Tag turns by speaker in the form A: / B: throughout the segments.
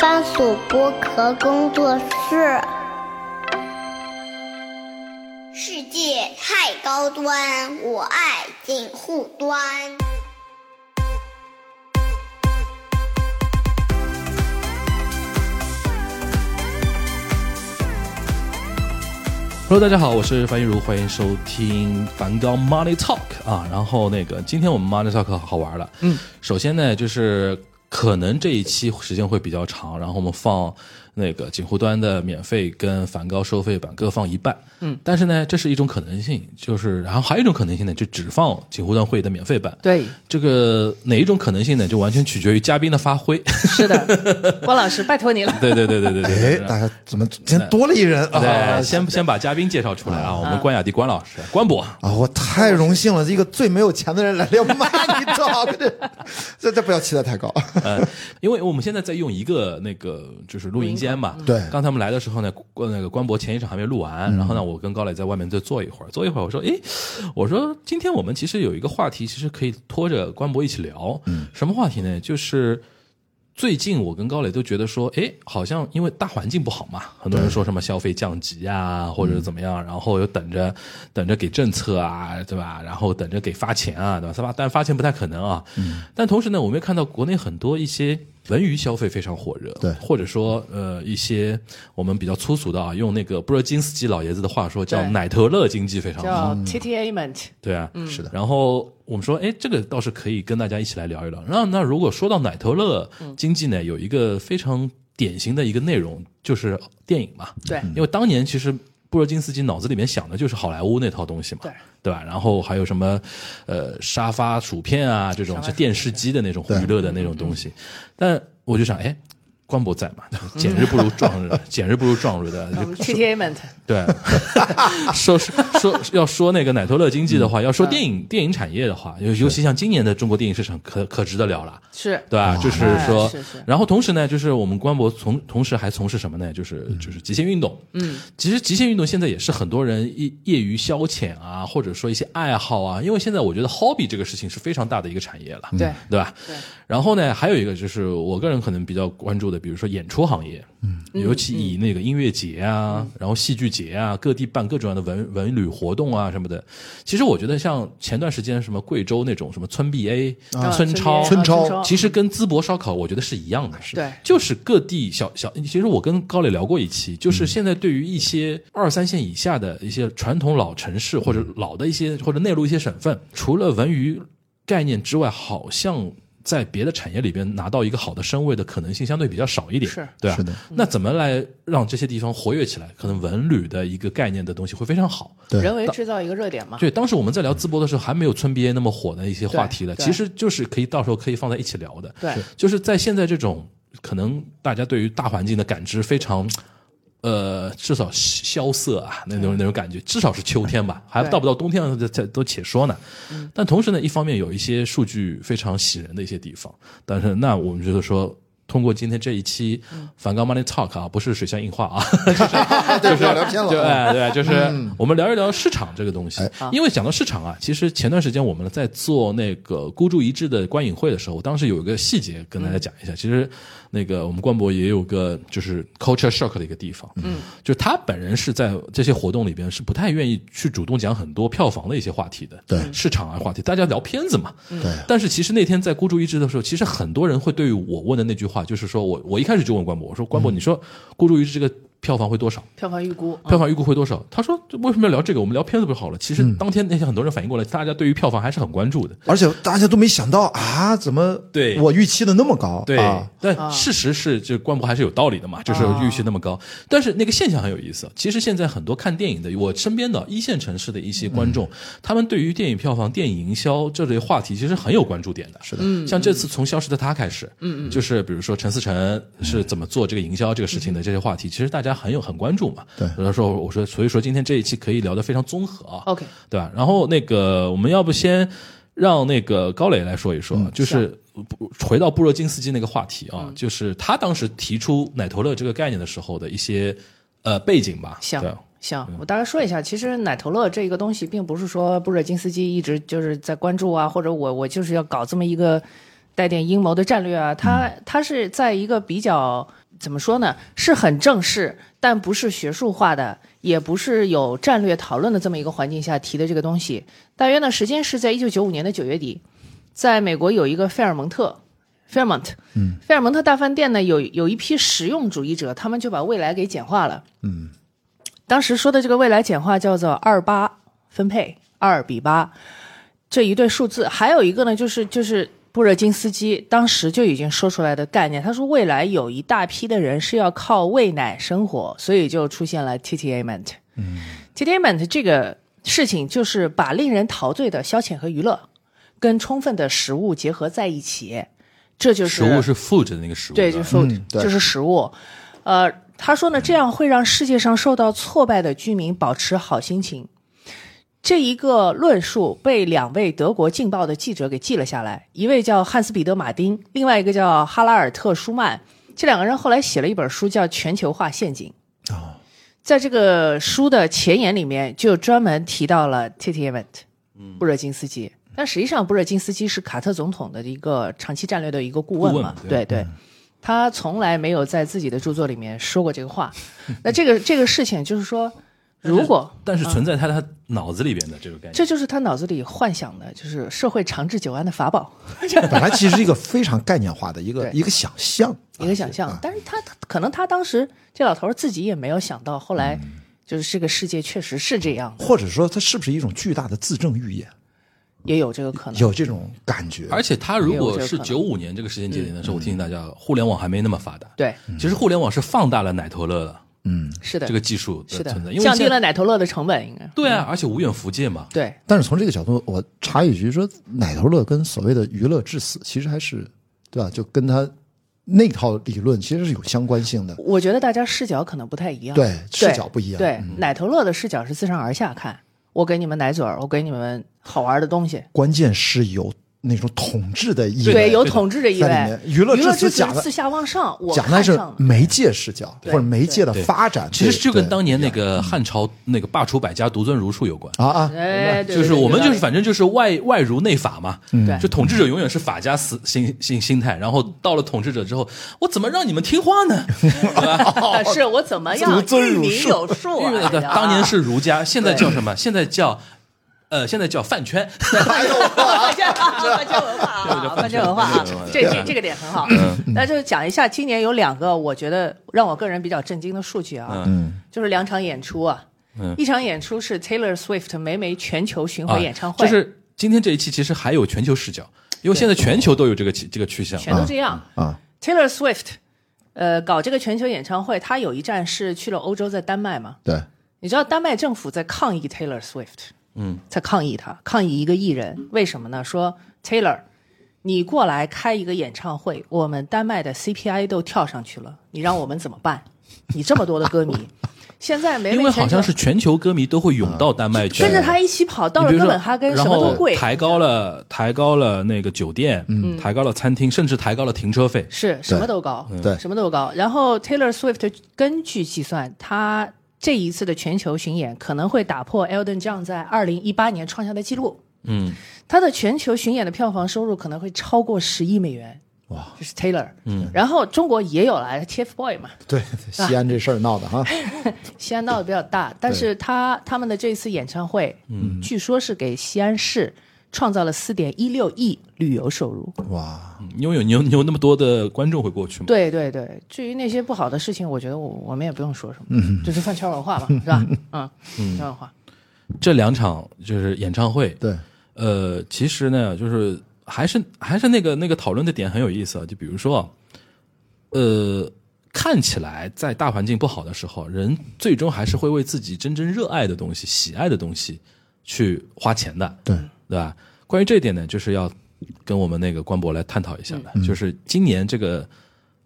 A: 番薯剥壳工作室。世界太高端，我爱锦户端。
B: Hello，大家好，我是樊玉茹，欢迎收听梵高 Money Talk 啊。然后那个，今天我们 Money Talk 好玩了。嗯，首先呢，就是可能这一期时间会比较长，然后我们放那个锦湖端的免费跟梵高收费版各放一半。嗯，但是呢，这是一种可能性，就是然后还有一种可能性呢，就只放锦湖端会的免费版。
C: 对，
B: 这个哪一种可能性呢？就完全取决于嘉宾的发 挥。
C: 是的，郭老师，拜托你 了。
B: 对对对对对对
D: 哎，大家怎么今天多了一人啊
B: 对，？先先把嘉宾介绍出来啊！我们关雅迪关老师，关博，
D: 啊，我太荣幸了，一个最没有钱的人来聊 money talk，这这这不要期待 太高。
B: 呃，因为我们现在在用一个那个就是录音间嘛，
D: 对
B: 刚才我们来的时候呢，关那个关博前一场还没录完，然后呢，我跟高磊在外面再坐一会儿，坐一会儿，我说，诶，我说今天我们其实有一个话题，其实可以拖着关博一起聊，嗯，什么话题呢？就是。最近我跟高磊都觉得说，诶，好像因为大环境不好嘛，很多人说什么消费降级啊，或者怎么样，然后又等着等着给政策啊，对吧？然后等着给发钱啊，对吧？发但发钱不太可能啊。嗯。但同时呢，我们也看到国内很多一些文娱消费非常火热，
D: 对
B: 或者说呃一些我们比较粗俗的啊，用那个布热津斯基老爷子的话说叫
C: 对
B: 奶头乐经济非常好，
C: 叫 TTAment，
B: 对啊，是的。然后我们说，哎，这个倒是可以跟大家一起来聊一聊。那那如果说到奶头乐经济呢，有一个非常典型的一个内容就是电影嘛，
C: 对
B: 因为当年其实。布热津斯基脑子里面想的就是好莱坞那套东西嘛，
C: 对
B: 对吧？然后还有什么，呃，沙发薯片啊，这种就电视机的那种
D: 对
B: 娱乐的那种东西。但我就想，哎，官博在嘛，简日不如撞日， 简日不如撞日的，就
C: 我们 TTAment，
B: 对，说说要说那个奶头乐经济的话，要说电影电影产业的话，尤尤其像今年的中国电影市场可，可值得聊了。
C: 是
B: 对吧？啊就是说
C: 哎是是，
B: 然后同时呢，就是我们官博从同时还从事什么呢？就是就是极限运动。嗯，其实极限运动现在也是很多人业业余消遣啊，或者说一些爱好啊，因为现在我觉得 hobby 这个事情是非常大的一个产业了，
C: 对
B: 对吧？对。然后呢，还有一个就是我个人可能比较关注的，比如说演出行业，嗯，尤其以那个音乐节啊，然后戏剧节啊，各地办各种各样的文文旅活动啊什么的。其实我觉得像前段时间什么贵州那种什么村 BA、
C: 啊
B: 村超、
D: 村超
C: 超
B: 其实跟淄博烧烤，我觉得是一样的，是
C: 对
B: 就是各地小小。其实我跟高磊聊过一期，就是
D: 嗯
B: 现在对于一些二三线以下的一些传统老城市或者
D: 嗯
B: 老的一些或者内陆一些省份，除了文娱概念之外，好像。在别的产业里边拿到一个好的身位的可能性相对比较少一点，
C: 是嗯
B: 对啊，
D: 是的。
B: 那怎么来让这些地方活跃起来？可能文旅的一个概念的东西会非常好。
D: 对
C: 人为制造一个热点嘛。
B: 对，当时我们在聊淄博的时候，还没有村 BA 那么火的一些话
C: 啊对
B: 题了，
C: 对
B: 其实就是可以到时候可以放在一起聊的。
C: 对，
B: 就是在现在这种可能大家对于大环境的感知非常。呃，至少萧瑟啊，那种那种感觉，至少是秋天吧，还
C: 对
B: 到不到冬天呢这这都且说呢。但同时呢，一方面有一些数据非常喜人的一些地方，但是那我们就是说，通过今天这一期梵高 Money Talk 啊，不是水象硬化啊，
D: 对，不要聊偏
B: 对
D: 了啊。
B: 哎对，就是我们聊一聊市场这个东西
D: 哎，
B: 因为讲到市场啊，其实前段时间我们在做那个孤注一掷的观影会的时候，我当时有一个细节跟大家讲一下。其实那个我们冠博也有个就是 culture shock 的一个地方，嗯，就他本人是在这些活动里边是不太愿意去主动讲很多票房的一些话题的，
D: 对
B: 市场啊话题，大家聊片子嘛，
D: 对
B: 但是其实那天在孤注一掷的时候，其实很多人会对于我问的那句话，就是说我我一开始就问关博，我说
D: 嗯
B: 关博，你说孤注一掷这个票房会多少？
C: 票房预估，嗯
B: 票房预估会多少？他说这为什么要聊这个？我们聊片子不就好了？其实当天那些很多人反应过来，大家对于票房还是很关注的。
D: 而且大家都没想到啊，怎么
B: 对
D: 我预期的那么高？啊，
B: 但事实是，这官博还是有道理的嘛，就是预期那么高。但是那个现象很有意思，其实现在很多看电影的，我身边的一线城市的一些观众，他们对于电影票房、电影营销这类话题其实很有关注点的。是的，像这次从《消失的她》开始，嗯嗯嗯，就是比如说陈思诚是怎么做这个营销这个事情的这些话题，其实大家很有很关注嘛。
D: 对
B: 所以说我说，所以说今天这一期可以聊得非常综合啊。
C: OK
B: 对吧？然后那个，我们要不先让那个高磊来说一
C: 嗯
B: 说，就是不回到布热津斯基那个话题啊，就是他当时提出奶头乐这个概念的时候的一些呃背景吧。嗯
C: 行
B: 对，
C: 行，我大概说一下，其实奶头乐这个东西，并不是说布热津斯基一直就是在关注啊，或者我我
B: 嗯
C: 就是要搞这么一个带点阴谋的战略啊，他他是在一个比较怎么说呢，是很正式，但不是学术化的，也不是有战略讨论的这么一个环境下提的这个东西。大约呢，时间是在一九九五年的九月底，在美国有一个费尔蒙特。费尔蒙特，嗯，费尔蒙特大饭店呢，有有一批实用主义者，他们就把未来给简化了，嗯，当时说的这个未来简化叫做二八分配，二比八，这一对数字，还有一个呢，就是就是布热津斯基当时就已经说出来的概念，他说未来有一大批的人是要靠喂奶生活，所以就出现了 TTAment。嗯，TTAment 这个事情就是把令人陶醉的消遣和娱乐跟充分的食物结合在一起，这就是
B: 食物是 food 的那个食物，
C: 对，就是 food，、
D: 嗯对
C: 就是食物。呃，他说呢，这样会让世界上受到挫败的居民保持好心情。这一个论述被两位德国《镜报》的记者给记了下来，一位叫汉斯彼得·马丁，另外一个叫哈拉尔特·舒曼。这两个人后来写了一本书，叫《全球化陷阱》。在这个书的前言里面就专门提到了 TT Event，布热津斯基。但实际上，布热津斯基是卡特总统的一个长期战略的一个顾问嘛，
B: 顾问
C: 对
B: 对
C: 对。他从来没有在自己的著作里面说过这个话。那这个这个事情就是说，如果嗯
B: 但是存在他他脑子里边的这个概念，
C: 这就是他脑子里幻想的，就是社会长治久安的法宝。
D: 本来其实是一个非常概念化的一个
C: 对
D: 一个想象，
C: 一个想象。但是他他可能他当时这老头儿自己也没有想到，后来就是这个世界确实是这样，
D: 或者说它是不是一种巨大的自证预言，
C: 也有这个可能。
D: 有这种感觉。
B: 而且他如
C: 也有这
B: 果
C: 个
B: 是
C: 可能嗯
B: 九五年这个时间节点的时候，我提醒大家，互联网还没那么发达，
C: 对，
B: 其实互联网是放大了奶头乐的
D: 嗯
C: 是的，
B: 这个技术
C: 是
B: 的
C: 的
B: 存在，因，为
C: 降低
B: 现在
C: 了嗯奶头乐的成本，应该
B: 对啊，而且无远弗届嘛，
C: 对。
D: 但是从这个角度，我插一句说，奶头乐跟所谓的娱乐至死，其实还是对吧？就跟他那套理论其实是有相关性的，
C: 我觉得大家视角可能不太一样，
D: 对视角不一样。
C: 对，奶头乐的视角是自上而下看，我给你们奶嘴儿，我给你们好玩的东西，
D: 关键是有那种统治的意味，
C: 对，有
B: 对的
C: 统治的意
D: 在里
C: 味
D: 面。娱乐
C: 娱
D: 至
C: 乐
D: 死
C: 至死
D: 讲的
C: 自下往上，我
D: 讲
C: 看
D: 的是
C: 上了
D: 媒介视角或者媒介的
B: 对
D: 发展，
B: 其实就跟
D: 对
B: 当年那个汉朝那个罢黜百家，独尊儒术有关。
D: 啊啊，
C: 哎，对
B: 就是
C: 对对
B: 我们
C: 有
B: 就
C: 道
B: 是
C: 理
B: 反正就是外外儒内法嘛，
D: 嗯
C: 对
B: 就统治者永远是法家思心心心态，然后到了统治者之后，我怎么让你们听话 呢？
C: 啊是我怎么
D: 独
C: 样
D: 尊
C: 育
D: 儒
C: 民
D: 术
C: 有术
B: 因为
C: 啊？
B: 当年是儒家，现在叫什么？现在叫呃，现在叫饭圈。
C: 饭圈饭圈文化啊，饭圈文化啊
B: 饭圈文化，
C: 这这
B: 对
C: 这个点嗯很好。那就讲一下，今年有两个我觉得让我个人比较震惊的数据啊，
D: 嗯，
C: 就是两场演出啊，一场演出是 Taylor Swift 霉霉全球巡
B: 啊
C: 回演唱会，
B: 就是今天这一期其实还有全球视角，因为现在全球都有这个趋这个趋向。
C: 全都这样
D: 啊。
C: Taylor Swift，呃，搞这个全球演唱会，他有一站是去了欧洲，在丹麦嘛。
D: 对，
C: 你知道丹麦政府在抗议 Taylor Swift，嗯，在抗议他，抗议一个艺人，为什么呢？说 Taylor，你过来开一个演唱会，我们丹麦的 CPI 都跳上去了，你让我们怎么办？你这么多的歌迷，现在没
B: 因为好像是全球歌迷都会
D: 嗯
B: 涌到丹麦去，
C: 跟着他一起跑到了
B: 你比
C: 哥
B: 如说
C: 本哈根，什
B: 然
C: 么
B: 后
C: 都贵，
B: 抬高了抬高了那个酒店，抬高了餐厅，甚至抬高了停车费。
C: 是什么都高，
D: 对
C: 什么都高。然后 Taylor Swift 根据计算，他这一次的全球巡演可能会打破 Elton John 在二零一八年创下的记录。
B: 嗯，
C: 他的全球巡演的票房收入可能会超过十亿美元。哇，这是 Taylor。嗯，然后中国也有来 TFBOY 嘛，
D: 对，西安这事儿闹的哈，
C: 哎西安闹得比较大，但是他他们的这次演唱会，嗯，据说是给西安市创造了四点一六亿旅游收入。
D: 嗯哇，
B: 因为有你有你有那么多的观众会过去嘛。
C: 对对对，至于那些不好的事情，我觉得我我们也不用说什么，
D: 嗯
C: 就是饭圈文化嘛， 是吧？嗯，饭圈文化，
B: 这两场就是演唱会，
D: 对，
B: 呃，其实呢，就是还是还是那个那个讨论的点很有意思啊。就比如说啊，呃，看起来在大环境不好的时候，人最终还是会为自己真正热爱的东西、喜爱的东西去花钱的，
D: 对，
B: 对吧？关于这一点呢，就是要跟我们那个官博来探讨一下
D: 嗯
B: 的，就是今年这个。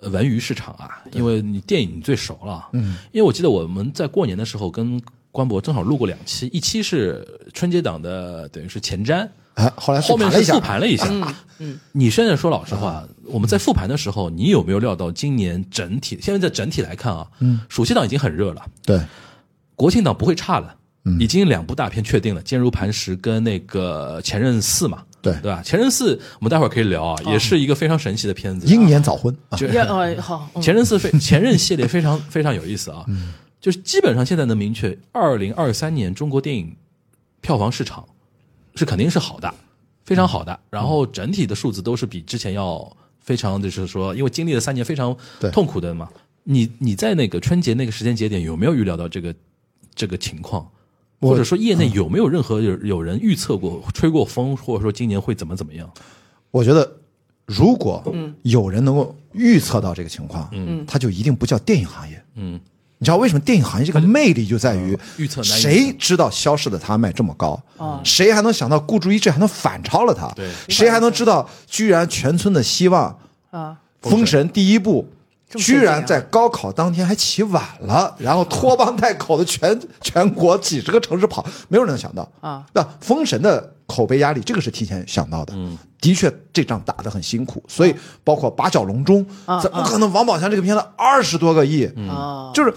B: 呃文娱市场啊，因为你电影你最熟了，嗯，因为我记得我们在过年的时候跟官博正好录过两期，一期是春节档的，等于是前瞻，
D: 哎，后来
B: 后
D: 复
B: 面
D: 盘了
B: 是
D: 一下啊
B: 复，盘了一下。嗯嗯，你现在说老实话，我们在复盘的时候，你有没有料到今年整体？现在在整体来看啊，嗯，暑期档已经很热了，
D: 对，
B: 国
D: 嗯
B: 庆档不会差了。已经两部大片确定了，《坚如磐石》跟那个《前任四》嘛，
D: 对
B: 对吧？《前任四》我们待会儿可以聊啊，也是一个非常神奇的片子。
D: 英年早婚啊，
B: 就
C: 要呃好，嗯
B: 前任四非前任系列非常非常有意思啊，
D: 嗯
B: 就是基本上现在能明确，二零二三年中国电影票房市场是肯定是好的，非常好的，然后整体的数字都是比之前要非常，就是说，因为经历了三年非常
D: 对
B: 痛苦的嘛，你你在那个春节那个时间节点有没有预料到这个这个情况？
D: 我嗯
B: 或者说，业内有没有任何有有人预测过、吹过风，或者说今年会怎么怎么样？
D: 我觉得如果
B: 嗯
D: 有人能够预测到这个情况，嗯，他就一定不叫电影行业，嗯。你知道为什么电影行业这个魅力就在于
B: 啊预测难以
D: 谁知道《消失的她》卖这么高，谁还能想到《孤注一掷》还能反超了它？
B: 对
D: 谁还能知道居然全村的希望
C: 啊，
D: 《封神》第一部，
C: 这么先
D: 居
C: 进啊
D: 然在高考当天还起晚了，然后拖帮带口的全 全国几十个城市跑，没有人能想到
C: 啊。
D: 那《封神》的口碑压力，这个是提前想到的。嗯，的确这仗打得很辛苦，所以包括八角笼中，怎么可能王宝强这个片子二十多个亿？
C: 哦
D: 就是《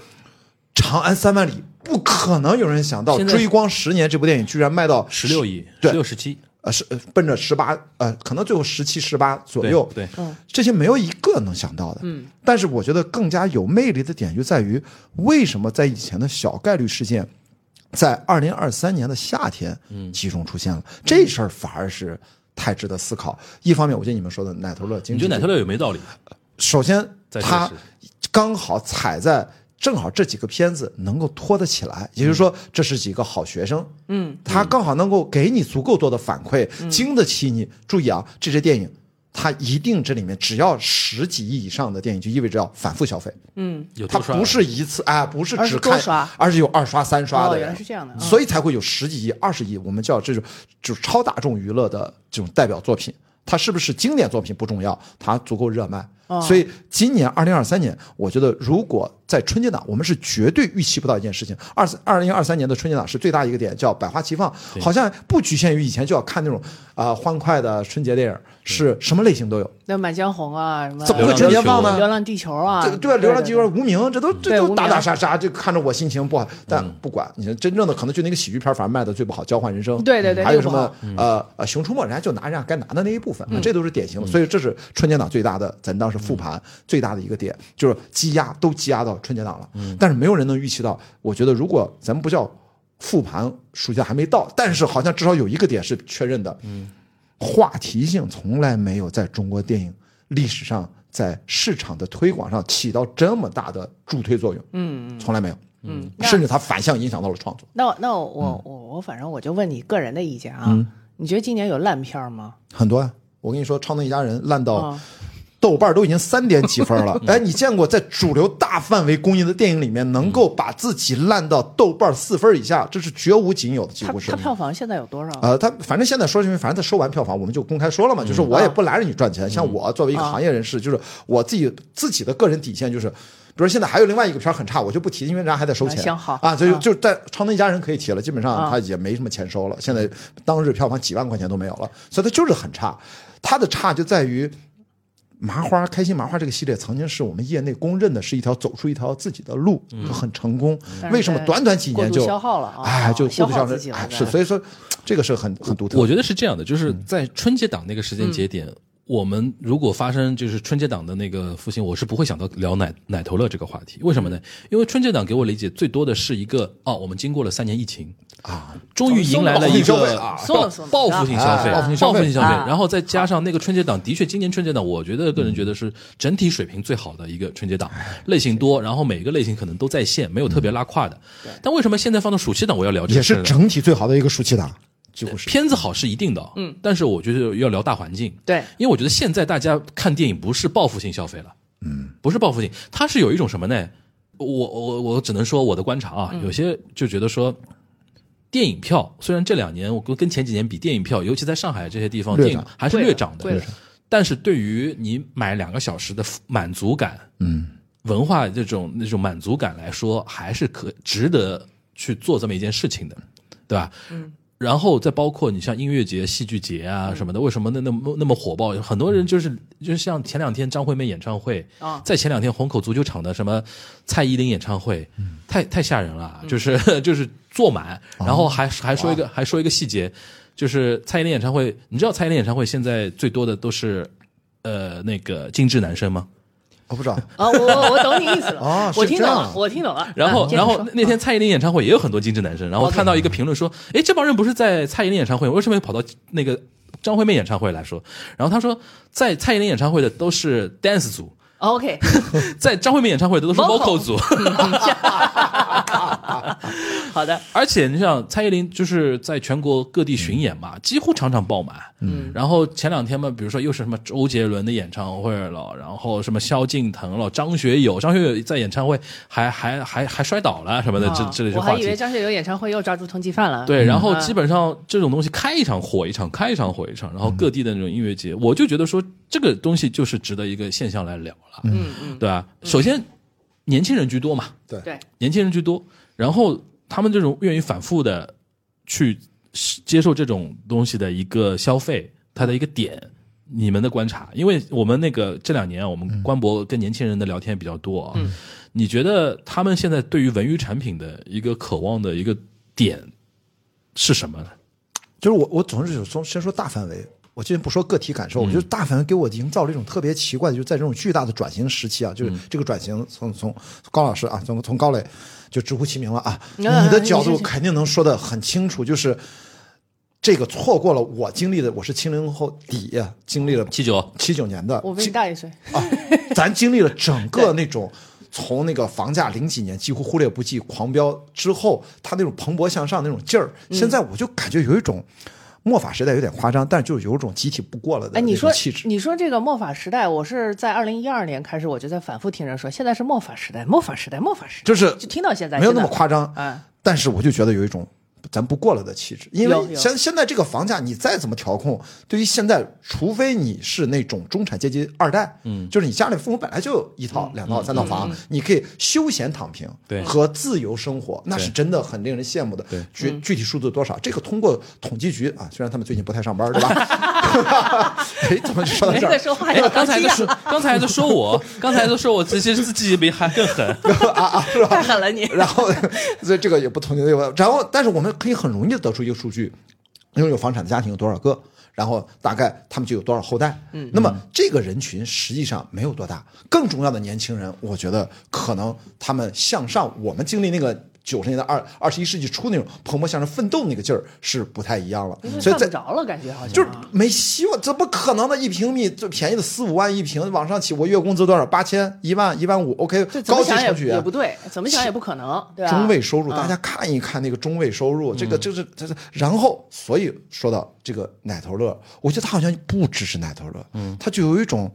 D: 长安三万里》，不可能有人想到
B: 现
D: 《
B: 在
D: 追光十年》这部电影居然卖到
B: 十六亿、十
D: 对
B: 六、十七，
D: 呃，是呃奔着十八，呃，可能最后十七、十八左
B: 对
D: 右。
B: 对
C: 嗯
D: 这些没有一个能想到的。嗯，但是我觉得更加有魅力的点就在于，为什么在以前的小概率事件，在二零二三年的夏天，嗯，集中出现了、这事儿，反而是太值得思考。一方面，我觉得你们说的奶头乐经
B: 你
D: 济，
B: 觉得哪条料有没道理？
D: 首先
B: 在这
D: 它
B: 时
D: 刚好踩在正好这几个片子能够拖得起来，也就是
B: 嗯
D: 说这是几个好学生，嗯，他刚好能够给你足够多的反馈，
C: 嗯
D: 经得起你。注意啊，这些电影。它一定这里面只要十几亿以上的电影，就意味着要反复消费。
B: 有
D: 它
B: 多少？啊
D: 不是一次，哎，不是
C: 而是
D: 只
C: 多
D: 看
C: 刷，
D: 而是有二刷、三刷
C: 哦
D: 的人。
C: 原来是这样的嗯
D: 所以才会有十几亿、二十亿，我们叫这种就是超大众娱乐的这种代表作品。它是不是经典作品不重要，它足够热卖。
C: 哦
D: 所以今年二零二三年，我觉得如果在春节档，我们是绝对预期不到一件事情。二二零二三年的春节档是最大一个点，叫百花齐放，好像不局限于以前就要看那种啊、呃欢快的春节电影，是什么类型都有。
C: 嗯那《满江红》啊，什么
D: 怎么
B: 会
C: 流浪
B: 春节
C: 地球
B: 放
D: 呢
C: 流浪地球啊，
D: 这对吧？流浪地球、无名，这都这
C: 对无
D: 都
C: 名啊
D: 打打杀杀，这看着我心情不好，但不管你真正的可能就那个喜剧片，反而卖的最不好，交换人生，嗯
C: 对对对
D: 还有什
C: 那个嗯
D: 么呃呃熊出没，人家就拿人家该拿的那一部分，这都是典型的，所以这是春节档最大的，咱当时复盘最大的一个点，就是积压都积压到春节档了，但是没有人能预期到，我觉得如果咱们不叫复盘，暑假还没到，但是好像至少有一个点是确认的，话题性从来没有在中国电影历史上在市场的推广上起到这么大的助推作用，嗯，从来没有，嗯，
C: 那
D: 甚至它反向影响到了创作。
C: 那我那我我
D: 嗯
C: 我我反正我就问你个人的意见啊，你觉得今年有烂片儿吗？
D: 很多呀、啊我跟你说，《超能一家人》烂到
C: 啊
D: 豆瓣都已经三点几分了。哎，你见过在主流大范围公映的电影里面，能够把自己烂到豆瓣四分以下，这是绝无仅有的，几
C: 它
D: 乎是
C: 它。票房现在有多少？
D: 呃，他反正现在说是因为，反正他收完票房，我们就公开说了
C: 嗯
D: 嘛，就是我
C: 啊
D: 也不拦着你赚钱。像我作为一个行业人士，就是我自己自己的个人底线就是，比如说现在还有另外一个片儿很差，我就不提，因为人家还在收
C: 啊
D: 钱。
C: 行好
D: 啊，所以
C: 啊
D: 就在《超能一家人》可以提了，基本上
C: 啊
D: 他也没什么钱收了，现在当日票房几万块钱都没有了，所以他就是很差。他的差就在于。麻花开心麻花这个系列曾经是我们业内公认的是一条走出一条自己的路，就很成功。
C: 但是
D: 为什么
C: 在
D: 短短几
C: 嗯过
D: 年
C: 度
D: 就
C: 消耗了啊
D: 哎，就
C: 消
D: 过度
C: 耗
D: 消
C: 自己了
D: 哎
C: 在
D: 是，所以说这个是很很独特。嗯
B: 我觉得是这样的，就是在春节档那个时间节
C: 嗯
B: 点，我们如果发生就是春节档的那个复兴，我是不会想到聊奶奶头乐这个话题。为什
C: 嗯
B: 么呢？因为春节档给我理解最多的是一个哦，我们经过了三年疫情啊，终于迎来了一
D: 松了
B: 个
D: 啊
C: 松了松了
B: 报复性消费，
D: 啊报复性消
B: 报
D: 费
B: 复性消
C: 啊
B: 费。然后再加上那个春节档，的确今年春节档，我觉得个人觉得是整体水平最好的一个春节
D: 嗯
B: 档，类型多，然后每个类型可能都在线，没有特别拉胯的。但为什么现在放到暑期档，我要聊这
D: 嗯也
B: 个事儿
D: 是
B: 呢？
D: 整体最好的一个暑期档，几乎是。
B: 片子好是一定的，嗯，但是我觉得要聊大环境，
C: 对
B: 因为我觉得现在大家看电影不是报复性消费了，嗯，不是报复性，它是有一种什么呢？我我我只能说我的观察啊，有些就觉得说。电影票虽然这两年我跟跟前几年比，电影票尤其在上海这些地方，
D: 略
B: 电
D: 涨
B: 影还是略涨
C: 贵了
B: 的
C: 贵，
B: 但是对于你买两个小时的满足感，嗯，文化这种那种满足感来说，还是可值得去做这么一件事情的，对吧？然后再包括你像音乐节、戏剧节啊什么的，为什么那那么那么火爆？很多人就是就是像前两天张惠妹演唱会
C: 啊，
B: 在前两天虹口足球场的什么蔡依林演唱会，啊 太太吓人了，就是就是坐满，然后还还说一个还说一个细节，就是蔡依林演唱会，你知道蔡依林演唱会现在最多的都是呃那个精致男生吗？
D: 我啊不知道，
C: 哦，我我我懂你意思了，
D: 哦是
C: 我听
D: 这
C: 懂
D: 样
C: 了，我听懂了。
B: 然后
C: 啊，哦接着
B: 然后
C: 说
B: 那天蔡依林演唱会也有很多精致男生，然后
C: OK
B: 看到一个评论说，哎，这帮人不是在蔡依林演唱会，为什么又跑到那个张惠妹演唱会来说？然后他说，在蔡依林演唱会的都是 dance 组，
C: OK，
B: 在张惠妹演唱会的都是 vocal
C: Vocal
B: 组，
C: 好的，
B: 而且你想，蔡依林就是在全国各地巡演嘛，几乎场场爆满。嗯，然后前两天嘛，比如说又是什么周杰伦的演唱会了，然后什么萧敬腾了，张学友，张学友在演唱会还还还还摔倒了什么的，这
C: 啊
B: 这类
C: 我
B: 的
C: 还
B: 话
C: 以为
B: 题。
C: 张学友演唱会又抓住通缉犯了。
B: 对，然后
C: 嗯
B: 基本上这种东西开一场火一场，开一场火一场，然后
C: 嗯
B: 各地的那种音乐节，我就觉得说这个东西就是值得一个现象来聊了，
C: 嗯嗯，
B: 对吧？首先，年轻人居多嘛，
C: 对，
B: 年轻人居多，然后他们这种愿意反复的去接受这种东西的一个消费，它的一个点，你们的观察，因为我们那个这两年啊我们官博跟年轻人的聊天比较多啊，
C: 嗯
B: 你觉得他们现在对于文娱产品的一个渴望的一个点是什么呢？
D: 就是我我总是有从先说大范围，我今天不说个体感受，
B: 嗯
D: 我觉得大范围给我营造了一种特别奇怪的，就在这种巨大的转型时期啊，就是
B: 嗯
D: 这个转型从从高老师啊，从从高磊就直呼其名了啊，你
C: 啊
D: 的角
C: 你
D: 度
C: 是
D: 肯定能说的很清楚，就是。这个错过了我经历的，我是七零后底啊，经历了
B: 七九，
D: 七九年的，
C: 我比你大一岁。
D: 啊，咱经历了整个那种从那个房价零几年几乎忽略不计狂飙之后，它那种蓬勃向上那种劲儿，现在我就感觉有一种末法时代有点夸张，但是就是有一种集体不过了的
C: 哎，你
D: 那种
C: 说
D: 气质。
C: 你说这个末法时代，我是在二零一二年开始，我就在反复听人说，现在是末法时代，末法时代，末法时代，
D: 就是
C: 就听到现在
D: 没有那么
C: 现在
D: 夸张，
C: 嗯
D: 但是我就觉得有一种咱不过了的气质，因
C: 有
D: 为
C: 有
D: 现现在这个房价你再怎么调控，对于现在，除非你是那种中产阶级二代，嗯，就是你家里父母本来就有一套、两套、
C: 嗯
D: 三套房，你可以休闲躺平，
B: 嗯对
D: 和自由生活，那是真的很令人羡慕的。
B: 对
C: 嗯
D: 具具体数字多少？这个通过统计局啊，虽然他们最近不太上班，对 吧？ 哎，怎么就说到
C: 没
D: 这
C: 在
D: 儿？
C: 说话
B: 哎
C: 要，
B: 刚才
C: 的
B: 在说，刚才在说我，刚才在说我，其实自己比还更狠。
C: 太狠了你。
D: 然后，所以这个也不统计对吧？然后，但是我们可以很容易地得出一个数据，拥有房产的家庭有多少个，然后大概他们就有多少后代。嗯，那么这个人群实际上没有多大。更重要的年轻人，我觉得可能他们向上，我们经历那个。九十年代二二十一世纪初那种蓬勃向上、奋斗那个劲儿是不太一样了，所以
C: 犯
D: 在
C: 不着了，感觉好像
D: 就是
C: 啊
D: 没希望，这不可能的。一平米最便宜的四五万一平，往上起，我月工资多少？八千、一万、一万五，OK，
C: 这怎
D: 高
C: 么
D: 级啊
C: 想
D: 程序
C: 也也
D: 员
C: 不对，怎么想也不可能，对吧？
D: 中位收入，
C: 嗯
D: 大家看一看那个中位收入，这个这是这是，然后所以说到这个奶头乐，我觉得他好像不只是奶头乐，嗯，他就有一种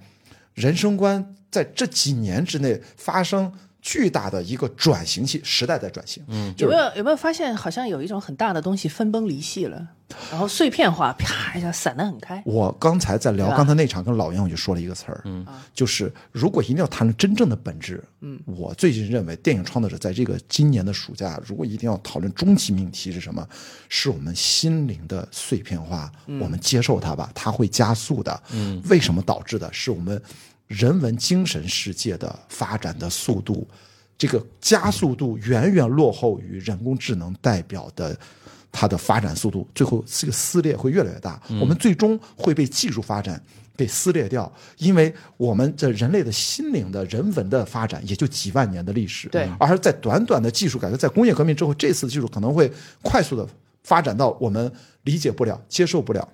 D: 人生观在这几年之内发生巨大的一个转型期，时代在转型，嗯，就
C: 有
D: 是
C: 没有有没有发现，好像有一种很大的东西分崩离析了，然后碎片化，啪一下散得很开。
D: 我刚才在聊
C: 对吧
D: 刚才那场跟老杨，我就说了一个词儿，嗯，就是如果一定要谈论真正的本质，嗯，我最近认为电影创作者在这个今年的暑假，如果一定要讨论终极命题是什么，是我们心灵的碎片化，我们接受它吧，它会加速的，嗯，为什么导致的？是我们人文精神世界的发展的速度。这个加速度远远落后于人工智能代表的它的发展速度，最后这个撕裂会越来越大。我们最终会被技术发展给撕裂掉，因为我们这人类的心灵的人文的发展也就几万年的历史，
C: 对
D: 而在短短的技术改革，在工业革命之后，这次技术可能会快速的发展到我们理解不了、接受不了。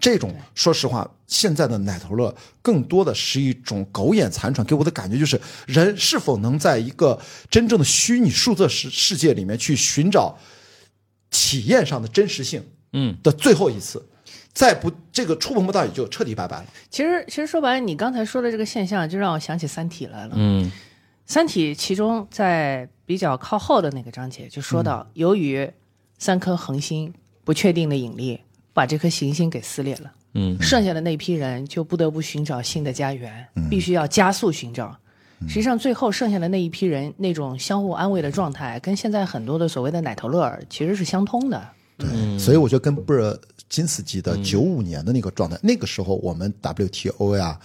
D: 这种说实话，现在的奶头乐更多的是一种苟延残喘，给我的感觉就是人是否能在一个真正的虚拟数字世世界里面去寻找体验上的真实性，
B: 嗯，
D: 的最后一次，再不这个触碰不到也就彻底拜拜了。
C: 其实其实说白了，你刚才说的这个现象，就让我想起《三体》来了。
B: 嗯
C: 《三体》其中在比较靠后的那个章节就
D: 嗯
C: 说到，由于三颗恒星不确定的引力把这颗行星给撕裂了，
B: 嗯，
C: 剩下的那批人就不得不寻找新的家园，
D: 嗯
C: 必须要加速寻找。实际上，最后剩下的那一批人那种相互安慰的状态，跟现在很多的所谓的奶头乐儿其实是相通的。
D: 对，
C: 嗯
D: 所以我觉得跟布尔金斯基的九五年的那个状态，那个时候我们 WTO 呀，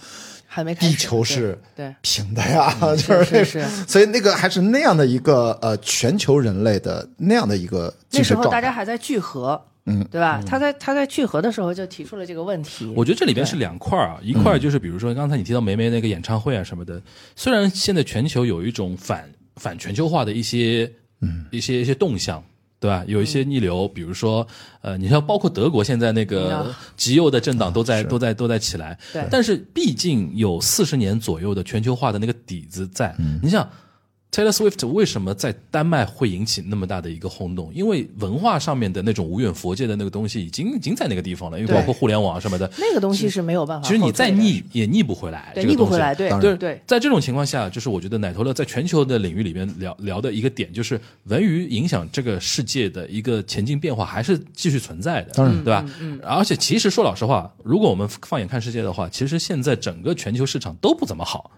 C: 还没开
D: 地
C: 始，
D: 球是
C: 对对
D: 平的呀， 就是
C: 是是
D: 那所以那个还是那样的一个呃全球人类的那样的一个
C: 那
D: 精
C: 时
D: 神
C: 候
D: 状
C: 大
D: 态。
C: 家还在聚合，
D: 嗯，
C: 对吧？他在他在聚合的时候就提出了这个问题。
B: 我觉得这里边是两块儿啊，一块
C: 嗯
B: 儿就是比如说刚才你提到梅梅那个演唱会啊什么的，虽然现在全球有一种反反全球化的一些
C: 嗯
B: 一些一些动向。对吧？有一些逆流，比如说，呃，你像包括德国现在那个
C: 啊
B: 极右的政党都在、都在都在起来，
C: 对
B: 但是毕竟有四十年左右的全球化的那个底子在。
C: 嗯
B: 你想，Taylor Swift 为什么在丹麦会引起那么大的一个轰动？因为文化上面的那种无远佛界的那个东西已经已经在那个地方了，因为
C: 对
B: 包括互联网啊什么的，
C: 那个东西是没有办法
B: 其
C: 后
B: 实你
C: 退的，
B: 再逆也逆不回来，
C: 对
B: 这个
C: 逆不
B: 东西
C: 回来对
D: 当
B: 对
D: 然
C: 对
B: 在这种情况下，就是我觉得奶头乐在全球的领域里边聊聊的一个点，就是文娱影响这个世界的一个前进变化还是继续存在的，
C: 嗯
D: 当然
B: 对吧？而且其实说老实话，如果我们放眼看世界的话，其实现在整个全球市场都不怎么好，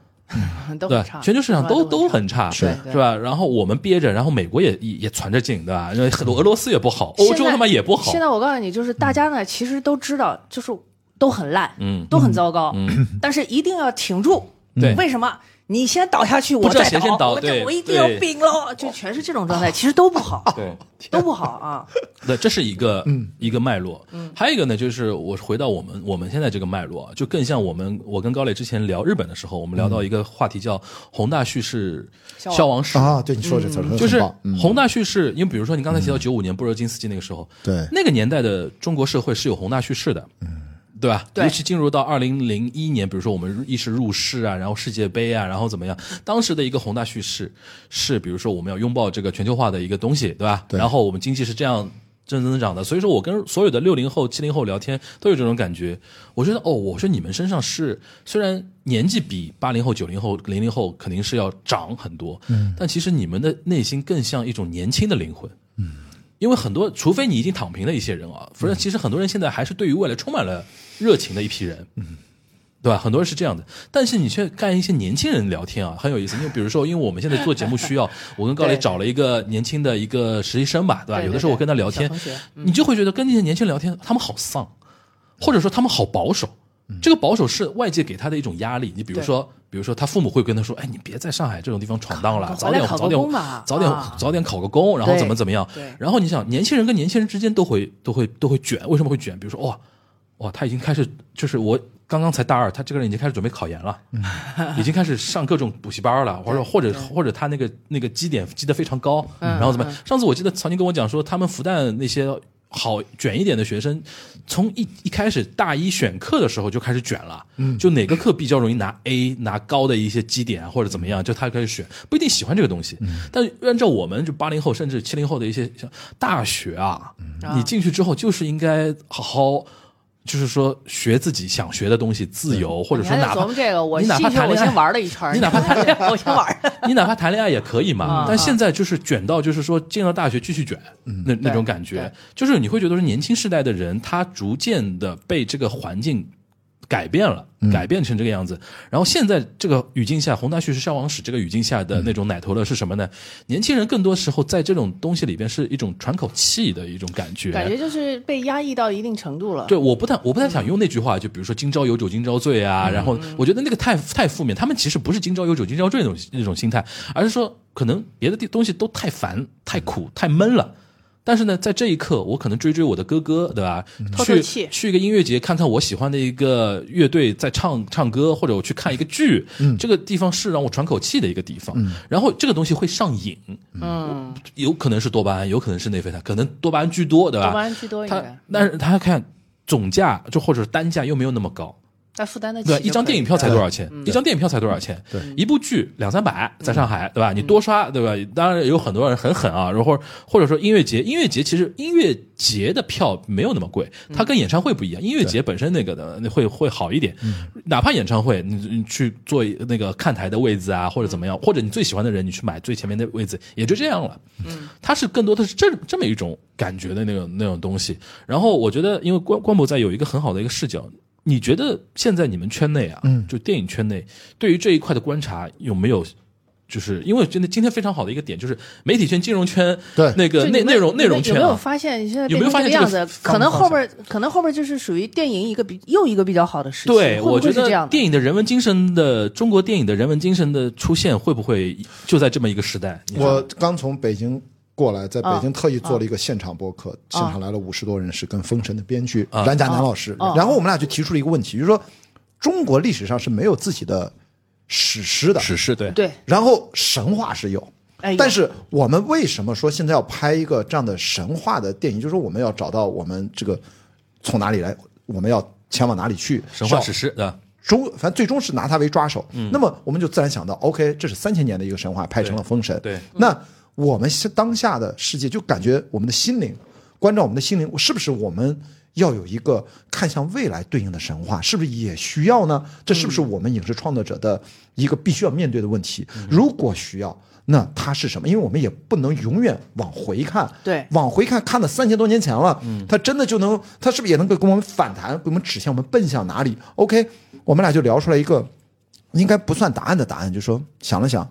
C: 都
B: 对吧
C: 很差，
B: 全球市场都
C: 都
B: 都很差，
C: 是
B: 是吧？然后我们憋着，然后美国也也也攒着劲，对吧？因为很多俄罗斯也不好，欧洲他妈也不好
C: 现，在我告诉你，就是大家呢，其实都知道，就是都很烂，
B: 嗯
C: 都很糟糕，但是一定要挺住。
B: 对
C: 为什么？你先倒下去，
B: 不
C: 我
B: 知道
C: 再
B: 谁先倒
C: 我
B: 对
C: 这我一定要
B: 对
C: 并了，就全是这种状态，其实都 不好，
B: 对。
C: 都不好 啊。
B: 对，这是一个、
D: 嗯
B: 一个脉络。还有一个呢，就是我回到我们我们现在这个脉络啊，就更像我们我跟高磊之前聊日本的时候，我们聊到一个话题叫宏大叙事
C: 消亡
B: 消亡史。
D: 啊，对你说这词儿、
B: 就
D: 很
B: 是
D: 棒嗯
B: 宏大叙事，因为比如说你刚才提到九五年布热津斯基那个时候，
D: 对嗯
B: 那个年代的中国社会是有宏大叙事的，对吧？
C: 对
B: 尤其进入到二零零一年，比如说我们意识入世啊，然后世界杯啊，然后怎么样？当时的一个宏大叙事是，比如说我们要拥抱这个全球化的一个东西，对吧？
D: 对
B: 然后我们经济是这样。正增长的，所以说我跟所有的六零后、七零后聊天都有这种感觉。我觉得哦，我说你们身上是虽然年纪比八零后、九零后、零零后肯定是要长很多，嗯，但其实你们的内心更像一种年轻的灵魂，因为很多，除非你已经躺平的一些人
C: 嗯
B: 啊，不是，其实很多人现在还是对于未来充满了热情的一批人，
C: 嗯
B: 对吧？很多人是这样的，但是你却跟一些年轻人聊天啊，很有意思。因为比如说，因为我们现在做节目需 要，我跟高磊
C: 对
B: 找了一个年轻的一个实习生吧，对吧？
C: 对对
B: 有的时候我跟他聊天
C: 对小同学，嗯
B: 你就会觉得跟这些年轻人聊天，他们好丧，或者说他们好保守。
C: 嗯
B: 这个保守是外界给他的一种压力。你比如说，比如说他父母会跟他说：“哎，你别在上海这种地方闯荡了，
C: 考
B: 早点
C: 考个
B: 早点
C: 工吧
B: 早点
C: 啊
B: 早点考个工，然后
C: 对
B: 怎么怎么样。
C: 对
B: 然后你想，年轻人跟年轻人之间都会都会都会卷，为什么会卷？比如说，哇哇，他已经开始就是我刚刚才大二，他这个人已经开始准备考研了， 已经开始上各种补习班了，或者或者或者他那个那个基点基得非常高，然后怎么样？上次我记得曾经跟我讲说，他们复旦那些。好卷一点的学生，从一一开始大一选课的时候就开始卷了，就哪个课比较容易拿 A 拿高的一些基点啊，或者怎么样，就他开始选，不一定喜欢这个东西。但按照我们就八零后甚至七零后的一些像大学啊，你进去之后就是应该好好。就是说，学自己想学的东西，自由，或者说
C: 你
B: 哪
C: 还得琢
B: 怕
C: 磨这个，我
B: 你哪怕
C: 进去
B: 谈
C: 我
B: 恋爱，
C: 先 玩了一圈儿，
B: 你哪怕谈恋
C: 爱，我先玩儿。
B: 你哪怕谈恋爱也可以嘛
C: 啊。
B: 但现在就是卷到，就是说进了大学继续卷，那那种感觉，就是你会觉得说年轻世代的人，他逐渐的被这个环境。改变了，改变成这个样子。然后现在这个语境下，宏大叙事消亡史这个语境下的那种奶头乐是什么呢？年轻人更多时候在这种东西里边是一种喘口气的一种感觉，
C: 感觉就是被压抑到一定程度了。
B: 对，我不太我不太想用那句话，就比如说“今朝有酒今朝醉”
C: 嗯
B: 啊，然后我觉得那个太太负面。他们其实不是“今朝有酒今朝醉”那种那种心态，而是说可能别的地东西都太烦、太苦、太闷了。但是呢，在这一刻，我可能追追我的哥哥，对吧？
C: 嗯透透
B: 去
C: 气
B: 去一个音乐节，看看我喜欢的一个乐队在唱唱歌，或者我去看一个剧，
C: 嗯
B: 这个地方是让我喘口气的一个地方。然后这个东西会上瘾，
C: 嗯，
B: 有可能是多巴胺，有可能是内啡肽，可能多巴胺居多，对吧？
C: 多巴胺居多一
B: 他
C: 点，
B: 但是他看总价，就或者是单价又没有那么高，
C: 但负担得起就
B: 对
C: 可
B: 吧？
C: 以了。
B: 一张电影票才多少钱？
C: 嗯
B: 一张电影票才多少钱？对，一部剧两三百，在上
C: 嗯
B: 海，对吧？你多刷，对吧？当然有很多人很狠啊，然后或者说音乐节，音乐节其实音乐节的票没有那么贵，
C: 嗯
B: 它跟演唱会不一样，音乐节本身那个的那会会好一点，哪怕演唱会你你去坐那个看台的位置啊，
C: 嗯
B: 或者怎么样，或者你最喜欢的人你去买最前面的位置，也就这样了。它是更多的是这这么一种感觉的那种那种东西。然后我觉得，因为关关博在有一个很好的一个视角，你觉得现在你们圈内啊，就电影圈内对于这一块的观察有没有？就是因为真的今天非常好的一个点，就是媒体圈、金融圈，
D: 对
B: 那个
C: 就
B: 内
C: 你们
B: 内容内容
C: 有
B: 圈
C: 没有
B: 啊，
C: 发现现在
B: 有没有
C: 变成
B: 发现
C: 这个
B: 这个
C: 样子？可
B: 方
C: 能
B: 方
C: 后边儿可能后边儿就是属于电影一个比又一个比较好的时期。
B: 对，
C: 会不
B: 我
C: 会
B: 觉
C: 是这
B: 得
C: 样
B: 电影的人文精神的中国电影的人文精神的出现，会不会就在这么一个时代？你说
D: 我刚从北京过来，在北京
C: 啊
D: 特意做了一个现场播
C: 哦
D: 客，现场来了五十多人，是跟《封神》的编剧
B: 啊
D: 蓝甲南老师。
C: 啊
D: 然后我们俩就提出了一个问题，就是说中国历史上是没有自己的史诗的，
B: 史诗对，
C: 对，
D: 然后神话是有
C: 哎呦。
D: 但是我们为什么说现在要拍一个这样的神话的电影？就是说我们要找到我们这个从哪里来，我们要前往哪里去？
B: 神话
D: 少
B: 史诗对吧？
D: 终反正最终是拿它为抓手。那么我们就自然想到，OK，这是三千年的一个神话，拍成了《封神》
B: 嗯对对
D: 那我们是当下的世界，就感觉我们的心灵，关照我们的心灵，是不是我们要有一个看向未来对应的神话？是不是也需要呢？这是
B: 嗯
D: 不是我们影视创作者的一个必须要面对的问题？如果需要。那它是什么？因为我们也不能永远往回看，
C: 对
D: 往回看，看了三千多年前了，它真的就能，它是不是也能够给我们反弹，给我们指向我们奔向哪里？OK，我们俩就聊出来一个应该不算答案的答案，就说想了想，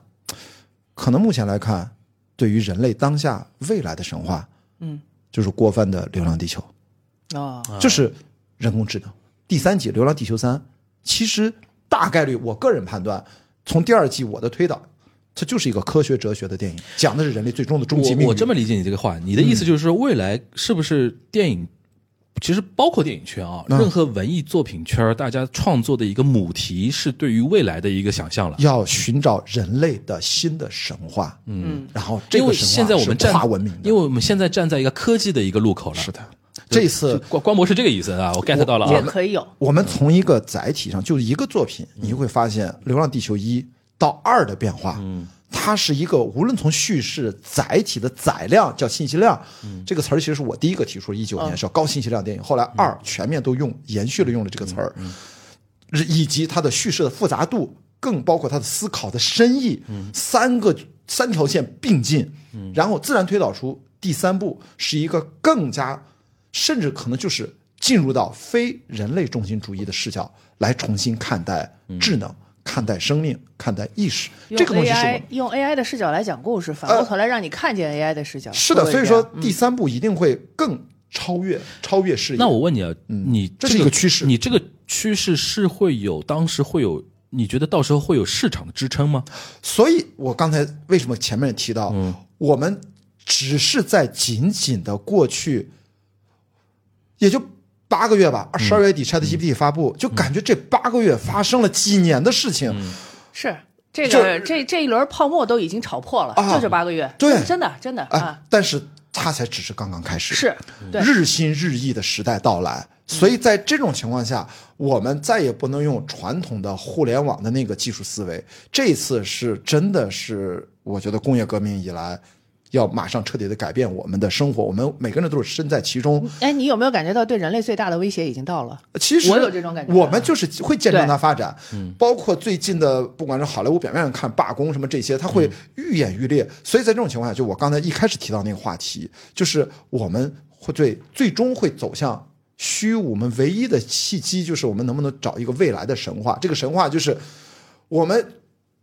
D: 可能目前来看，对于人类当下未来的神话，
C: 嗯，
D: 就是郭帆的《流浪地球》，
B: 啊
C: 哦，
D: 就是人工智能第三集《流浪地球三》，其实大概率我个人判断，从第二季我的推导。它就是一个科学哲学的电影，讲的是人类最终的终极命
B: 我
D: 运。
B: 我这么理解你这个话，你的意思就是说，未来是不是电影，其实包括电影圈啊，任何文艺作品圈，大家创作的一个母题是对于未来的一个想象了。
D: 要寻找人类的新的神话，嗯，然后这
B: 因
D: 个
B: 为
D: 神话
B: 现在我们
D: 是
B: 站
D: 跨文明的，
B: 因为我们现在站在一个科技的一个路口了。是的，
D: 这次
B: 关关博是这个意思啊，我 get 到了
C: 也
B: 啊。
C: 可以有，
D: 我们从一个载体上，就一个作品，
B: 嗯
D: 你会发现《流浪地球一》到二的变化，
B: 嗯
D: 它是一个无论从叙事载体的载量叫信息量，
B: 嗯
D: 这个词儿其实是我第一个提出，一九年是要高信息量电影，后来
B: 嗯
D: 二全面都用延续了用了这个词儿，以及它的叙事的复杂度，更包括它的思考的深意，
B: 嗯
D: 三个三条线并进，然后自然推导出第三步是一个更加，甚至可能就是进入到非人类中心主义的视角来重新看待
B: 嗯
D: 智能、看待生命、看待意识，
C: 用
D: 这个东西是我
C: AI
D: 们。
C: 用 AI 的视角来讲故事，反过头来让你看见 AI 的视角。
D: 呃是的，
C: 会不会
D: 所以
C: 这
D: 说
C: 样
D: 第三步一定会更超越、超越视野。
B: 那我问你啊，你
D: 这是一个趋势
B: 你这个趋势是会有当时会有，你觉得到时候会有市场的支撑吗？
D: 所以我刚才为什么前面提到，我们只是在仅仅的过去，也就八个月吧，十二月底 ChatGPT 发布，就感觉这八个月发生了几年的事情。
C: 是这
D: 这
C: 个这这一轮泡沫都已经炒破了，
D: 啊
C: 就这八个月，
D: 对
C: 真的真的
D: 哎
C: 啊，，
D: 但是它才只是刚刚开始，
C: 是对
D: 日新日异的时代到来。所以在这种情况下，我们再也不能用传统的互联网的那个技术思维。这次是真的是，我觉得工业革命以来，要马上彻底的改变我们的生活。我们每个人都是身在其中。
C: 哎，你有没有感觉到对人类最大的威胁已经到了？
D: 其实
C: 我有这种感觉啊
D: 我们就是会见证
C: 对嗯
D: 它发展，包括最近的，不管是好莱坞表面上看罢工什么这些，它
C: 嗯
D: 会愈演愈烈。所以在这种情况下，就我刚才一开始提到那个话题，就是我们会对最终会走向虚无。我们唯一的契机就是我们能不能找一个未来的神话？这个神话就是我们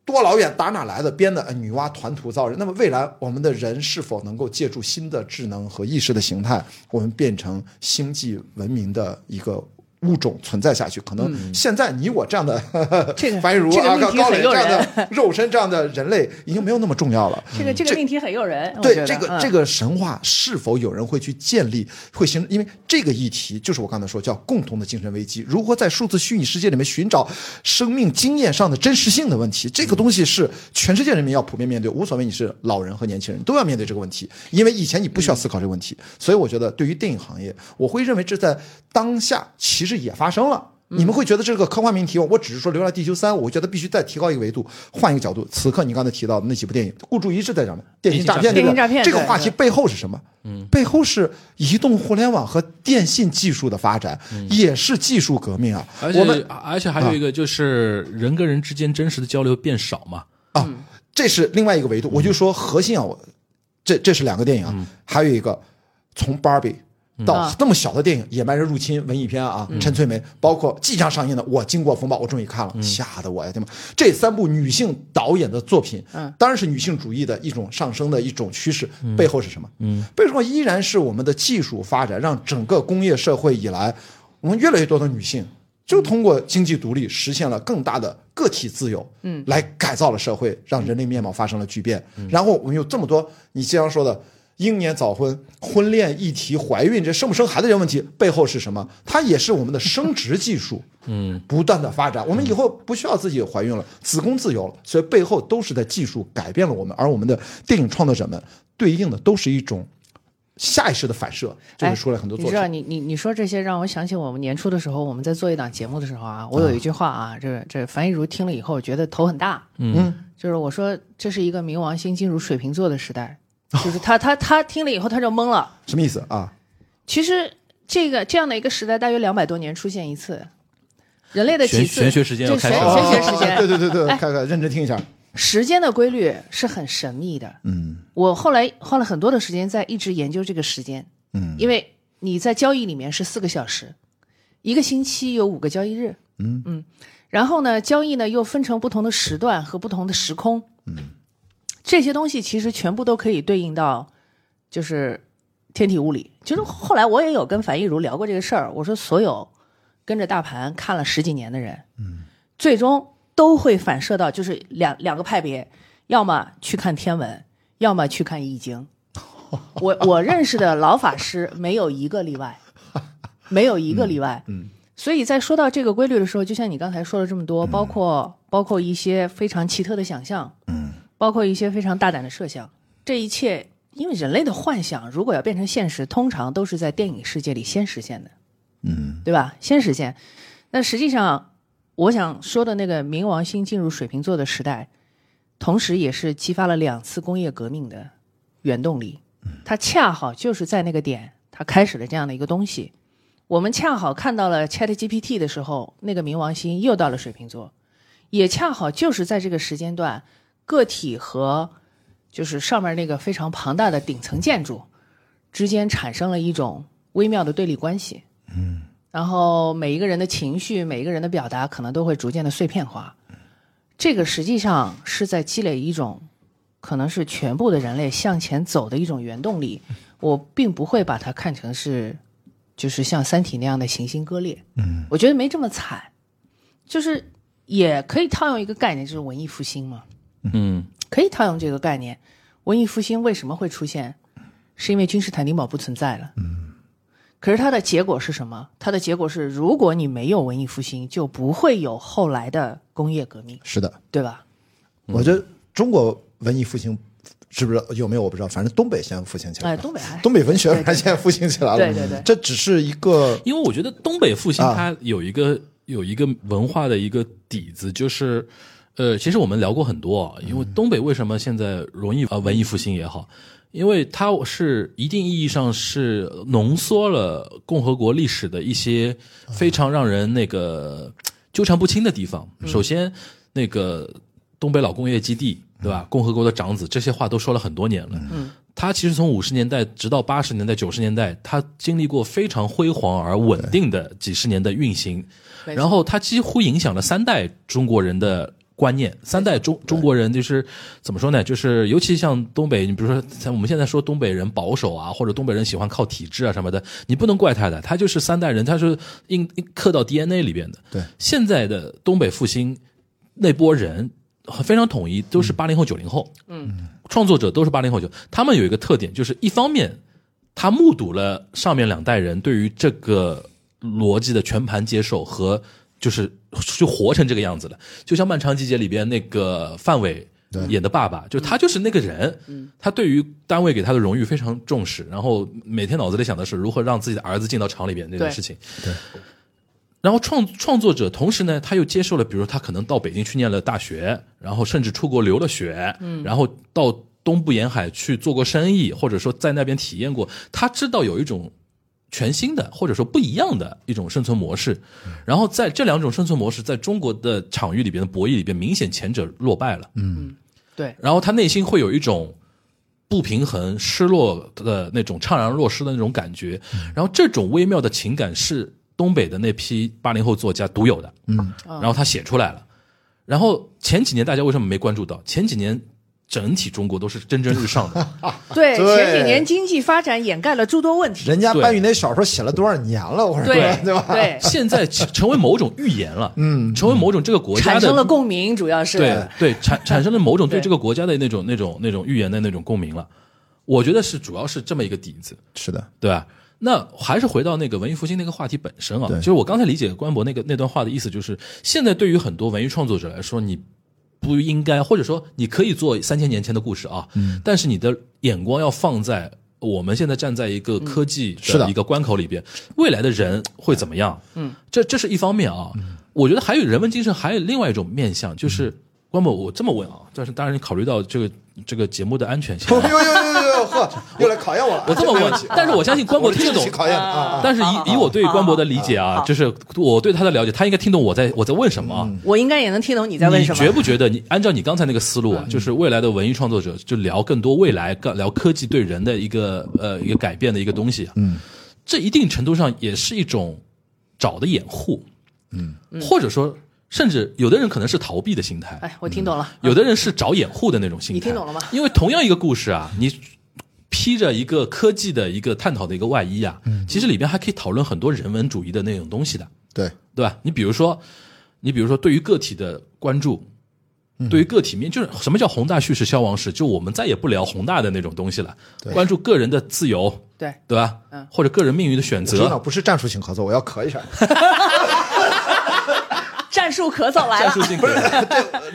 D: 多老远打哪来的编的呃女娲团土造人？那么未来我们的人是否能够借助新的智能和意识的形态，我们变成星际文明的一个？物种存在下去，可能现在你我这样的、
C: 嗯这 个
D: 樊雨茹
C: 这个
D: 啊、
C: 命题
D: 高
C: 很
D: 磊
C: 诱
D: 这样
C: 人
D: 的肉身这样的人类已经没有那么重要了。
C: 这个这个
D: 嗯这
C: 命题很诱人，我觉
D: 对
C: 得
D: 这个
C: 嗯
D: 这个神话是否有人会去建立，会形成？因为这个议题就是我刚才说叫共同的精神危机，如何在数字虚拟世界里面寻找生命经验上的真实性的问题，这个东西是全世界人民要普遍面对，无所谓你是老人和年轻人都要面对这个问题，因为以前你不需
C: 嗯
D: 要思考这个问题，所以我觉得对于电影行业，我会认为这在当下其实也发生了。
C: 嗯
D: 你们会觉得这是个科幻命题吗？我只是说《流浪地球三》，我觉得必须再提高一个维度，换一个角度。此刻你刚才提到的那几部电影，孤注一掷在上面，电信诈骗这
C: 电
D: 个
C: 信诈骗
D: 这个
C: 对
D: 话
C: 对
D: 题背后是什么？嗯，背后是移动互联网和电信技术的发展，也是技术革命啊。
B: 嗯而
D: 我们
B: 且而且还有一个就是人跟人之间真实的交流变少嘛。
D: 啊，这是另外一个维度。我就说核心啊，我这这是两个电影啊，
B: 嗯
D: 还有一个从 Barbie 到
C: 啊
D: 那么小的电影《野蛮人入侵》文艺片啊，陈翠梅，包括即将上映的《我经过风暴》，我终于看了，吓得我呀天呐！这三部女性导演的作品，当然是女性主义的一种上升的一种趋势，背后是什么？嗯嗯，背后依然是我们的技术发展，让整个工业社会以来，我们越来越多的女性。就通过经济独立实现了更大的个体自由，嗯，来改造了社会，让人类面貌发生了巨变。然后我们有这么多，你经常说的英年早婚、婚恋议题、怀孕这生不生孩子这问题背后是什么？它也是我们的生殖技术，嗯，不断的发展。我们以后不需要自己怀孕了，子宫自由了，所以背后都是在技术改变了我们，而我们的电影创作者们对应的都是一种下意识的反射，就
C: 哎
D: 是出来很多
C: 你
D: 作
C: 知道，
D: 品。
C: 你你你说这些让我想起我们年初的时候，我们在做一档节目的时候啊，我有
B: 嗯
C: 一句话啊，这这樊亦茹听了以后觉得头很大，
D: 嗯，
C: 就是我说这是一个冥王星进入水瓶座的 时代，就是他他他听了以后他就懵了。
D: 什么意思啊？
C: 其实这个这样的一个时代，大约两百多年出现一次，人类的
B: 玄
C: 几次
B: 玄学时间要
C: 就
B: 开
C: 玄
B: 始
C: 玄
B: 了啊
C: 学时间，哎
D: 对对对对，看看认真听一下。
C: 时间的规律是很神秘的。
D: 嗯，
C: 我后来花了很多的时间在一直研究这个时间。
D: 嗯，
C: 因为你在交易里面是四个小时，一个星期有五个交易日。嗯然后呢，交易呢又分成不同的时段和不同的时空。嗯，这些东西其实全部都可以对应到，就是天体物理。就是后来我也有跟樊亦茹聊过这个事儿，我说所有跟着大盘看了十几年的人，最终都会反射到就是两两个派别，要么去看天文，要么去看易经。我我认识的老法师没有一个例 外，没有一个例外。嗯，所以在说到这个规律的时候，就像你刚才说了这么多，包括包括一些非常奇特的想象，嗯，包括一些非常大胆的设想，这一切。因为人类的幻想如果要变成现实，通常都是在电影世界里先实现的，嗯，对吧？先实现。那实际上，我想说的那个冥王星进入水瓶座的时代，同时也是激发了两次工业革命的原动力。它恰好就是在那个点，它开始了这样的一个东西。我们恰好看到了 Chat GPT 的时候，那个冥王星又到了水瓶座，也恰好就是在这个时间段，个体和就是上面那个非常庞大的顶层建筑之间产生了一种微妙的对立关系。然后每一个人的情绪、每一个人的表达，可能都会逐渐的碎片化。这个实际上是在积累一种，可能是全部的人类向前走的一种原动力。我并不会把它看成是，就是像《三体》那样的行星割裂。嗯，我觉得没这么惨，就是也可以套用一个概念，就是文艺复兴嘛。
B: 嗯，
C: 可以套用这个概念。文艺复兴为什么会出现？是因为君士坦丁堡不存在了。嗯。可是它的结果是什么？它的结果是，如果你没有文艺复兴，就不会有后来的工业革命，
D: 是的，
C: 对吧？
D: 我觉得中国文艺复兴是不是有没有我不知道，反正东北先复兴起来
C: 哎，
D: 了，
C: 东北还
D: 东北文学反正现在复兴起来了。
C: 对对对
D: 这只是一个
B: 因为我觉得东北复兴
D: 嗯啊
B: 它有一个、有一个文化的一个底子，就是。呃，其实我们聊过很多，啊因为东北为什么现在容易呃文艺复兴也好，因为它是一定意义上是浓缩了共和国历史的一些非常让人那个纠缠不清的地方。首先，那个东北老工业基地，对吧？共和国的长子，这些话都说了很多年了。嗯，他其实从五十年代直到八十年代、九十年代，他经历过非常辉煌而稳定的几十年的运行，
C: 没错
B: 然后它几乎影响了三代中国人的。观念，三代中中国人就是怎么说呢？就是尤其像东北，你比如说像我们现在说东北人保守啊，或者东北人喜欢靠体制啊什么的，你不能怪他的，他就是三代人，他是印印刻到 DNA 里边的。
D: 对
B: 现在的东北复兴那波人非常统一，都是八零后、九零后，嗯，创作者都是八零后九，他们有一个特点，就是一方面他目睹了上面两代人对于这个逻辑的全盘接受和就是就活成这个样子了，就像《漫长季节》里边那个范伟。演的爸爸，就他就是那个人，他对于单位给他的荣誉非常重视，然后每天脑子里想的是如何让自己的儿子进到厂里边这件
C: 对
B: 事情。然后创创作者同时呢，他又接受了，比如他可能到北京去念了大学，然后甚至出国留了学，嗯，然后到东部沿海去做过生意，或者说在那边体验过，他知道有一种全新的或者说不一样的一种生存模式。然后在这两种生存模式在中国的场域里边的博弈里边，明显前者落败了，嗯，
C: 对，
B: 然后他内心会有一种。不平衡、失落的那种怅然若失的那种感觉，然后这种微妙的情感是东北的那批八零后作家独有的，嗯，
C: 哦
B: 然后他写出来了。然后前几年大家为什么没关注到？前几年整体中国都是蒸蒸日上的，
C: 对
D: 对
C: 前几年经济发展掩盖了诸多问题。
D: 人家
B: 对
D: 班宇那小说写了多少年了，我说
C: 对
D: 对吧？
C: 对，
B: 现在成成为某种预言了，嗯，成为某种这个国家
C: 产
B: 的
C: 生了共鸣，主要是
B: 对对产产生了某种对
C: 对
B: 这个国家的那种那种那种预言的那种共鸣了。我觉得是主要是这么一个底子，
D: 是的，
B: 对吧？那还是回到那个文艺复兴那个话题本身啊，
D: 对
B: 就是我刚才理解关博那个那段话的意思，就是现在对于很多文艺创作者来说，你不应该，或者说你可以做三千年前的故事啊，
D: 嗯
B: 但是你的眼光要放在我们现在站在一个科技呃
D: 是的
B: 一个关口里边，未来的人会怎么样？嗯，这这是一方面啊，
D: 嗯
B: 我觉得还有人文精神，还有另外一种面向，就是关博，我这么问啊，但是当然考虑到这个这个节目的安全性
D: 呦
B: 啊。
D: 呦呦呦呦，呵， 又来考验我了。
B: 我这么问， 但是我
D: 啊
B: 相信关博听得
D: 这
B: 懂
D: 是，考验啊，
B: 但是
C: 好好
B: 以以我对关博的理解
C: 好嗯
B: 啊
C: 好，
B: 就是我对他的了解，他应该听懂我在我在问什么啊。
C: 我应该也能听懂你在问
B: 你
C: 什
B: 觉
C: 么。
B: 不觉得你按照你刚才那个思路
C: 嗯
B: 啊，就是未来的文艺创作者就聊更多未来，更聊科技对人的一个呃一个改变的一个东西、啊。嗯，这一定程度上也是一种找的掩护。嗯，或者说，甚至有的人可能是逃避的心态。
C: 哎，我听懂了。
B: 有的人是找掩护的那种心态，
C: 你听懂了吗
B: 因为同样一个故事啊，你披着一个科技的一个探讨的一个外衣啊，其实里边还可以讨论很多人文主义的那种东西的，
D: 对，
B: 对吧？你比如说，你比如说对于个体的关注，对于个体面，就是什么叫宏大叙事消亡史？就我们再也不聊宏大的那种东西了，关注个人的自由，
C: 对，
B: 对吧？
C: 嗯
B: 或者个人命运的选
D: 头脑
B: 择。
D: 不是战术性合作，我要咳一下，
C: 战术咳嗽来
B: 战
C: 了
B: 术。性不是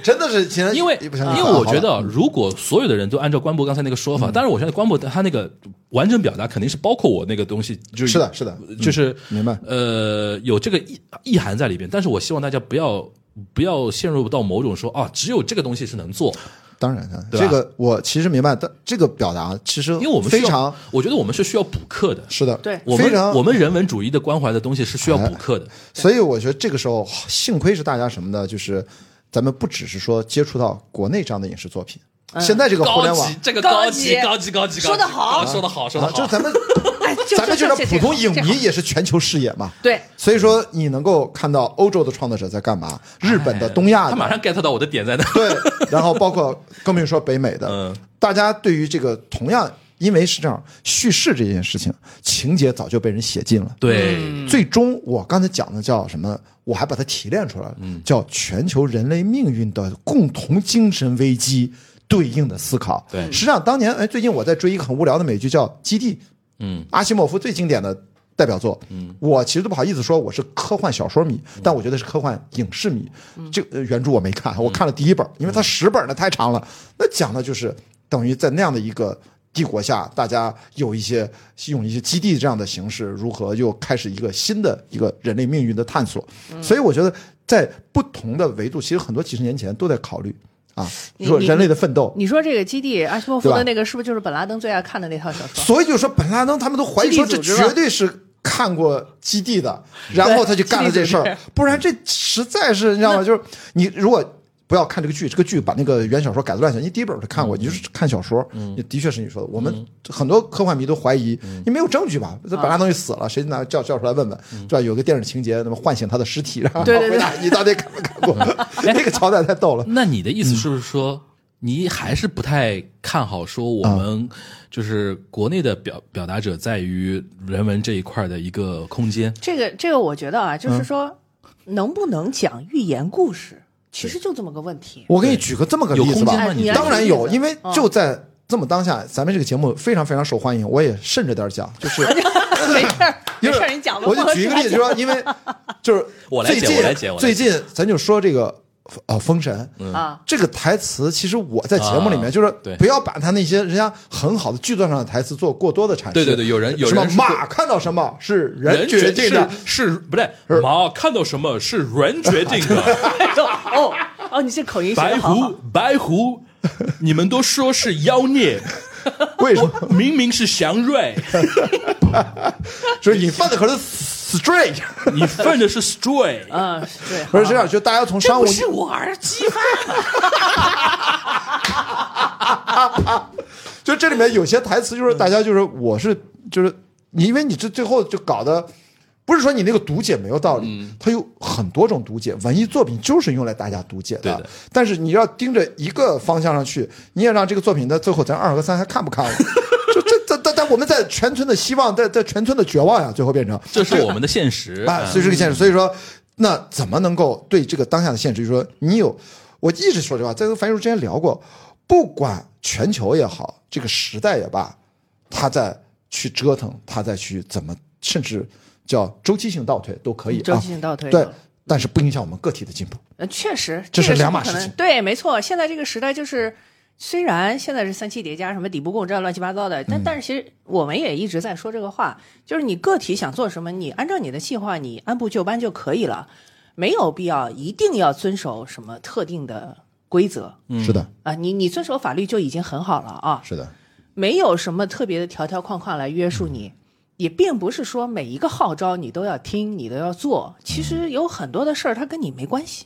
D: 真的是今天
B: 因为
D: 一不小心
B: 因为
D: 咳
B: 我
D: 好嗯
B: 觉
D: 了
B: 得啊，如果所有的人都按照关博刚才那个说法，当然我相信关博他那个完整表达肯定是包括我那个东西，就是
D: 的是的
B: 就是
D: 明白
B: 呃有这个意意涵在里边，但是我希望大家不要不要陷入到某种说啊只有这个东西是能做，
D: 当然啊，
B: 对吧
D: 这个我其实明白，但这个表达其实
B: 因为我们需
D: 非
B: 要
D: 常
B: 我觉得我们是需要补课的，
D: 是的，
C: 对
B: 我
D: 非
B: 们
D: 常哎
B: 我们人文主义的关怀的东西是需要补课的，
D: 所以我觉得这个时候幸亏是大家什么呢？就是咱们不只是说接触到国内这样的影视作品，
C: 嗯
D: 现在这个互
B: 高
D: 联网
B: 级这个
C: 高
B: 级
C: 级
B: 高级高级，
C: 说得好
B: 高级说得好说得
D: 啊
B: 好，，
D: 就是咱们
C: 哎，就
D: 咱们
C: 就
D: 就
C: 就
D: 是普通影
C: 这个
D: 迷也是全球视野嘛。
C: 对，
D: 所以说，你能够看到欧洲的创作者在干嘛，
C: 哎
D: 日本的、东亚
B: 他马
D: 的，
B: 上 get 到我的点在哪。
D: 对，然后包括更不用说北美的
B: 嗯，
D: 大家对于这个同样，因为是这样，叙事这件事情，情节早就被人写尽了。
B: 对，
D: 最终我刚才讲的叫什么？我还把它提炼出来了，叫全球人类命运的共同精神危机对应的思考。
B: 对
D: 实际上当年哎，最近我在追一个很无聊的美剧叫《基地》，
B: 嗯，
D: 阿西莫夫最经典的代表作。嗯，我其实都不好意思说我是科幻小说迷，
C: 嗯
D: 但我觉得是科幻影视迷。这个呃原著我没
C: 嗯
D: 看，我看了第一本，因为它十本呢太长了。那讲的就是等于在那样的一个。帝国下，大家有一些用一些基地这样的形式，如何又开始一个新的一个人类命运的探索？
C: 嗯
D: 所以我觉得，在不同的维度，其实很多几十年前都在考虑啊，
C: 你
D: 说
C: 你
D: 人类的奋斗。
C: 你说这个基地，阿西莫夫
D: 对吧
C: 的那个是不是就是本拉登最爱看的那套小说？
D: 所以就说本拉登他们都怀疑说
C: 基
D: 这
C: 地组织吧啊
D: 绝对是看过基地的，然后他就干了这事
C: 基地
D: 儿，不然这实在是你知道吗？就是你如果。不要看这个剧，这个剧把那个原小说改的乱七八糟。你第一本我是看过，
C: 嗯
D: 你就是看小说，你的确是你说的。我们很多科幻迷都怀疑，
C: 嗯
D: 你没有证据吧？这
C: 啊
D: 本拉登就死了，谁拿叫叫出来问问，对吧？有个电影情节，那么唤醒他的尸体，然后
C: 嗯对对对嗯
D: 回答你到底看没看过？ 那个桥段太逗了。
B: 那你的意
D: 嗯
B: 思是不是说，你还是不太看好说我们
D: 啊
B: 就是国内的表表达者在于人文这一块的一个空间？
C: 这个这个，我觉得啊，
D: 嗯
C: 就是说，能不能讲寓言故事，其实就这么个问题。
D: 我给你举个这么个
B: 有
D: 例子
B: 空
D: 吧
B: 间，吗？
C: 哎你
B: 觉
C: 来
B: 得
D: 当然有，因为
C: 嗯
D: 就在这么当下，咱们这个节目非常非常受欢迎，我也慎着点儿讲， 就是。
C: 没事儿，没
D: 因为
C: 事儿，你讲吧。
D: 我就举一个例子，就说，因 为就是
B: 我来
D: 最
B: 解
D: 近
B: 我来解我来解嗯
D: 最近咱就说这个呃封神，
C: 啊，
D: 这个台词其实我在节目里面
B: 啊
D: 就是
B: 对
D: 不要把他那些人家很好的剧作上的台词做过多的阐释。
B: 对对对有人有
D: 什么
B: 人是
D: 马看到什么是人决
B: 决
D: 定
B: 定
D: 的
B: 的，是不对，马看到什么是人决 定的。
C: 哎呦哦哦，你这口音学
B: 白
C: 的好好
B: 狐，白狐，你们都说是妖孽，
D: 为什么？
B: 明明是祥瑞，
D: 就是你犯的可是 straight，
B: 你犯的是 stray。
C: 嗯，对，
D: 不是这样，就大家从商务
C: 我儿媳妇。
D: 就这里面有些台词，
B: 嗯
D: 就是大家就是我是就是你，因为你这最后就搞得。不是说你那个读解没有道理，
B: 嗯
D: 它有很多种读解。文艺作品就是用来大家读解的，
B: 对的
D: 但是你要盯着一个方向上去，你也让这个作品在最后咱二和三还看不看 了？就这这这，但我们在全村的希望，在在全村的绝望呀，最后变成
B: 这是我们的现实
D: 啊，所以这个现实，所以说，那怎么能够对这个当下的现实，就是说，你有，我一直说这话，在跟樊叔之前聊过，不管全球也好，这个时代也罢，他再去折腾，他再去怎么，甚至叫周期性倒退都可以
C: 周
D: 啊
C: 期，性倒退
D: 对
C: 了。，
D: 但是不影响我们个体的进步。
C: 呃，确实，
D: 这是
C: 个
D: 两
C: 不
D: 码
C: 可
D: 事
C: 能
D: 情
C: 对，没错，现在这个时代就是，虽然现在是三七叠加，什么底部共振乱七八糟的，
D: 嗯
C: 但但是其实我们也一直在说这个话，就是你个体想做什么，你按照你的计划，你按部就班就可以了，没有必要一定要遵守什么特定的规则
D: 是的，
C: 啊，你你遵守法律就已经很好了啊，
D: 是的，
C: 没有什么特别的条条框框来约束你，也并不是说每一个号召你都要听，你都要做。其实有很多的事儿，它跟你没关系，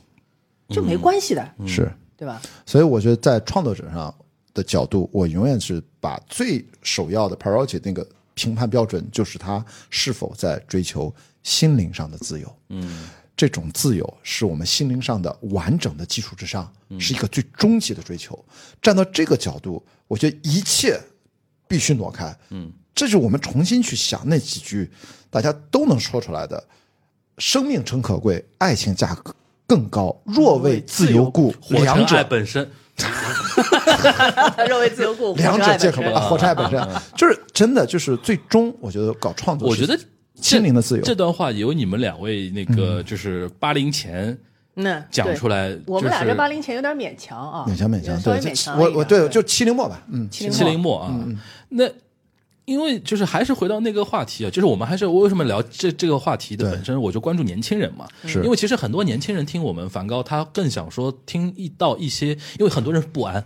B: 嗯
C: 就没关系的，
D: 是。
C: 对吧？
D: 所以我觉得在创作者上的角度，我永远是把最首要的 priority 那个评判标准，就是他是否在追求心灵上的自由。嗯，这种自由是我们心灵上的完整的基础之上，
B: 嗯
D: 是一个最终极的追求。站到这个角度，我觉得一切必须挪开。嗯，这是我们重新去想那几句大家都能说出来的：生命诚可贵，爱情价格更高。若为自由故，
B: 火
D: 两
B: 成爱
D: 者
B: 本身，
C: 认为自 由故，
D: 两者皆可
C: 不
D: 啊，火柴本身就是真的，就是最终我觉得搞创作
B: 我
D: 是，
B: 觉得
D: 心灵的自由嗯
B: 这段话由你们两位那个就是八零前
C: 那
B: 讲出
C: 来，
B: 来，
C: 我们俩
B: 就
C: 这
B: 是
C: 八零前有点勉强啊，
D: 勉强勉强，
C: 稍微
D: 对，
C: 勉
D: 这
C: 强一
D: 我
C: 点。啊
D: 我对就七零末吧，嗯，
C: 七零
B: 七
C: 末嗯
B: 零末啊，那因为就是还是回到那个话题啊，就是我们还是我为什么聊这这个话题的
D: 对
B: 本身，我就关注年轻人嘛，
C: 嗯
D: 是
B: 因为其实很多年轻人听我们梵高，他更想说听一到一些，因为很多人不安，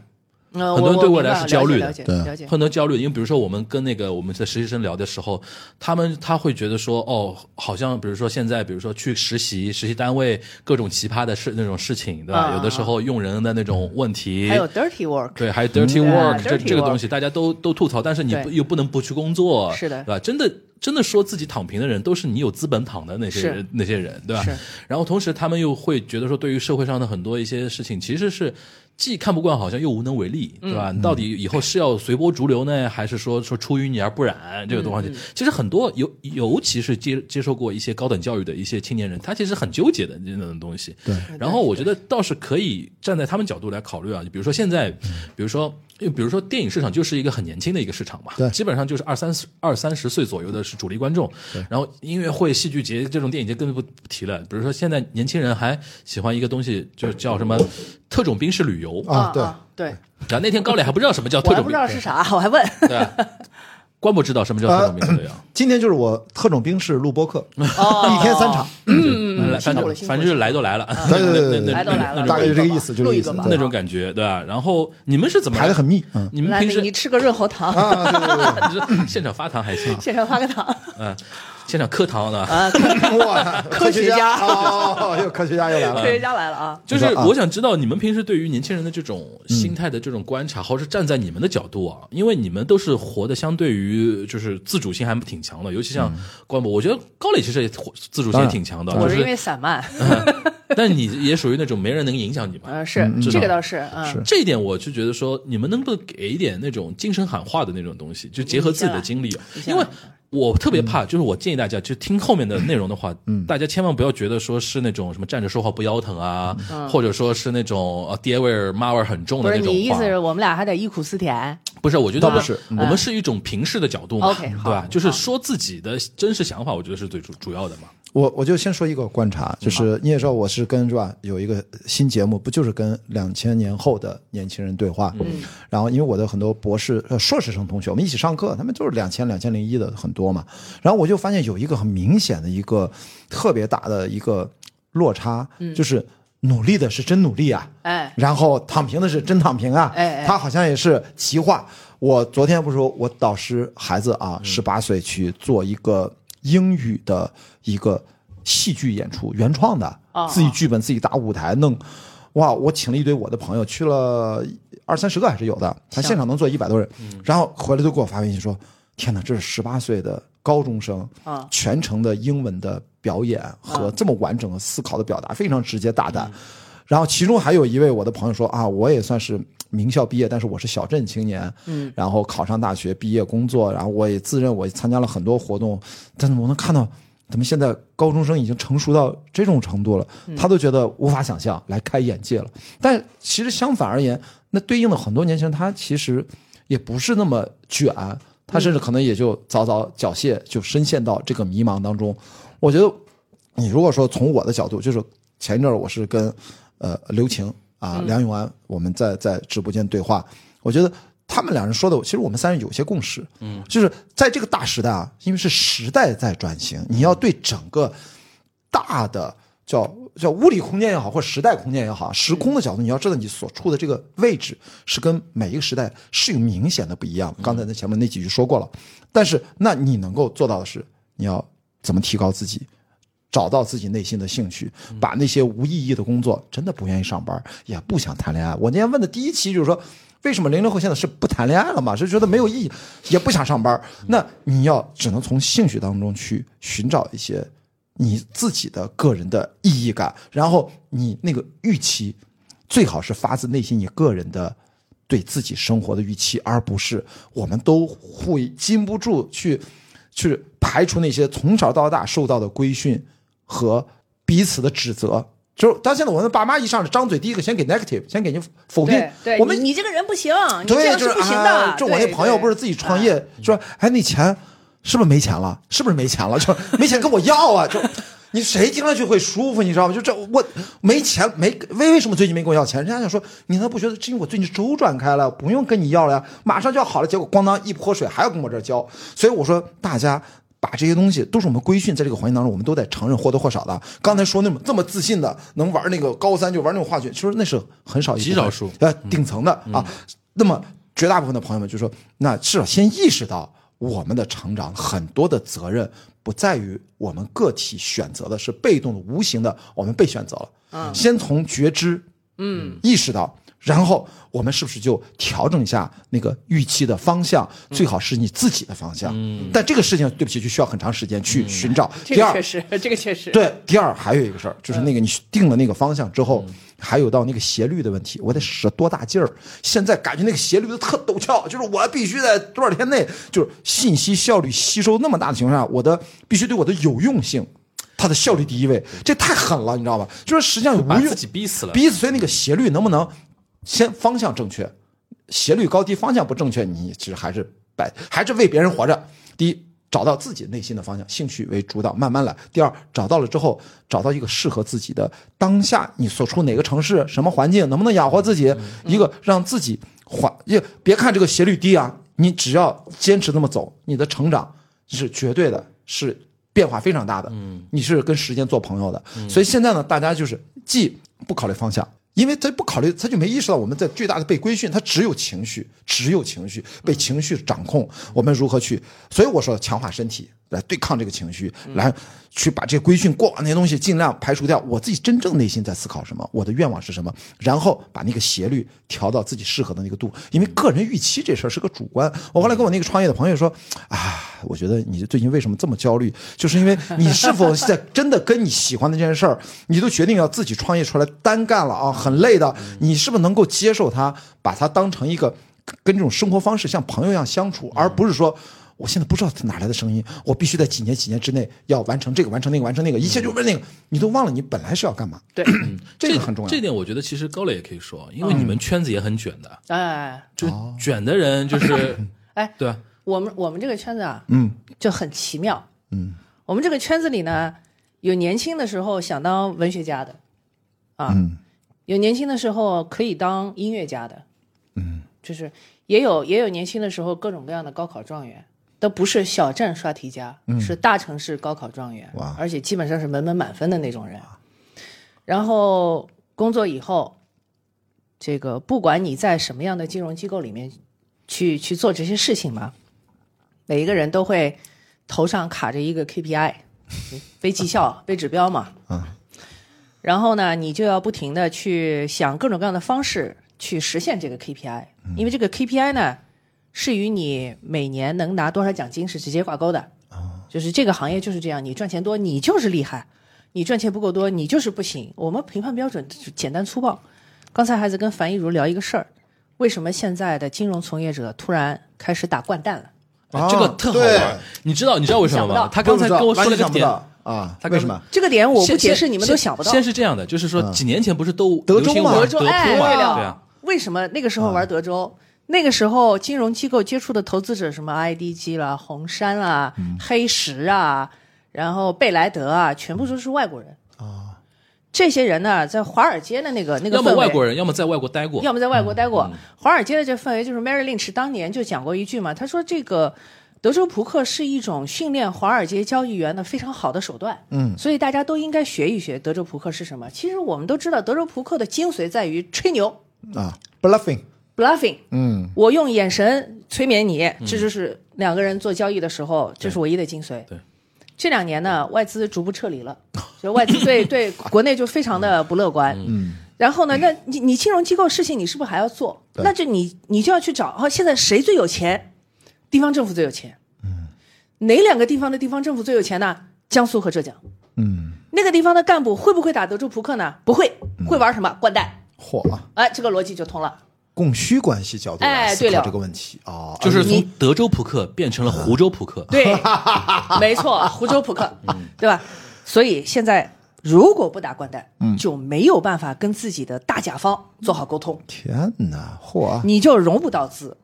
C: 嗯
B: 很多人对我来
C: 明
B: 说是
C: 白
B: 焦虑的
C: 了解
D: 对
C: 了解了解
B: 很多焦虑，因为比如说我们跟那个我们的实习生聊的时候，他们他会觉得说，哦，好像比如说现在，比如说去实习，实习单位各种奇葩的事那种事情，对吧？
C: 啊
B: 有的时候用人的那种问题，
C: 还有 dirty work，
B: 对，还有 dirty
C: 对啊
B: work 这
C: dirty
B: 这个
C: work
B: 东西，大家都都吐槽，但是你不
C: 对
B: 又不能不去工作，
C: 是的
B: 对吧？真的真的说自己躺平的人，都是你有资本躺的那些
C: 是
B: 人那些人，对吧
C: 是？
B: 然后同时他们又会觉得说，对于社会上的很多一些事情，其实是。既看不惯，好像又无能为力，对吧？你到底以后是要随波逐流呢，还是说说出淤泥而不染这个东西？其实很多尤尤其是接接受过一些高等教育的一些青年人，他其实很纠结的那种东西。
D: 对
B: 然后我觉得倒是可以站在他们角度来考虑啊，比如说现在，比如说，因为比如说电影市场就是一个很年轻的一个市场嘛，
D: 对
B: 基本上就是二三十二三十岁左右的是主力观众，然后音乐会、戏剧节这种电影节更不不提了。比如说现在年轻人还喜欢一个东西，就叫什么特种兵式旅游啊，
D: 啊，对，
C: 啊对，
B: 那天高磊还不知道什么叫
C: 我
B: 特
C: 还
B: 种
C: 不
B: 兵
C: 知，道是啥，我还问，
B: 对吧，关博知道什么叫特种兵式啊旅游。
D: 今天就是我特种兵式录播课，
C: 哦
D: 一天三场，
B: 嗯，来反
C: 辛
B: 正
C: 苦了辛苦了
B: 反正就是来都来了，
D: 对对对
B: 那那那
C: 来
D: 对
C: 都来
B: 那
C: 了，
B: 种
D: 大概就这个意思
C: 录一
D: 就是
C: 个
D: 这个意
C: 吧
D: 思
B: 那种感觉，对吧？然后你们是怎么
D: 排的很密，嗯，
B: 你们
C: 来，
B: 平时
C: 你吃个润喉 糖，
D: 啊，对对
B: 你这现场发糖还行，
C: 现场发个糖
B: 嗯，现场磕糖呢。
C: 啊，
D: 对， 哇， 科
C: 学
D: 家，
C: 家
D: 哦，又科学家又来
C: 科
D: 了，
C: 学家来了啊，
B: 就是
D: 你说啊嗯
B: 我想知道你们平时对于年轻人的这种心态的这种观察，或者是站在你们的角度啊，因为你们都是活的相对于就是自主性还挺强的，尤其像关博，我觉得高磊其实也活自主性
D: 嗯当
B: 也
D: 然
B: 挺强的，
C: 我
B: 就是
C: 因为散漫，
D: 嗯
B: 但你也属于那种没人能影响你嘛。
C: 呃，是
B: 至
C: 这
B: 少
C: 个倒是，嗯，
D: 是
B: 这一点我就觉得说，你们能不能给一点那种精神喊话的那种东
D: 嗯
B: 西，就结合自己的经历啊
C: 你，先
B: 因
C: 来
B: 为。我特别怕，就是我建议大家，就听后面的内容的话，
D: 嗯
B: 大家千万不要觉得说是那种什么站着说话不腰疼啊，
D: 嗯
B: 或者说是那种呃爹味儿妈味儿很重
C: 不
B: 的
C: 是
B: 那种
C: 你意
B: 话
C: 思。是我们俩还得忆苦思甜，
B: 不是，我觉得
D: 倒不是
B: 我们是一种平视的角度嘛，
C: OK，好
B: 对吧？就是
C: 好
B: 说自己的真实想法，我觉得是最主主要的嘛。
D: 我我就先说一个观察，就是你也知道，我是跟是吧有一个新节目，不就是跟两千年后的年轻人对话？嗯，然后因为我的很多博士、呃硕士生同学，我们一起上课，他们就是两千、两千零一的很多嘛。然后我就发现有一个很明显的一个特别大的一个落差，就是努力的是真努力啊，
C: 哎，
D: 然后躺平的是真躺平啊，
C: 哎哎
D: 他好像也是齐化。我昨天不是说我导师孩子
C: 嗯
D: 啊，十八岁去做一个英语的一个戏剧演出，原创的
C: 哦，
D: 自己剧本自己打舞台弄，哇！我请了一堆我的朋友，去了二三十个还是有的，他现场能坐一百多人，然后回来就给我发微信说：“天哪，这是十八岁的高中生
C: 啊
D: 全程的英文的表演和这么完整的思考的表达，非常直接大胆。然后其中还有一位我的朋友说啊，我也算是名校毕业，但是我是小镇青年，嗯，然后考上大学，毕业工作，然后我也自认我参加了很多活动，但是我能看到咱们现在高中生已经成熟到这种程度了，他都觉得无法想象，来开眼界了。但其实相反而言，那对应的很多年轻人，他其实也不是那么卷，他甚至可能也就早早缴械，就深陷到这个迷茫当中。我觉得，你如果说从我的角度，就是前一阵儿我是跟呃刘晴啊、梁永安，我们在在直播间对话，我觉得。他们两人说的，其实我们三人有些共识，嗯，就是在这个大时代啊，因为是时代在转型，你要对整个大的叫叫物理空间也好，或时代空间也好，时空的角度，你要知道你所处的这个位置是跟每一个时代是有明显的不一样的。刚才那前面那几句说过了，但是那你能够做到的是，你要怎么提高自己？找到自己内心的兴趣，把那些无意义的工作，真的不愿意上班，也不想谈恋爱。我那天问的第一期就是说，为什么零零后现在是不谈恋爱了嘛？是觉得没有意义，也不想上班。那你要只能从兴趣当中去寻找一些你自己的个人的意义感，然后你那个预期最好是发自内心你个人的对自己生活的预期，而不是我们都会禁不住去去排除那些从小到大受到的规训和彼此的指责。就是到现在，我们爸妈一上来张嘴，第一个先给 negative，先给您否定
C: 对。对，
D: 我们
C: 你你这个人不行，你这
D: 对，
C: 样
D: 就是
C: 不行
D: 啊
C: 的。
D: 就我那
C: 对
D: 朋友
C: 对嗯
D: 不是自己创业，说哎那钱是不是没钱了？是不是没钱了？就没钱跟我要啊！就你谁听上去会舒服，你知道吗？就这我没钱没为为什么最近没跟我要钱？人家想说你难道不觉得是因为我最近周转开了，不用跟你要了呀？马上就要好了，结果咣当一泼水还要跟我这儿交，所以我说大家。把这些东西都是我们规训，在这个环境当中，我们都得承认或多或少的。刚才说那么这么自信的，能玩那个高三就玩那种话剧，其实那是很少一部分
B: 极少数
D: 呃顶层的啊。那么绝大部分的朋友们就说，那至少先意识到我们的成长很多的责任不在于我们个体选择的，是被动的、无形的，我们被选择了。嗯，先从觉知，嗯，意识到。然后我们是不是就调整一下那个预期的方向？最好是你自己的方向。嗯，但这个事情，对不起，就需要很长时间去寻找。
C: 这
D: 第
C: 个
D: 二
C: 确，实，这个确实。
D: 对，第二还有一个事儿，就是
B: 嗯
D: 那个你定了那个方向之后，还有到那个斜率的问题，我得使多大劲儿？现在感觉那个斜率都特陡峭，就是我必须在多少天内，就是信息效率吸收那么大的情况下，我的必须对我的有用性，它的效率第一位，这太狠了，你知道吧？就是实际上有
B: 把
D: 无用
B: 自，己逼死了。
D: 嗯逼所以那个斜率能不能先方向正确？斜率高低方向不正确，你其实还是摆，还是为别人活着。第一，找到自己内心的方向，兴趣为主导，慢慢来。第二，找到了之后，找到一个适合自己的当下，你所处哪个城市、什么环境，能不能养活自己？一个让自己缓，也别看这个斜率低啊，你只要坚持这么走，你的成长是绝对的，是变化非常大的。嗯，你是跟时间做朋友的，所以现在呢，大家就是既不考虑方向，因为他不考虑，他就没意识到我们在巨大的被规训，他只有情绪，只有情绪被情绪掌控，我们如何去？所以我说强化身体来对抗这个情绪，来去把这些规训过往那些东西尽量排除掉。我自己真正内心在思考什么，我的愿望是什么，然后把那个斜率调到自己适合的那个度。因为个人预期这事儿是个主观。我后来跟我那个创业的朋友说，啊，我觉得你最近为什么这么焦虑，就是因为你是否在真的跟你喜欢的这件事儿，你都决定要自己创业出来单干了啊，很累的，你是不是能够接受它，把它当成一个跟这种生活方式像朋友一样相
B: 嗯
D: 处，而不是说。我现在不知道哪来的声音，我必须在几年几年之内要完成这个，完成那个，完成那个，一切就为那个，你都忘了你本来是要干嘛，
C: 对，
D: 这个很重要。嗯
B: 这点我觉得其实高磊也可以说，因为你们圈子也很卷的，
C: 哎，，
D: 哦
B: 就卷的人就是
C: 哎，
B: 对，啊
C: 我们我们这个圈子啊，
D: 嗯，
C: 就很奇妙。嗯，我们这个圈子里呢，有年轻的时候想当文学家的，啊，
D: 嗯
C: 有年轻的时候可以当音乐家的，嗯，就是也有也有年轻的时候各种各样的高考状元，都不是小镇刷题家，是大城市高考状元，
D: 嗯哇
C: 而且基本上是门门满分的那种人。然后工作以后，这个不管你在什么样的金融机构里面去去做这些事情吧，每一个人都会头上卡着一个 KPI，背绩效、背指标嘛。嗯。然后呢，你就要不停的去想各种各样的方式去实现这个 KPI，因为这个 KPI 呢是与你每年能拿多少奖金是直接挂钩的。就是这个行业就是这样，你赚钱多，你就是厉害；你赚钱不够多，你就是不行。我们评判标准就简单粗暴。刚才还在跟樊一茹聊一个事儿，为什么现在的金融从业者突然开始打掼蛋了？
D: 啊
B: 哎这个特好
D: 对
B: 玩。你知道你知道为什么
C: 想不到
B: 吗？他刚才跟我说了个点，
D: 啊，
B: 他
D: 为
B: 刚
D: 什么？
C: 这个点我不
B: 先
C: 解释，
B: 先
C: 你们都想不到。
B: 先是这样的，就是说几年前不是都
D: 嗯德
B: 流
D: 州
B: 行
D: 嘛
B: 玩
D: 德
B: 德
C: 哎，
B: 扑嘛，
C: 了，
B: 对啊，嗯
C: 为什么那个时候玩德州？那个时候，金融机构接触的投资者，什么 IDG 啦、红杉啊、
B: 嗯
C: 黑石啊，然后贝莱德啊，全部都是外国人啊。这些人呢，在华尔街的那个那个
B: 哦要么
C: 氛围
B: 外国人，要么在外国待过，
C: 要么在外国待过。华尔街的这氛围，就是 Mary Lynch 当年就讲过一句嘛，他说这个德州扑克是一种训练华尔街交易员的非常好的手段。嗯，所以大家都应该学一学德州扑克是什么。其实我们都知道，德州扑克的精髓在于吹牛
E: 啊，bluffing，
C: （bluffing）。
E: 嗯，
C: 我用眼神催眠你，这就是两个人做交易的时候，这是唯一的精髓。
B: 对
C: 这两年呢，外资逐步撤离了，就外资对对国内就非常的不乐观。嗯，然后呢，那你你金融机构事情你是不是还要做？那就你你就要去找啊，现在谁最有钱？地方政府最有钱。嗯，哪两个地方的地方政府最有钱呢？江苏和浙江。
E: 嗯，
C: 那个地方的干部会不会打德州扑克呢？不会，会玩什么？掼蛋。
D: 嚯啊！
C: 哎，这个逻辑就通了。
D: 供需关系角度来
C: 哎
D: 思
C: 对
D: 考
C: 了
D: 这个问题啊，
B: 就
D: 而
B: 是
D: 且
B: 从德州扑克变成了湖州扑克。
C: 对，没错，湖州扑克，
B: 嗯
C: 对吧？所以现在如果不打掼蛋，
B: 嗯
C: 就没有办法跟自己的大甲方做好沟
B: 嗯
C: 通，
D: 哎天哪，嚯啊！
C: 你就融不到资，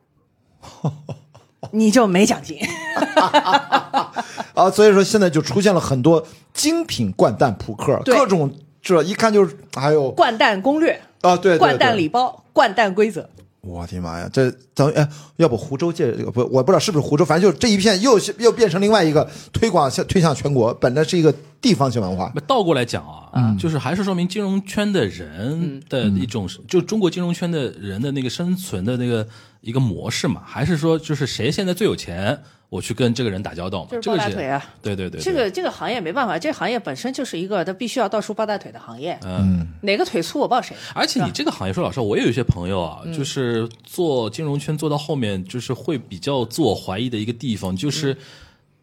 C: 你就没奖 金。
D: 啊，所以说现在就出现了很多精品掼蛋扑克，
C: 对
D: 各种这一看就是，哎呦
C: 掼蛋攻略、
D: 啊，对，对
C: 掼蛋
D: 对
C: 礼包、掼蛋规则，
D: 我的妈呀，这咱哎，要不湖州借这个不，我不知道是不是湖州，反正就这一片又又变成另外一个推广向推向全国，本来是一个地方性文化
B: 那倒过来讲啊，
C: 嗯
B: 就是还是说明金融圈的人的
D: 嗯
B: 一种，就中国金融圈的人的那个生存的那个一个模式嘛，还是说就是谁现在最有钱，我去跟这个人打交道嘛，
C: 就是
B: 这
C: 抱
B: 个
C: 大腿啊。
B: 对对对，
C: 这个这个行业没办法，这行业本身就是一个他必须要到处抱大腿的行业。嗯，哪个腿粗我抱谁。
B: 而且你这个行业，说老实话，我也有一些朋友啊，
C: 嗯
B: 就是做金融圈做到后面，就是会比较自我怀疑的一个地方，就是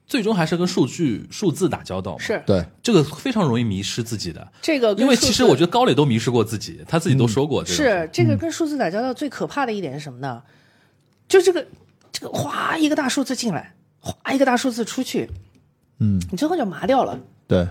B: 最终还是跟数据、数字打交道嘛。
C: 嗯是
D: 对，
B: 这个非常容易迷失自己的，
C: 这个跟
B: 因为
C: 数
B: 其实
C: 字嗯
B: 我觉得高磊都迷失过自己，他自己都说过这个。
C: 是这个跟数字打交道最可怕的一点是什么呢？就这个这个哗一个大数字进来，哗一个大数字出去，嗯，你最后就麻掉了。
D: 对，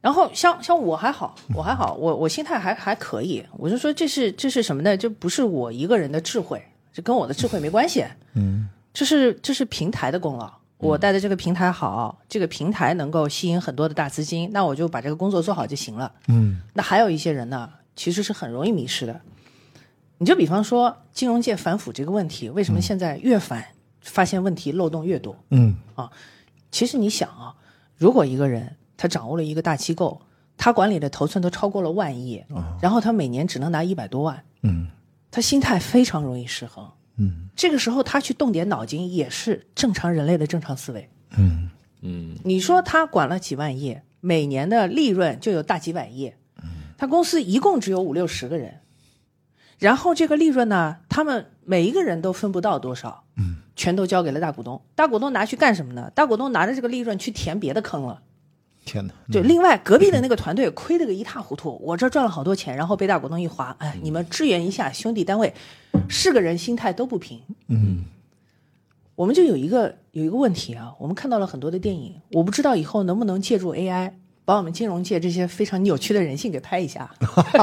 C: 然后像像我还好，我还好，我我心态还还可以。我就说这是这是什么呢？这不是我一个人的智慧，这跟我的智慧没关系。嗯，这是这是平台的功劳。我带的这个平台好，这个平台能够吸引很多的大资金，那我就把这个工作做好就行了。嗯，那还有一些人呢，其实是很容易迷失的。你就比方说金融界反腐这个问题，为什么现在越反、发现问题漏洞越多？
D: 嗯
C: 啊，其实你想啊，如果一个人他掌握了一个大机构，他管理的头寸都超过了万亿，然后他每年只能拿一百多万，
D: 嗯，
C: 他心态非常容易失衡。嗯，这个时候他去动点脑筋也是正常人类的正常思维。嗯嗯，你说他管了几万亿，每年的利润就有大几百亿，他公司一共只有五六十个人，然后这个利润呢，他们每一个人都分不到多少，嗯，全都交给了大股东。大股东拿去干什么呢？大股东拿着这个利润去填别的坑了。
D: 天哪，
C: 就另外隔壁的那个团队亏得个一塌糊涂，我这赚了好多钱，然后被大股东一划，哎，你
D: 嗯
C: 们支援一下兄弟单位，是个人心态都不平。嗯，我们就有一个有一个问题啊，我们看到了很多的电影，我不知道以后能不能借助 AI 把我们金融界这些非常扭曲的人性给拍一 下，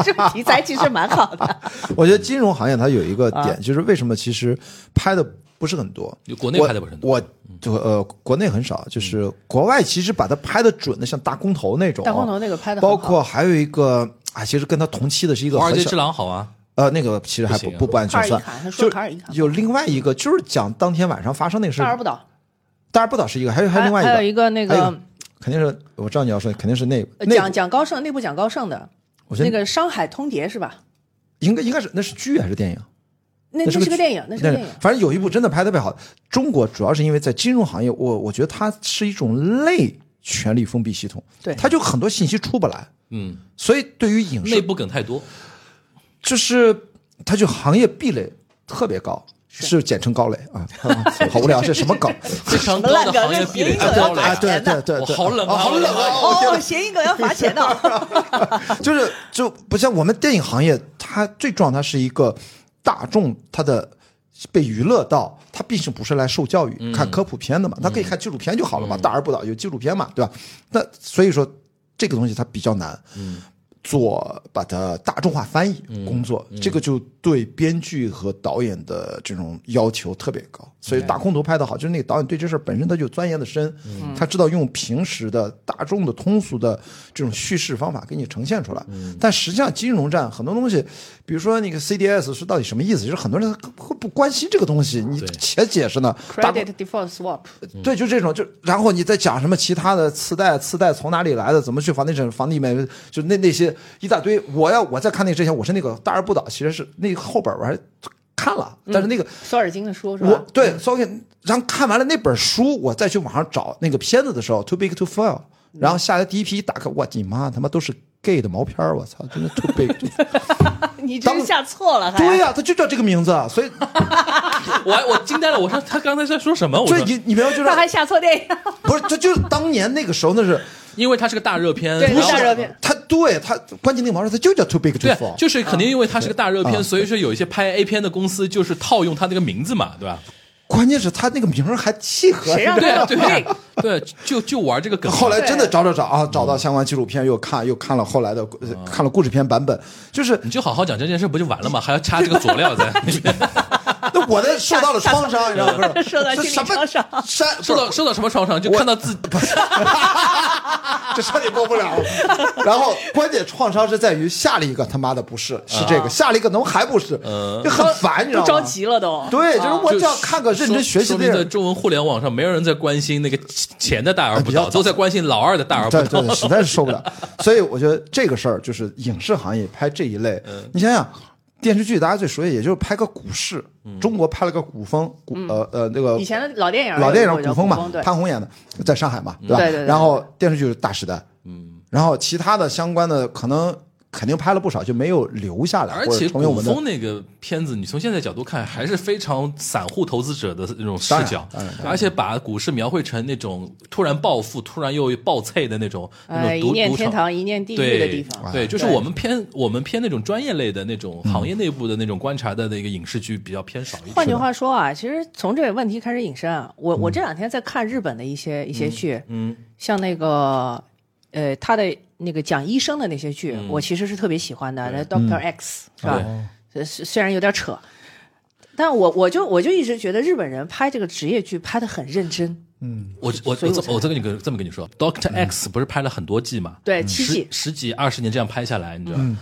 C: 这个题材其实蛮好的。
D: 我觉得金融行业它有一个
C: 啊
D: 点，就是为什么其实拍的不是很多
B: 就，国内拍得不是很多嗯
D: 我我就呃国内很少，就是国外其实把它拍的准的，像大空头那种，
C: 大空头那个拍得很好
D: 包括还有一个啊，其实跟他同期的是一个
B: 华尔
D: 很
B: 街
D: 小
B: 之狼好啊，
D: 呃，那个其实还
B: 不
D: 不
B: 行啊
D: 不不安全算
C: 卡尔伊卡他，说
D: 就
C: 卡尔伊卡
D: 有另外一个就是讲当天晚上发生那个事
C: 大
D: 儿
C: 而，不倒，啊
D: 当然不倒是一个，还有还有另外
C: 还有一
D: 一个，
C: 个那
D: 还有
C: 个
D: 一。肯定是我知道你要说，肯定是那
C: 呃
D: 个那
C: 讲
D: 个
C: 讲高盛，内部讲高盛的，
D: 我觉
C: 那
D: 得
C: 个《上海通牒》是吧？
D: 应该应该是那是剧还是电影？
C: 那
D: 那是
C: 是
D: 个
C: 个电影，那是个电影。
D: 反正有一部真的拍得特别好。中国主要是因为在金融行业，我我觉得它是一种类权力封闭系统，
C: 对
D: 它就很多信息出不来，
B: 嗯，
D: 所以对于影
B: 内
D: 视
B: 部梗太多，
D: 就是它就行业壁垒特别高。是简称高垒啊， 好无聊，这什么梗？
B: 非常高
C: 烂
B: 的
C: 梗
B: 行业
C: 这
B: 壁垒
C: 谐音梗
B: 高
D: 啊，
B: 了。
D: 对对对，
B: 我
D: 对
B: 好冷啊
D: 啊，好冷啊！我天
C: 哦，谐音梗要罚钱哦 的。
D: 就是就不像我们电影行业，它最重要，它是一个大众，它的被娱乐到，它毕竟不是来受教育、看科普片的嘛，他可以看纪录片就好了嘛，大而不倒有纪录片嘛，对吧？那所以说这个东西它比较难。嗯，做把它大众化翻译工作，这个就对编剧和导演的这种要求特别高。所以大空头拍得好，就是那个导演对这事儿本身他就钻研的深，他知道用平时的大众的通俗的这种叙事方法给你呈现出来。但实际上金融战很多东西，比如说那个 CDS 是到底什么意思，就是很多人会不关心这个东西，你且解释呢？大空
C: credit default swap，
D: 对，就这种，就然后你再讲什么其他的次贷，次贷从哪里来的，怎么去房地产、房地买，就那那些一大堆。我要我在看那个之前，我是那个《大而不倒》，其实是那个后本我还看了，但是那个、
C: 索尔金的书是
D: 我
C: 吧？
D: 对，所以然后看完了那本书，我再去网上找那个片子的时候，Too Big to Fail，然后下来第一批一打开，我你妈他妈都是 gay 的毛片儿我操，真的 Too Big to。
C: 你这是下错了还。
D: 对呀、他就叫这个名字，啊所以
B: 我还我惊呆了，我说他刚才在说什么？我
D: 所以
B: 说
D: 你你明白就是
C: 他 还下错电影，
D: 不是，他就是当年那个时候那是。
B: 因为他是个大热片，
C: 对
B: 然后
C: 大热片
D: 啊他对他关键那个毛事，他就叫 too big to
B: 对啊
D: fall，，
B: 就是肯定因为他是个大
D: 啊
B: 热片，所以说有一些拍 A 片的公司就是套用他那个名字嘛，对吧？
D: 关键是他那个名儿还契合。
C: 谁让
B: 对啊，
C: 他
B: 对啊，对，就就玩这个梗。
D: 后来真的找找找啊，找到相关纪录片，又看又看了后来的，呃
B: 嗯
D: 看了故事片版本，就是
B: 你就好好讲这件事不就完了吗？还要插这个佐料 在里面，
D: 那我的受到了创伤，你知道吗？
C: 受到
D: 这
C: 心理
D: 什么
C: 创伤
D: 删不是
B: 受到受到什么创伤？就看到自
D: 这彻底播不了。然后关键创伤是在于下了一个他妈的不是是
B: 嗯
D: 这个，下了一个能还不是，就很烦，你知
C: 都
D: 道
C: 着
D: 吗？
C: 急了都。
D: 对，就是我
B: 啊就
D: 只要看个认
B: 说
D: 真学习
B: 说
D: 的
B: 明
D: 电
B: 在
D: 影，
B: 中文互联网上，没有人在关心那个钱的大而不
D: 啊比较
B: 倒，都在关心老二的大而不
D: 对
B: 倒。
D: 对，实在是受不了。所以我觉得这个事儿就是影视行业拍这一类，
B: 嗯
D: 你想想。电视剧大家最熟悉，也就是拍个股市。
B: 嗯
D: 中国拍了个古风，古呃呃那个
C: 嗯以前的老电影，
D: 老电影
C: 古
D: 古风嘛
C: 古，对，
D: 潘虹演的，在上海嘛，
B: 嗯
D: 对吧？
C: 对对对
D: 然后电视剧是《大时代》，嗯，然后其他的相关的可能肯定拍了不少，就没有留下来，
B: 而
D: 或者
B: 且
D: 成为我
B: 古
D: 们的
B: 风那个片子，你从现在角度看，还是非常散户投资者的那种视角，而且把股市描绘成那种突然暴富、突然又暴脆的那种那
C: 呃，
B: 种
C: 一
B: 赌
C: 念
B: 赌
C: 天
B: 场。
C: 堂，一念地狱
B: 对
C: 的地方。
B: 对，就是我们偏我们偏那种专业类的那
D: 嗯
B: 种行业内部的那种观察的那个影视剧比较偏少一点。
C: 换句话说啊，其实从这个问题开始引申啊，我、我这两天在看日本的一些一些剧，
B: 嗯，
C: 像那个呃，他的那个讲医生的那些剧，
B: 嗯
C: 我其实是特别喜欢的，那 Doctor X、是吧？
B: 哦
C: 呃虽虽然有点扯，但我我就我就一直觉得日本人拍这个职业剧拍的很认真，
B: 我我
C: 所
B: 我
C: 以我
B: 这我这么跟你跟这么跟你说，Doctor
D: 嗯
B: X 不是拍了很多季嘛？
C: 对，七
B: 十
C: 季
B: 十几二十年这样拍下来，你知道，
D: 嗯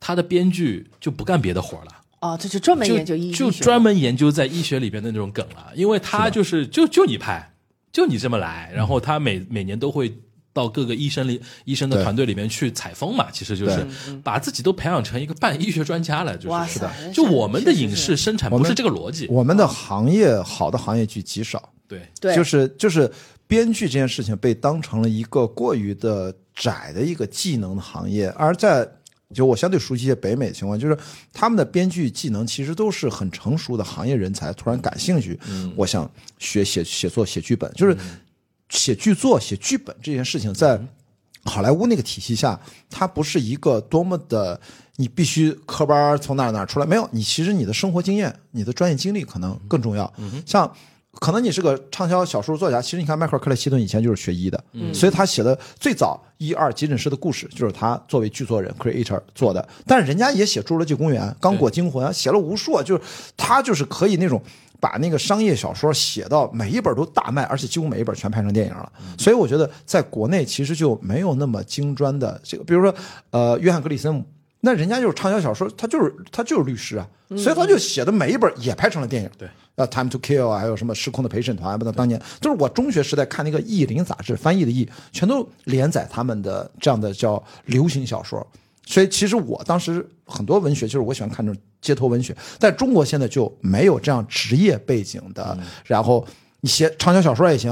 B: 他的编剧就不干别的活了。
C: 哦，这就专门
B: 就
C: 研究医
B: 就
C: 医学
B: 专门研究在医学里边的那种梗了，因为他就是就就你拍，就你这么来，然后他每每年都会。到各个医生里、医生的
D: 对
B: 团队里面去采风嘛，其实就是把自己都培养成一个半医学专家了，就
C: 嗯哇
B: 是是
C: 塞
B: 的
C: 真是
B: 就我们的
C: 是是
B: 影视生产
D: 我
B: 不
D: 们
B: 是这个逻辑，
D: 我们的行业好的行业剧极少，
B: 对，
C: 对，
D: 就是就是编剧这件事情被当成了一个过于的窄的一个技能的行业，而在就我相对熟悉一些北美的情况，就是他们的编剧技能其实都是很成熟的行业人才，突然感兴趣，我想学写写作、写剧本，就是写剧作、写剧本这件事情在。好莱坞那个体系下，它不是一个多么的你必须科班儿从哪儿哪儿出来，没有你其实你的生活经验、你的专业经历可能更重要。像可能你是个畅销小说作家，其实你看迈克尔·克莱奇顿以前就是学医的，所以他写的最早一二急诊室的故事就是他作为剧作人 creator 做的，但是人家也写《侏罗纪公园》《刚果惊魂》，写了无数啊，就是他就是可以那种。把那个商业小说写到每一本都大卖，而且几乎每一本全拍成电影了。所以我觉得在国内其实就没有那么精专的这个，比如说呃，约翰·格里森姆，那人家就是畅销小说，他就是他就是律师啊，所以他就写的每一本也拍成了电影。
B: 对。
D: 呃，《Time to Kill》啊，还有什么《失控的陪审团》啊，不能当年就是我中学时代看那个《译林》杂志，翻译的译，全都连载他们的这样的叫流行小说。所以其实我当时很多文学，就是我喜欢看这种街头文学，但中国现在就没有这样职业背景的，
B: 嗯
D: 然后。你写畅销小说也行，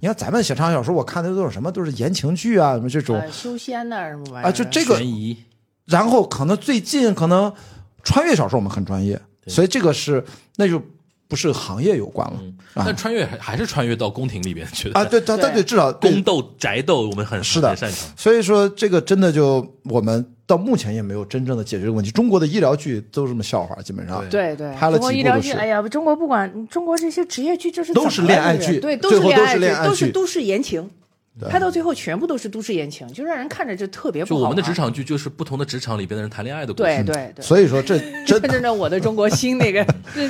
D: 你看咱们写畅销小说，我看的都是什么，都是言情剧啊，什么这种
B: 哎
C: 呃修仙呐什么玩意儿
D: 啊，就这个
B: 悬疑
D: 然后可能最近可能穿越小说我们很专业，所以这个是那就不是行业有关了、
B: 但穿越还还是穿越到宫廷里边去的
D: 啊啊。对，但但对，
C: 对
D: 至少对
B: 宫斗宅斗我们很
D: 是的
B: 很擅长，
D: 所以说这个真的就我们到目前也没有真正的解决这个问题。中国的医疗剧都这么笑话，基本上
B: 对
C: 对对，
D: 拍了
C: 中国
D: 几
C: 医
D: 部
C: 疗
D: 都
C: 剧，
D: 是
C: 哎呀，中国不管中国这些职业剧就是
D: 都
C: 怎
D: 是
C: 么
D: 恋
C: 了
D: 爱
C: 这个
D: 剧
C: 对，都
D: 最
C: 是
D: 后
C: 恋
D: 都
C: 爱
D: 是
C: 剧
D: 恋爱
C: 都是
D: 剧
C: 都市言情，拍到最后全部都是都市言情，就让人看着就特别不
B: 就
C: 好玩。
B: 我们的职场剧就是不同的职场里边的人谈恋爱的故
C: 对
B: 事。
C: 对对，
D: 嗯所以说这
C: 真
D: 真
C: 正的我的中国心那个这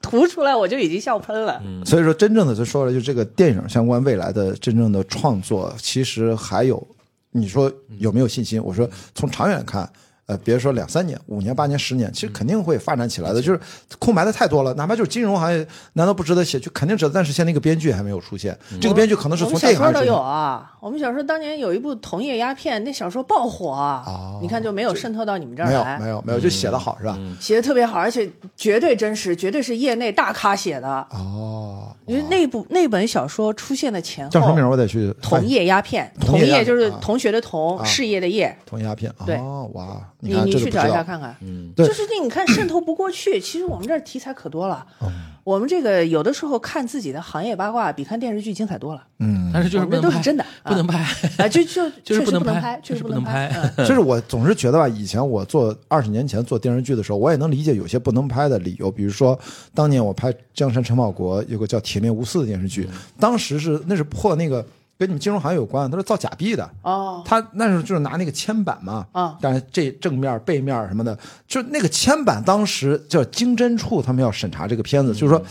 C: 图出来我就已经笑喷了。
B: 嗯
D: 所以说，真正的就说了，就这个电影相关未来的真正的创作，其实还有，你说有没有信心？我说从长远看，呃，别说两三年、五年、八年、十年，其实肯定会发展起来的。就是空白的太多了，哪怕就是金融行业，难道不值得写？就肯定值得。但是现在一个编剧还没有出现，这个编剧可能是
C: 我们
D: 从
C: 小
D: 电影
C: 时候
D: 开
C: 都
D: 始
C: 有。啊，我们小时候当年有一部《同业鸦片》，那小说爆火啊，你看就没有渗透到你们这儿
D: 哦没有
C: 来，
D: 没有没有，就写的好是吧？
C: 写的特别好，而且绝对真实，绝对是业内大咖写的。
D: 哦，
C: 因为那部那本小说出现的前
D: 叫什么名
C: 后，
D: 儿？我得去
C: 同业鸦片，
D: 同
C: 同
D: 业鸦片
C: 就是
D: 啊
C: 同学的同，事业的业。
D: 同鸦片。
C: 对
D: 哦，哇，
C: 你
D: 看
C: 你
D: 这
C: 去
D: 就不知
C: 找一下
D: 道。嗯
C: 看看，
D: 对
C: 就是那你看渗透不过去。其实我们这儿题材可多了，
D: 嗯
C: 我们这个有的时候看自己的行业八卦比看电视剧精彩多 了。
B: 但是就是
C: 我
B: 不
C: 们
B: 能拍，
C: 这都是真的
B: 不能拍，
C: 啊，就
B: 就
C: 就
B: 是
C: 确实
B: 不能
C: 能
B: 拍
C: 拍，
B: 就
C: 确
B: 是
C: 实
B: 不能
C: 能
B: 拍
C: 嗯
D: 就是我总是觉得吧，以前我做二十年前做电视剧的时候，我也能理解有些不能拍的理由，比如说当年我拍《江山陈宝国》有个叫《铁面无私》的电视剧，当时是那是破那个跟你们金融行业有关，它是造假币的。
C: 哦，
D: 他那时候就是拿那个铅板嘛，
C: 啊
D: 但是这正面、背面什么的，就那个铅板，当时叫经侦处，他们要审查这个片子，就是说，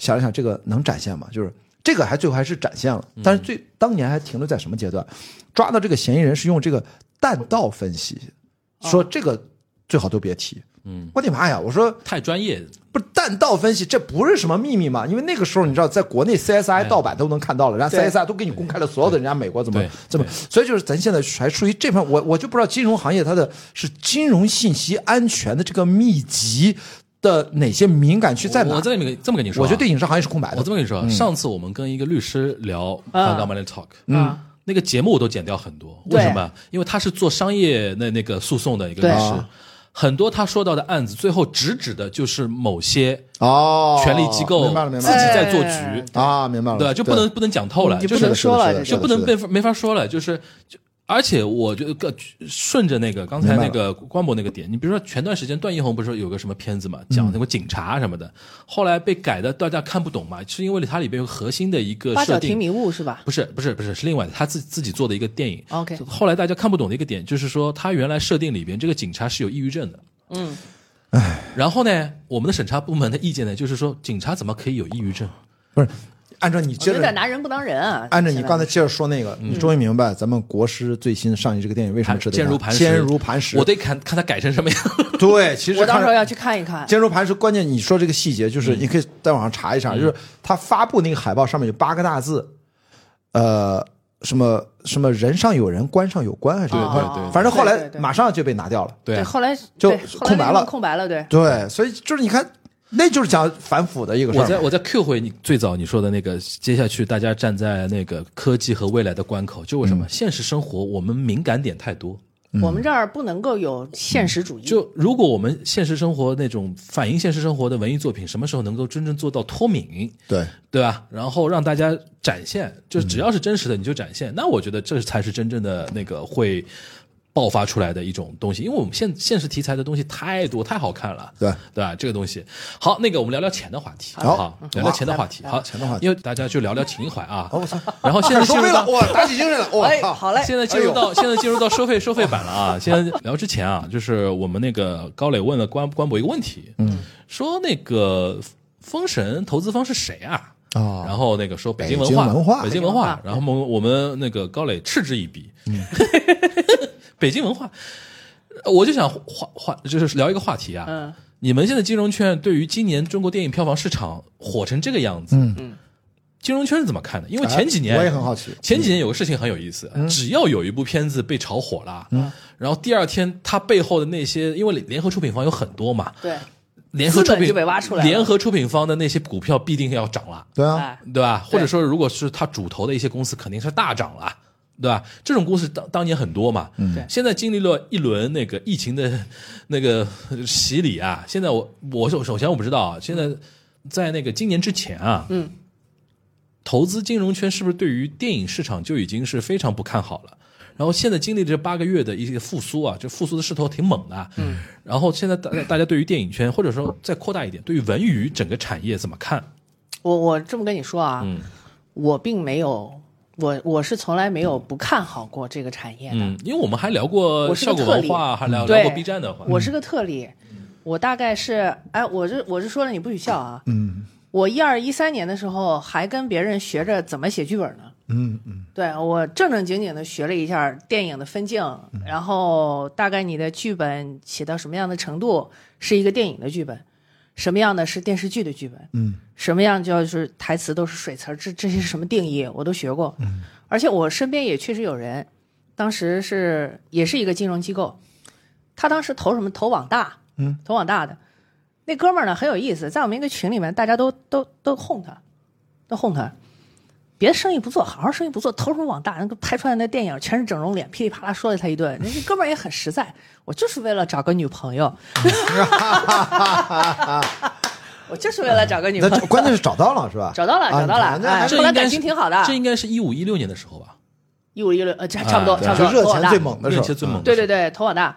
D: 想一想这个能展现吗？就是这个还最后还是展现了，但是最当年还停留在什么阶段？抓到这个嫌疑人是用这个弹道分析，说这个最好都别提。
B: 嗯，
D: 我的妈哎呀！我说
B: 太专业。
D: 不是弹道分析，这不是什么秘密嘛？因为那个时候你知道，在国内
B: 哎
D: CSI 盗版都能看到了，然后
C: 对
D: CSI 都给你公开了所有的人家美国怎么
B: 对
D: 怎么，所以就是咱现在还处于这方，我我就不知道金融行业它的是金融信息安全的这个密集的哪些敏感区在哪？
B: 我这么跟这么跟你说啊，
D: 我觉得对影视嗯行业是空白
B: 我
D: 的
B: 这。么跟你说啊，上次我们跟一个律师聊《
C: 啊
B: Fund Money Talk》，
C: 嗯，
B: 那个节目我都剪掉很多，
C: 对
B: 为什么？因为他是做商业那那个诉讼的一个律
C: 对
B: 师，很多他说到的案子，最后直指的就是某些
D: 哦，
B: 权力机构
D: 明白了，
B: 自
D: 明
B: 己
D: 白了
B: 在做
C: 哎
B: 局，
D: 啊，明白了，
B: 对吧？就不能不能讲透了，
C: 你
B: 就
C: 不能
B: 是
C: 说了
D: 是的是
C: 这
D: 的
B: 就不能
D: 呃是的
B: 被没法说了，就是就。而且我觉得个顺着那个刚才
D: 明白
B: 那个
D: 了
B: 关博那个点，你比如说前段时间段奕宏不是有个什么片子嘛，
D: 嗯
B: 讲那个警察什么的，后来被改的大家看不懂嘛，是因为它里边有核心的一个
C: 八
B: 设
C: 角
B: 定
C: 亭迷雾是吧？
B: 不是不是不是，是另外的，他自自己做的一个电影。
C: 哦 OK
B: 后来大家看不懂的一个点，就是说他原来设定里边这个警察是有抑郁症的。
C: 嗯，
B: 然后呢，我们的审查部门的意见呢，就是说警察怎么可以有抑郁症？
D: 不是按照
C: 我
D: 你接
C: 觉
D: 着
C: 得拿人不当人啊。
D: 按照你
C: 才
D: 刚才接着说那个，你终于明白咱们国师最新上映这个电影为什么值
B: 嗯
D: 得
B: 坚如
D: 看
B: 磐石，
D: 坚如磐石。
B: 我得看看他改成什么样。
D: 对，其实
C: 我到
D: 看
C: 时候要去看一看。
D: 坚如磐石，关键你说这个细节，就是
B: 嗯
D: 你可以在网上查一查，就是他发布那个海报上面有八个大字，呃，什么什么人上有人，官上有官，还是
B: 对
D: 什么
B: 啊对对
D: 反正后
C: 对
D: 来
C: 对对
D: 马上就被拿掉了。
B: 对啊
C: 后来
D: 就
C: 对后来
D: 空白
C: 那
D: 了
C: 个空白了，对。
D: 对，所以就是你看，那就是讲反腐的一个事
B: 我再
D: 儿。
B: 我再 Q 回你最早你说的那个，接下去大家站在那个科技和未来的关口，就为什么、
D: 嗯
B: 现实生活我们敏感点太多。
C: 我们这儿不能够有现实主义，
B: 就如果我们现实生活那种反映现实生活的文艺作品，什么时候能够真正做到脱敏？
D: 对，
B: 对吧？然后让大家展现，就是
D: 嗯
B: 只要是真实的你就展现，那我觉得这才是真正的那个会爆发出来的一种东西，因为我们现现实题材的东西太多，太好看了，
D: 对
B: 对吧？这个东西，好，那个我们聊聊钱的话题，
D: 好嗯
B: 不好？聊聊钱的话题，好，
D: 钱的话题
B: 因为大家就聊聊情怀啊。
D: 哦，我操，
B: 然后现在
D: 太
B: 进入
D: 收费
B: 到
D: 了，我打起精神了，我
C: 哎，
D: 靠，
C: 好嘞，
B: 现在进入到现在进入到收费收费版了 啊！现在聊之前啊，就是我们那个高磊问了关关博一个问题，嗯，说那个封神投资方是谁啊？
D: 啊
B: 然后那个说北京
D: 北
B: 文
D: 京
B: 化，
D: 文化嗯
B: 北京文化，然后我们我们那个高磊嗤之以鼻， 北京文化，我就想话话就是聊一个话题啊，
C: 嗯，
B: 你们现在金融圈对于今年中国电影票房市场火成这个样子，嗯嗯，金融圈是怎么看的？因为前几年
D: 哎我也很好奇嗯
B: 前几年有个事情很有意思，只要有一部片子被炒火了，嗯，然后第二天它背后的那些，因为联合出品方有很多嘛，
C: 对，
D: 啊
B: 联合出
C: 资本
B: 品
C: 就被挖出来了
B: 联合出品方的那些股票必定要涨了。
D: 对啊，
C: 哎，
B: 对吧？或者
C: 对
B: 说，如果是他主投的一些公司，肯定是大涨了，对吧？这种公司当当年很多嘛，
C: 对
B: 现在经历了一轮那个疫情的那个呃洗礼啊，现在我我首首先我不知道啊，现在在那个今年之前啊，
C: 嗯，
B: 投资金融圈是不是对于电影市场就已经是非常不看好了？然后现在经历这八个月的一个复苏啊，这复苏的势头挺猛的。嗯，然后现在大大家对于电影圈，或者说再扩大一点，对于文娱整个产业怎么看？
C: 我我这么跟你说啊，我并没有我我是从来没有不看好过这个产业的，
B: 嗯，因为我们还聊过
C: 我是个
B: 效果
C: 特
B: 文
C: 例嗯
B: 化，还聊
C: 对
B: 聊过 B 站的话，
C: 我是个特例。我大概是，哎，我是我是说了你不许笑啊。嗯，我一二一三年的时候还跟别人学着怎么写剧本呢。
F: 嗯嗯，
C: 对我正正经经的学了一下电影的分镜，然后大概你的剧本写到什么样的程度是一个电影的剧本，什么样的是电视剧的剧本，嗯，什么样就是台词都是水词儿，这这些是什么定义我都学过，嗯，而且我身边也确实有人，当时是也是一个金融机构，他当时投什么投网大，嗯，投网大的那哥们儿呢很有意思，在我们一个群里面，大家都都都哄他，都哄他。别生意不做，好好生意不做，投什么网大？那个拍出来那电影全是整容脸，噼里啪啦说了他一顿。人家哥们儿也很实在，我就是为了找个女朋友， 我就是为了找个女
F: 那
C: 朋友。
F: 关键是找到了是 吧？
C: 找到了，
F: 啊
C: 找到了，
F: 那
C: 哎，
F: 还
B: 这
C: 后来
B: 应
C: 感
B: 该
C: 情
B: 是
C: 挺好的。
B: 这应该是一五一六年的时候吧，
C: 一五一六，呃，差差不多，
B: 啊
C: 差不
F: 就
C: 多。
F: 热
C: 投网
F: 钱
C: 大
F: 最猛的时
B: 热
F: 候，
B: 气最猛的
C: 对
B: 时
C: 对
B: 候，
C: 对，投网大，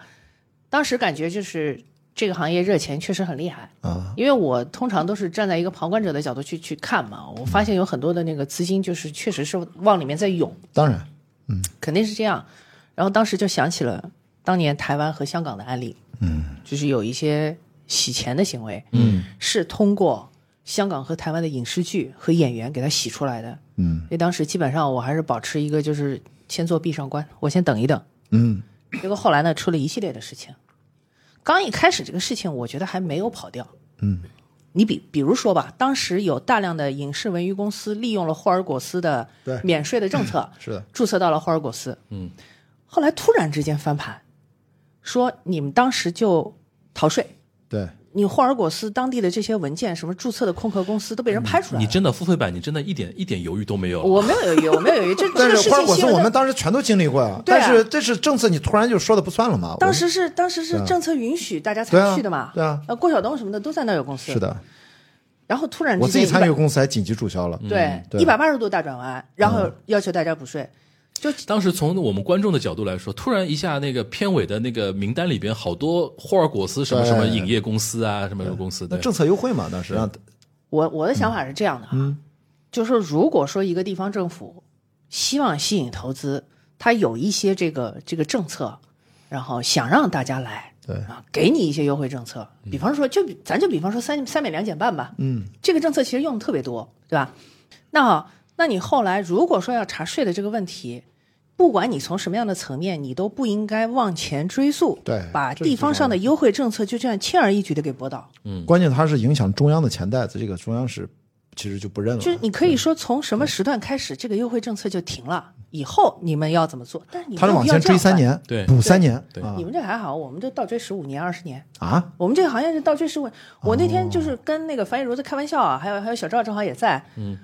C: 当时感觉就是这个行业热钱确实很厉害
D: 嗯
F: 啊，
C: 因为我通常都是站在一个旁观者的角度去去看嘛，我发现有很多的那个资金就是确实是往里面在涌，
F: 当然，
C: 肯定是这样。然后当时就想起了当年台湾和香港的案例，嗯，就是有一些洗钱的行为，嗯，是通过香港和台湾的影视剧和演员给它洗出来的，嗯，所以当时基本上我还是保持一个就是先做壁上观，我先等一等，
F: 嗯，
C: 结果后来呢，出了一系列的事情。刚一开始这个事情，我觉得还没有跑掉。嗯，你比比如说吧，当时有大量的影视文娱公司利用了霍尔果斯的
F: 对
C: 免税的 政策，
F: 是的，
C: 注册到了霍尔果斯。嗯，后来突然之间翻盘，说你们当时就逃税，
F: 对，
C: 你霍尔果斯当地的这些文件，什么注册的空壳公司都被
F: 嗯
C: 人拍出来
B: 你
C: 了。
B: 真的付费版，你真的一点一点犹豫都没有。
C: 我没有犹豫，我没有犹豫，这这
F: 但
C: 个
F: 是
C: 事
F: 花儿
C: 情
F: 果
C: 新
F: 斯
C: 闻
F: 我
C: 的
F: 们当时全都经历过呀，
C: 对啊
F: 但是这是政策，你突然就说了不算了嘛。我
C: 当时是当时是政策允许大家
F: 哦嗯对
C: 才
F: 啊
C: 去的嘛，
F: 对啊
C: 呃，郭晓东什么的都在那儿有公司，
F: 是。的，
C: 然后突然
F: 我
C: 之
F: 自
C: 间
F: 己
C: 100，
F: 参与公司还紧急注销了。
B: 嗯
C: 对
F: 对嗯
C: 一百八十度大转弯，然后要求大家补税，就
B: 当时从我们观众的角度来说，突然一下那个片尾的那个名单里边，好多霍尔果斯什么
F: 对
B: 什么影业公司啊，什么什么公司
F: 那
B: 的，
F: 政策优惠嘛，当时让
C: 我我的想法是这样的啊，
F: 嗯
C: 就是说如果说一个地方政府希望吸引投资，它有一些这个这个政策，然后想让大家来，
F: 对嗯
C: 啊，给你一些优惠政策，比方说就比咱就比方说三三免两减半吧，嗯，这个政策其实用的特别多，对吧？那好，那你后来如果说要查税的这个问题。不管你从什么样的层面，你都不应该往前追溯，
F: 对
C: 把
F: 这是
C: 地方
F: 非常
C: 上的优惠政策就这样轻而易举的给驳倒。
B: 嗯
F: 关键它是影响中央的钱袋子，这个中央是其实就不认了
C: 就是。你可以说从什么时段开始，这个优惠政策就停了，以后你们要怎么做？但是你们
F: 啊它是
C: 没有
F: 往
C: 必要
F: 前
C: 这样
F: 追三
C: 办，
F: 年，
B: 对
F: 补三年，
B: 对
F: 啊
C: 你们这还好，我们这倒追十五年、二十年。
F: 啊，
C: 我们这个行业是倒追十五。我那天就是跟那个樊玉茹在开玩笑啊，还有还有小赵正好也在。嗯，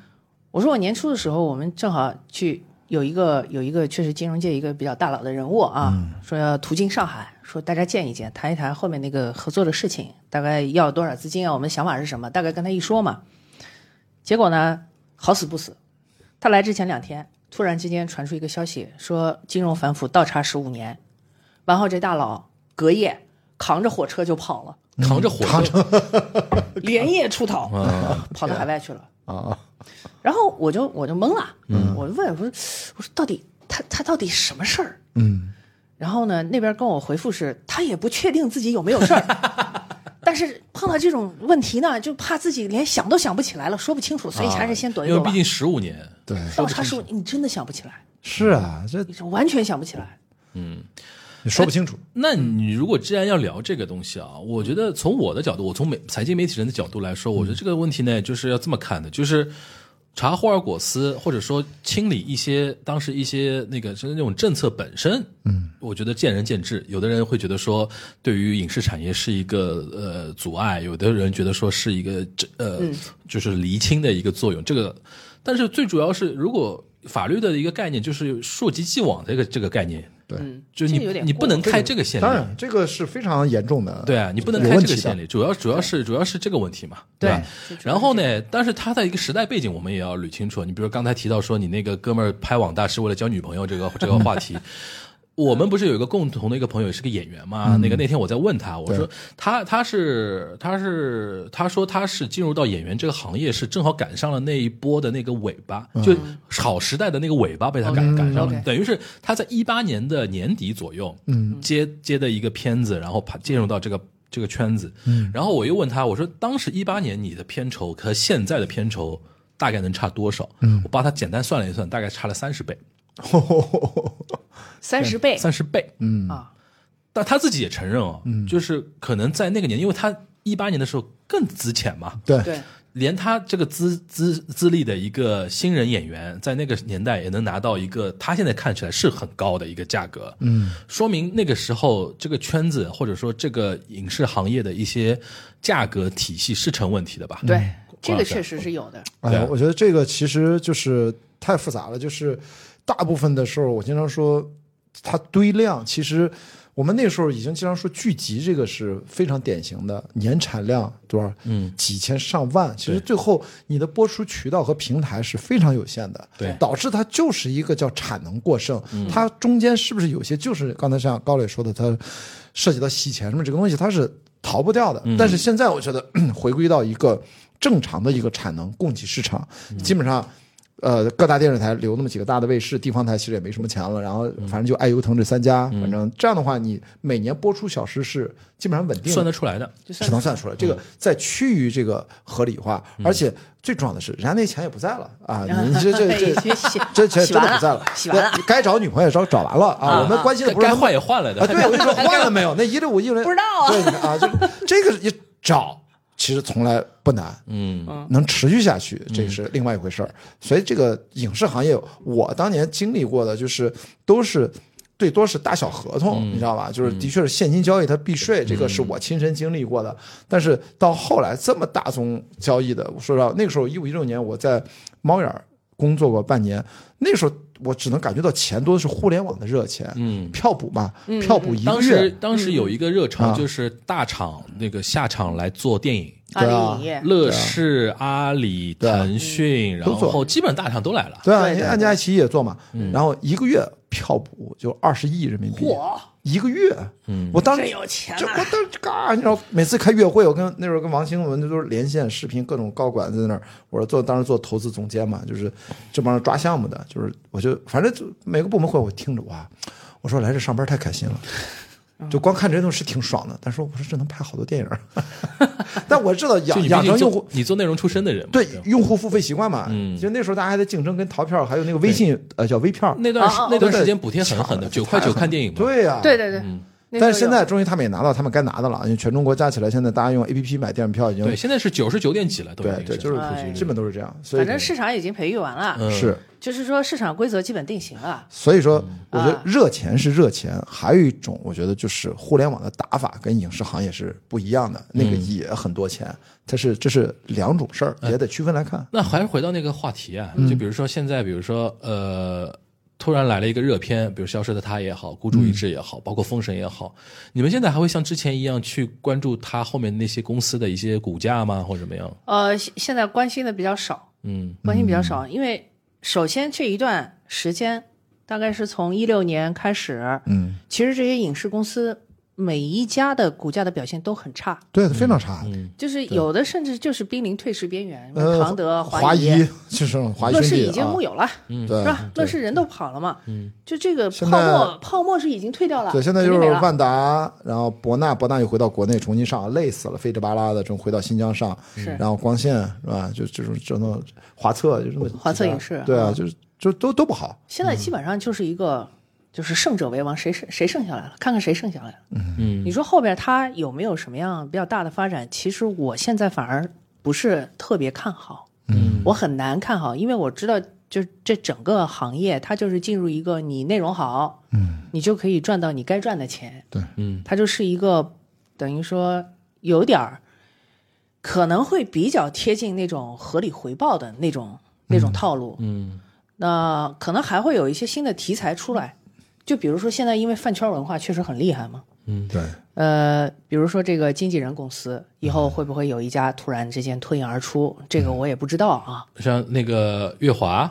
C: 我说我年初的时候，我们正好去有一个有一个确实金融界一个比较大佬的人物啊，说要途经上海，说大家见一见，谈一谈后面那个合作的事情，大概要多少资金啊，我们的想法是什么，大概跟他一说嘛。结果呢，好死不死，他来之前两天，突然之间传出一个消息，说金融反腐倒查十五年，然后这大佬隔夜扛着火车就跑了。
B: 扛着火车，啊
C: 连夜出逃，跑到海外去了啊。然后我就我就懵了，
B: 嗯
C: 我就问我说我说到底他他到底什么事儿？嗯。然后呢，那边跟我回复是，他也不确定自己有没有事儿， 但是碰到这种问题呢，就怕自己连想都想不起来了，说不清楚，所以哎还是先躲一
B: 啊因
C: 躲
B: 为
C: 吧
B: 毕。竟十五年，
F: 对，
C: 倒查十五，你真的想不起来，
F: 是啊，这
C: 你是完全想不起来。
F: 你说不清楚。
B: 那你如果既然要聊这个东西啊，我觉得从我的角度，我从媒财经媒体人的角度来说，我觉得这个问题呢，就是要这么看的，就是查霍尔果斯，或者说清理一些当时一些那个就是那种政策本身，嗯，我觉得见仁见智。有的人会觉得说，对于影视产业是一个呃阻碍；有的人觉得说是一个这呃、就是厘清的一个作用。这个，但是最主要是，如果法律的一个概念就是溯及既往的这个这个概念。
F: 对，
B: 嗯就是
C: 嗯这个有
B: 你
C: 点
B: 你不能
C: 过
B: 开这个先例，
F: 当然这个是非常严重的。
B: 对啊，你不能
F: 有
B: 开
F: 问
B: 这个
F: 题的
B: 先例，主要主要是主要是这个问题嘛，
C: 对
B: 吧
C: 是主要？是
B: 然后呢，但是他在一个时代背景，我们也要捋清楚。你比如刚才提到说，你那个哥们儿拍网大是为了交女朋友这个这个话题，我们不是有一个共同的一个朋友，也是个演员嘛？那个那天我在问他，我说他他是他是他说他是进入到演员这个行业是正好赶上了那一波的那个尾巴，就好时代的那个尾巴被他赶赶上了
C: OK，
B: 等于是他在一八年的年底左右，嗯，接接的一个片子，然后爬进入到这个。这个圈子，嗯，然后我又问他，我说当时一八年你的片酬和现在的片酬大概能差多少？嗯，我帮他简单算了一算，大概差了三十倍，
C: 三十倍
B: 三十倍，
D: 嗯
C: 啊，
B: 但他自己也承认哦，就是可能在那个年，因为他一八年的时候更资浅嘛，
D: 对，
C: 对，
B: 连他这个资资资历的一个新人演员，在那个年代也能拿到一个他现在看起来是很高的一个价格，嗯，说明那个时候这个圈子或者说这个影视行业的一些价格体系是成问题的吧？
D: 嗯
C: 对，
B: 郭
C: 这
B: 老
C: 个
B: 师
C: 确实是有的。
B: 对
D: 哎呀
B: 啊，
D: 我觉得这个其实就是太复杂了，就是大部分的时候，我经常说它堆量，其实我们那时候已经经常说剧集这个是非常典型的，年产量多少，
B: 嗯，
D: 几千上万，其实最后你的播出渠道和平台是非常有限的，
B: 对
D: 导致它就是一个叫产能过剩，它中间是不是有些就是刚才像高磊说的，它涉及到洗钱什么这个东西，它是逃不掉的。但是现在我觉得 回归到一个正常的一个产能供给市场，基本上。呃，各大电视台留那么几个大的卫视，地方台其实也没什么钱了，然后反正就爱优腾这三家，反正这样的话，你每年播出小时是基本上稳定的，
B: 算得出来的，
D: 是能算出来。这
C: 嗯
D: 个在趋于这个合理化，而且最重要的是，人家那钱也不在了 啊！你这这
C: 已
D: 这
C: 经洗
D: 这钱
C: 洗
D: 真
C: 完
D: 的不在
C: 了
D: 了，，
C: 洗完了。
D: 对该找女朋友也找找完了啊！我们关心的不是
B: 该该
D: 他们
B: 换也换了的，
D: 啊，对，我就说换了没有？那一六五一轮
C: 不知道啊
D: 对啊，就这个也找，其实从来不难，
B: 嗯，
D: 能持续下去，这是另外一回事儿。所以这个影视行业，我当年经历过的就是都是。最多是打小合同，你知道吧？就是的确是现金交易，它避税，这个是我亲身经历过的。但是到后来这么大宗交易的，我说实话，那个时候一五一六年我在猫眼儿工作过半年，那时候我只能感觉到钱多的是互联网的热钱，
B: 嗯
D: 票补嘛，票补一个
B: 当
D: 月
B: 时，当时有一个热潮，
D: 啊
B: 就是大厂那个下场来做电影，
C: 阿
D: 对啊
C: 里影业，
B: 乐视、阿里、
D: 对啊
B: 腾讯，然
D: 都做
B: 后基本大厂都来了。
D: 对啊，
C: 对
D: 你
C: 对
D: 按家爱奇艺也做嘛，然后一个月票补就二十亿人民币，
C: 嚯，
D: 一个月，嗯，我当时
C: 真有钱
D: 就我
C: 啊！
D: 当时嘎，你知道，每次开月会，我跟那时候跟王兴，我们都是连线视频，各种高管在那儿，我说做当时做投资总监嘛，就是这帮人抓项目的，就是我就反正就每个部门会我听着哇，我说来这上班太开心了。就光看这些东西是挺爽的，但是我说这能拍好多电影儿， 但我知道
B: 就
D: 养
B: 你毕
D: 养
B: 竟
D: 成用户
B: 做你做内容出身的人嘛，
D: 对
B: 吧
D: 用户付费习惯嘛，
B: 嗯
D: 就那时候大家还在竞争，跟淘票还有那个微信呃叫微票，
B: 那段时
C: 哦哦哦
B: 那段
D: 对
B: 时间补贴很狠的，九块九看电影嘛。
D: 对呀、
C: 对。对对，
D: 嗯
C: 那时候
D: 但是现
C: 有
D: 在终于他们也拿到他们该拿的了，因为全中国加起来，现在大家用 A P P 买电影票已经
B: 对，现在是九十九点几了，都已
D: 对
B: 经
D: 对，就是
C: 哎
D: 基本都是这样，所以
C: 反正市场已经培育完了，
B: 嗯
D: 是，
C: 就是说市场规则基本定型了。
D: 所以说我觉得
C: 啊
D: 热钱是热钱，还有一种我觉得就是互联网的打法跟影视行业是不一样的，那个
B: 嗯
D: 也很多钱，它是这是两种事儿，
B: 哎
D: 也得区分来看。
B: 那还是回到那个话题啊，
D: 嗯
B: 就比如说现在，比如说呃，突然来了一个热片，比如《消失的她》也好，《孤注一掷》也
D: 嗯
B: 好，包括《封神》也好，你们现在还会像之前一样去关注它后面那些公司的一些股价吗，或者怎么样？
C: 呃，现现在关心的比较少，
B: 嗯
C: 关心比较少，因为首先这一段时间大概是从一六年开始，
D: 嗯，
C: 其实这些影视公司每一家的股价的表现都很差，
D: 对，非常差。
B: 嗯
C: 就是有的甚至就是濒临退市边缘，什么
D: 呃，
C: 唐德、
D: 华
C: 谊、
D: 就是华谊
C: 乐
D: 兄
C: 视
D: 弟
C: 已经
D: 啊
C: 木有了，
D: 对
C: 是吧？乐视人都跑了嘛，嗯，就这个泡
D: 现在
C: 沫泡沫是已经退掉了，
D: 对，现在就
C: 肯定
D: 是
C: 没了
D: 万达，然后博纳，博纳又回到国内重新上，累死了，费着巴拉的，正回到新疆上。
C: 是
D: 然后光线是吧？就这种这种华策，就这么
C: 华策影视
D: 对啊，
C: 啊
D: 就是就都都不好。
C: 现在基本上就是一个，就是胜者为王，谁胜谁胜下来了，看看谁胜下来了。嗯，你说后边他有没有什么样比较大的发展？其实我现在反而不是特别看好，嗯，我很难看好，因为我知道，就是这整个行业它就是进入一个你内容好，嗯，你就可以赚到你该赚的钱，
D: 对，
B: 嗯，
C: 它就是一个等于说有点儿可能会比较贴近那种合理回报的那种那种套路，
B: 嗯
C: 那可能还会有一些新的题材出来，就比如说现在因为饭圈文化确实很厉害嘛，
B: 嗯，
D: 对，
C: 呃，比如说这个经纪人公司以后会不会有一家突然之间脱颖而出，这个我也不知道啊。
B: 像那个月华，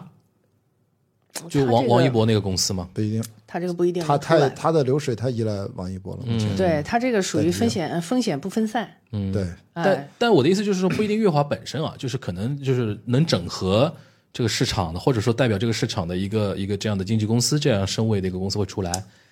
B: 就
C: 他
B: 王
C: 这
B: 王
C: 个
B: 一博那个公司嘛，
F: 不一定，
C: 他这个不一定
F: 他
C: 能出来
F: 太嗯他的流水太依赖王一博了。目前
C: 对他这个属于风险呃风险不分散，
F: 对，
B: 但
C: 哎，
B: 但我的意思就是说，不一定乐华本身啊，就是可能就是能整合这个市场的，或者说代表这个市场的一个一个这样的经纪公司，这样身位的一个公司会出来，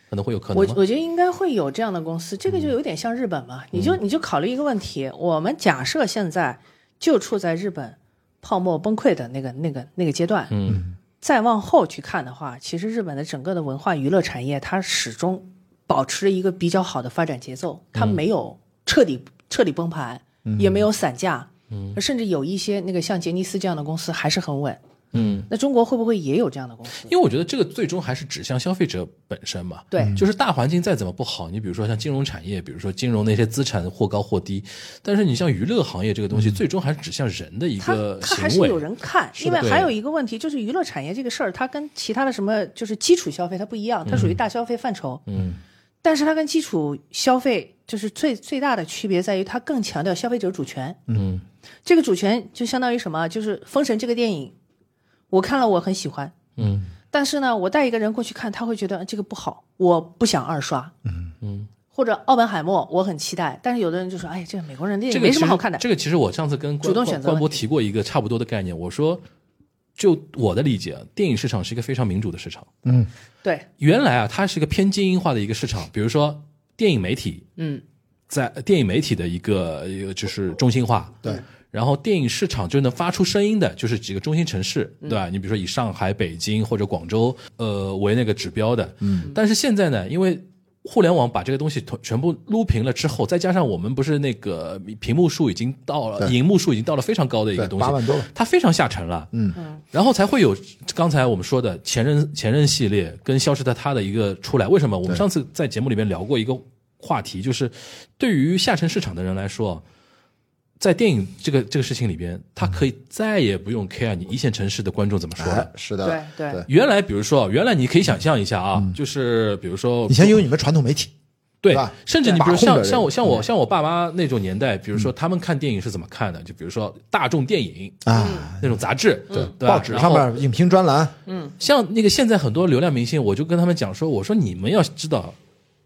B: 可能会有可
C: 我
B: 能吗？嗯
C: 我觉得应该会有这样的公司，这个就有点像日本嘛。你就你就考虑一个问题，我们假设现在就处在日本泡沫崩溃的那个那个那个阶段，
B: 嗯，
C: 再往后去看的话，其实日本的整个的文化娱乐产业，它始终保持着一个比较好的发展节奏，
B: 嗯
C: 它没有彻底彻底崩盘，也没有散架，嗯，甚至有一些那个像杰尼斯这样的公司还是很稳。
B: 嗯，
C: 那中国会不会也有这样的公司？
B: 因为我觉得这个最终还是指向消费者本身嘛。
C: 对嗯
B: 就是大环境再怎么不好，你比如说像金融产业，比如说金融那些资产或高或低，但是你像娱乐行业这个东西，最终还是指向人的一
C: 他
B: 个
C: 他还
B: 行
C: 是
B: 为。
C: 有人看，
B: 是
C: 因
B: 的
C: 为还
B: 对
C: 有一个问题就是娱乐产业这个事儿，它跟其他的什么就是基础消费它不一样，它属于大消费范畴。
B: 嗯，
C: 但是它跟基础消费就是最最大的区别在于，它更强调消费者主权。
B: 嗯，
C: 这个主权就相当于什么？就是《封神》这个电影，我看了我很喜欢，
B: 嗯，
C: 但是呢，我带一个人过去看，他会觉得呃这个不好，我不想二刷。嗯
B: 嗯。
C: 或者奥本海默，我很期待，但是有的人就说：“哎，这个美国人电
B: 这
C: 影
B: 个
C: 没什
B: 其
C: 么
B: 实
C: 好看的。
B: 这个其实我上次跟关
C: 主动选择
B: 关博
C: 问题
B: 提过一个差不多的概念，我说，就我的理解，电影市场是一个非常民主的市场。
C: 对，
B: 原来啊，它是一个偏精英化的一个市场，比如说电影媒体
C: 嗯，
B: 在呃电影媒体的一个一个就是中心化，对。然后电影市场就能发出声音的，就是几个中心城市，对吧？你比如说以上海、北京或者广州，呃，为那个指标的。嗯。但是现在呢，因为互联网把这个东西全全部撸平了之后，再加上我们不是那个屏幕数已经到了，荧幕数已经到了非常高的一个
F: 对，
B: 东西，
F: 八万多了。
B: 它非常下沉了，嗯，然后才会有刚才我们说的前任前任系列跟消失的他的一个出来。为什么？我们上次在节目里面聊过一个话题，就是对于下沉市场的人来说，在电影这个这个事情里边，他可以再也不用 care 你一线城市的观众怎么说
F: 哎
B: 了。，
F: 是的，
C: 对对
F: 对。
B: 原来，比如说，原来你可以想象一下啊，就是比如说
F: 以前嗯有你们传统媒体，
B: 对
F: 是吧，
B: 甚至你比
F: 把
B: 如
F: 控的
B: 像
F: 人嗯
B: 像我像我像我爸妈那种年代，比如说他们看电影是怎么看的？就比如说大众电影
F: 啊，
B: 那种杂志，对吧
F: 报纸
B: 然
F: 上
B: 后
F: 面影评专栏，
B: 像那个现在很多流量明星，我就跟他们讲说，我说你们要知道。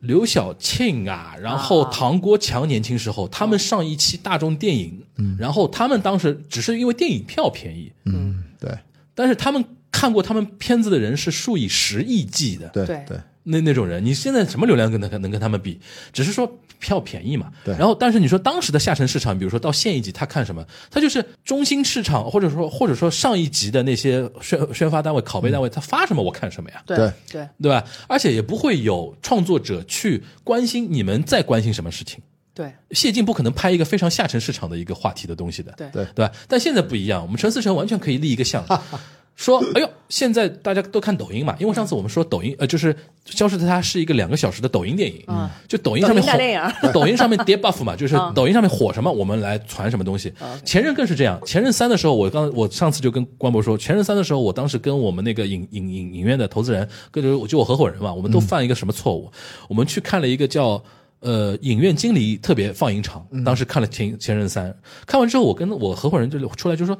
B: 刘晓庆啊，然后
C: 啊
B: 唐国强年轻时候，他们上一期大众电影，然后他们当时只是因为电影票便宜，
F: 嗯，对
B: 但是他们看过他们片子的人是数以十亿计的，
F: 对
C: 对
F: 对，
B: 那那种人，你现在什么流量跟他能跟他们比？只是说票便宜嘛。
F: 对
B: 然后，但是你说当时的下沉市场，比如说到县一级，他看什么？他就是中心市场，或者说或者说上一级的那些宣宣发单位、拷贝
F: 嗯
B: 单位，他发什么我看什么呀，
C: 对
F: 对
C: 对
B: 对吧？而且也不会有创作者去关心你们在关心什么事情。
C: 对
B: 谢晋不可能拍一个非常下沉市场的一个话题的东西的，
C: 对
F: 对
B: 对吧？但现在不一样，我们陈思诚完全可以立一个像， 说，哎呦，现在大家都看抖音嘛，因为上次我们说抖音，呃，就是《消失的她》是一个两个小时的抖音电影，
C: 嗯
B: 就抖音上面
C: 抖音大电
B: 火，
C: 影
B: 抖音上面叠 buff 嘛，就是
C: 嗯
B: 抖音上面火什么，我们来传什么东西。前任更是这样，前任三的时候，我刚我上次就跟关博说，前任三的时候，我当时跟我们那个影影影影院的投资人，跟着我就我合伙人嘛，我们都犯一个什么错误？我们去看了一个叫。呃，影院经理特别放映场，当时看了前《前任三》，看完之后，我跟我合伙人就出来就说，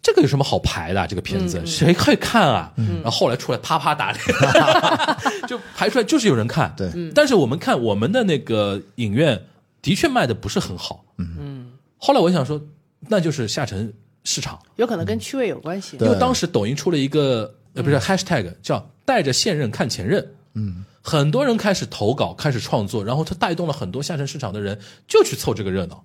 B: 这个有什么好排的啊、这个片子、谁会看啊？然后后来出来啪啪打脸， 就排出来就是有人看。
F: 对，
B: 但是我们看我们的那个影院的确卖的不是很好。嗯后来我想说，那就是下沉市场，
C: 有可能跟区位有关系。
F: 对
B: 因为当时抖音出了一个呃不是 hashtag 叫带着现任看前任。嗯。很多人开始投稿，开始创作，然后它带动了很多下沉市场的人就去凑这个热闹。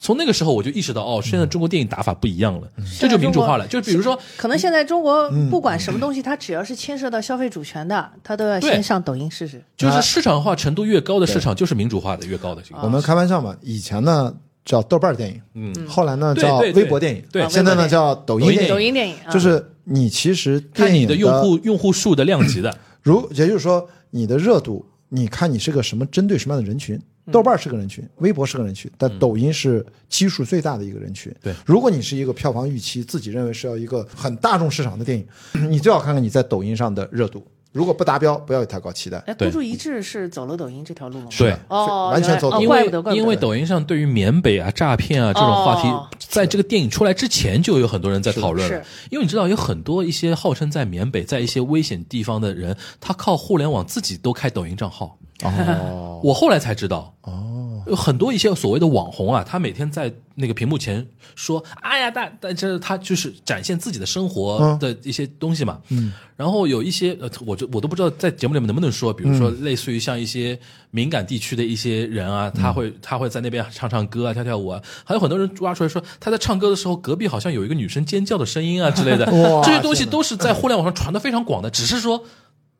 B: 从那个时候我就意识到，哦，现在中国电影打法不一样了，这就民主化了。就比如说，
C: 可能现在中国不管什么东西，它只要是牵涉到消费主权的，它都要
B: 对
C: 先上抖音试试。
B: 就是市场化程度越高的市场，就是民主化的越高的这个。
D: 啊
F: 我们开玩笑嘛，以前呢叫豆瓣电影，嗯，后来呢
B: 对
F: 叫
B: 对对
F: 微博电影，
B: 对
F: 现在呢叫抖音电
C: 抖
F: 影，
C: 音电影啊
F: 就是你其实
B: 看
F: 电
B: 你
F: 影
B: 的用户用户数的量级的。
F: 如也就是说，你的热度，你看你是个什么针对什么样的人群。
C: 嗯
F: 豆瓣是个人群，微博是个人群，但抖音是基数最大的一个人群。
B: 对
F: 如果你是一个票 房预期自己认为是要一个很大众市场的电影，你最好看看你在抖音上的热度。
G: 如果不达标，不要有太高期待。
C: 哎，孤
B: 对
C: 注一掷是走了抖音这条路吗？
B: 对。
C: 哦，
G: 完全
C: 原来
G: 走抖
C: 哦
G: 音
B: 因
C: 怪不
B: 为
C: 得，怪不得
B: 因为抖音上对于缅北啊、诈骗啊这种话
C: 哦
B: 题，在这个电影出来之前就有很多人在讨论
C: 是
B: 了
C: 的。
B: 因为你知道，有很多一些号称在缅北、在一些危险地方的人，他靠互联网自己都开抖音账号。
G: 哦，
B: 我后来才知道，哦，有很多一些所谓的网红啊，他每天在那个屏幕前说：“哎呀，但但这是他就是展现自己的生活的一些东西嘛。”嗯，然后有一些呃，我就我都不知道在节目里面能不能说，比如说类似于像一些敏感地区的一些人啊，他会他会在那边唱唱歌啊，跳跳舞啊，还有很多人抓出来说他在唱歌的时候，隔壁好像有一个女生尖叫的声 音啊之类的，
G: 哇
B: 这些东西都是在互联网上传的非常广的，只是说。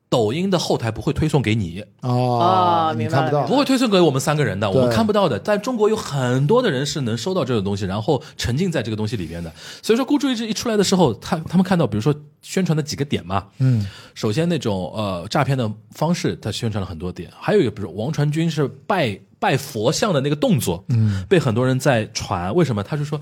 B: 抖音的后台不会推送给你，
G: 哦，你
C: 明白
G: 看
C: 了
G: 不到
C: 明白
B: 不
C: 了
B: 会推送给我们三个人的，我们
G: 对
B: 看不到的。但中国有很多的人是能收到这种东西，然后沉浸在这个东西里边的。所以说，孤注一掷一出来的时候，他他们看到，比如说宣传的几个点嘛，嗯，首先那种呃诈骗的方式，他宣传了很多点，还有一个，比如王传君是拜。拜佛像的那个动作，嗯，被很多人在传，为什么？他就说，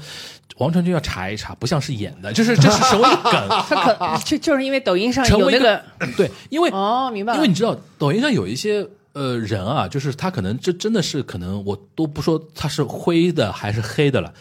B: 王传君要查一查，不像是演的，就是这是成为一个 梗，
C: 他可就就是因为抖音上
B: 成
C: 啊有
B: 为
C: 那
B: 一
C: 个
B: 对，因为
C: 哦，明白了，
B: 因为你知道，抖音上有一些呃人啊，就是他可能这真的是可能，我都不说他是灰的还是黑的了，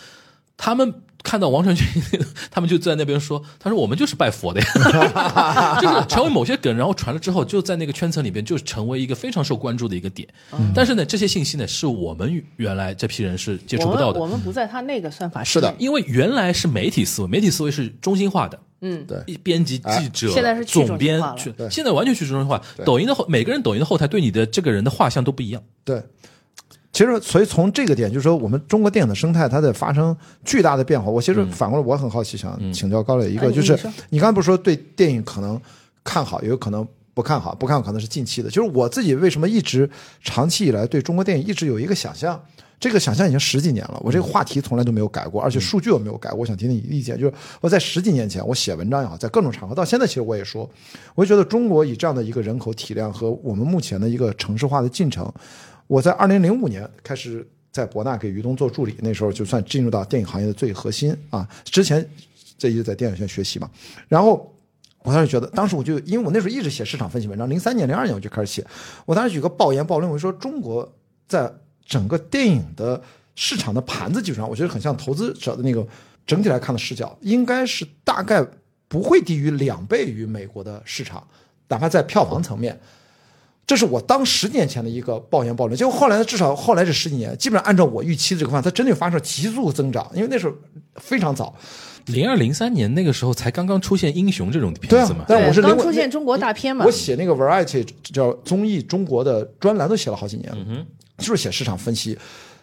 B: 他们。看到王传君， 他们就在那边说：“他说我们就是拜佛的呀， 就是成为某些梗，然后传了之后，就在那个圈层里边就成为一个非常受关注的一个点。
C: 哦
B: 但是呢，这些信息呢，是我们原来这批人是接触
C: 我
B: 不
C: 们
B: 到的。
C: 我们不在他那个算法
G: 是的
C: 之内
B: 因为原来是媒体思维，媒体思维是中心化的。
C: 嗯哎
G: 对
B: 一编辑、记者，
C: 现在是去中心
B: 总编
C: 化了
B: 去
G: 对，
B: 现在完全去中心化。
G: 对
B: 抖音的后，每个人抖音的后台对你的这个人的画像都不一样。
G: 对，
D: 其实，所以从这个点，就是说我们中国电影的生态它在发生巨大的变化。我其实
G: 嗯
D: 反过来，我很好奇，想
G: 嗯
D: 请教高磊一
C: 哎
D: 个，
C: 你
D: 就是
C: 你说
D: 你刚才不是说对电影可能看好，也有可能不看好，不看好可能是近期的。就是我自己为什么一直长期以来对中国电影一直有一个想象，这个想象已经十几年了，我这个话题从来都没有改过，而且数据我没有改过。我想听听你意见，就是我在十几年前我写文章也好，在各种场合到现在，其实我也说，我就觉得中国以这样的一个人口体量和我们目前的一个城市化的进程，我在二零零五年开始在博纳给于东做助理，那时候就算进入到电影行业的最核心啊。之前这一直在电影学院学习嘛，然后。我当时觉得，当时我就因为我那时候一直写市场分析文章，零三年、零二年我就开始写。我当时有个爆言暴论，我就说中国在整个电影的市场的盘子基础上，我觉得很像投资者的那个整体来看的视角，应该是大概不会低于两倍于美国的市场，哪怕在票房层面，这是我当十年前的一个暴言暴论，结果后来至少后来这十几年，基本上按照我预期的这个方向，它真的发生了急速增长，因为那时候非常早，
B: 零二零三年那个时候才刚刚出现《英雄》这种片子嘛，
D: 对啊但我是
C: 刚
D: 零五
C: 出现中国大片嘛
D: 我，写那个 Variety 叫综艺中国的专栏都写了好几年，嗯、就是写市场分析。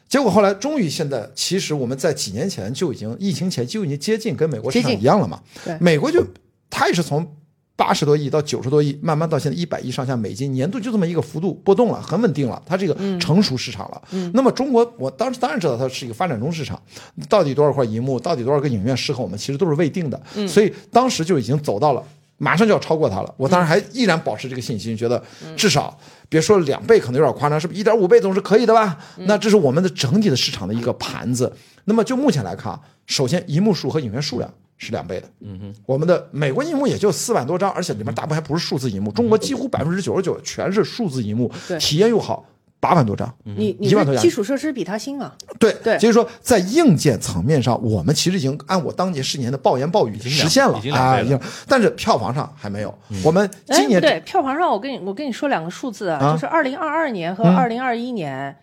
D: 结果后来终于现在，其实我们在几年前就已经疫情前就已经接近跟美国市场
C: 接近
D: 一样了嘛。
C: 对
D: 美国就它也是从八十多亿到九十多亿，慢慢到现在一百亿上下美金，年度就这么一个幅度波动了，很稳定了，它是一个成熟市场了。那么中国，我当时当然知道它是一个发展中市场，到底多少块银幕，到底多少个影院适合我们，其实都是未定的。所以当时就已经走到了。马上就要超过它了，我当时还依然保持这个信心，觉得至少别说两倍可能有点夸张，是不是一点五倍总是可以的吧？那这是我们的整体的市场的一个盘子。那么就目前来看啊，首先银幕数和影院数量是两倍的，嗯哼，我们的美国银幕也就四万多张，而且里
C: 嗯
D: 面大部分还不是数字银幕，中国几乎百分之九十九全是数字银幕
C: 对，
D: 体验又好，八万多张，
C: 你你
D: 一万多
C: 是
D: 家
C: 基础设施比他新啊，
D: 对
C: 对
D: 所以说在硬件层面上，我们其实已经按我当年十年的暴言暴语
B: 经两
D: 实现了
B: 已经两倍
D: 啊，
B: 了
D: 已经，但是票房上还没有，我们
C: 哎，
D: 今年
C: 不对，票房上我跟你我跟你说两个数字啊，
D: 啊
C: 就是二零二二年和
D: 嗯
C: 二零二一年，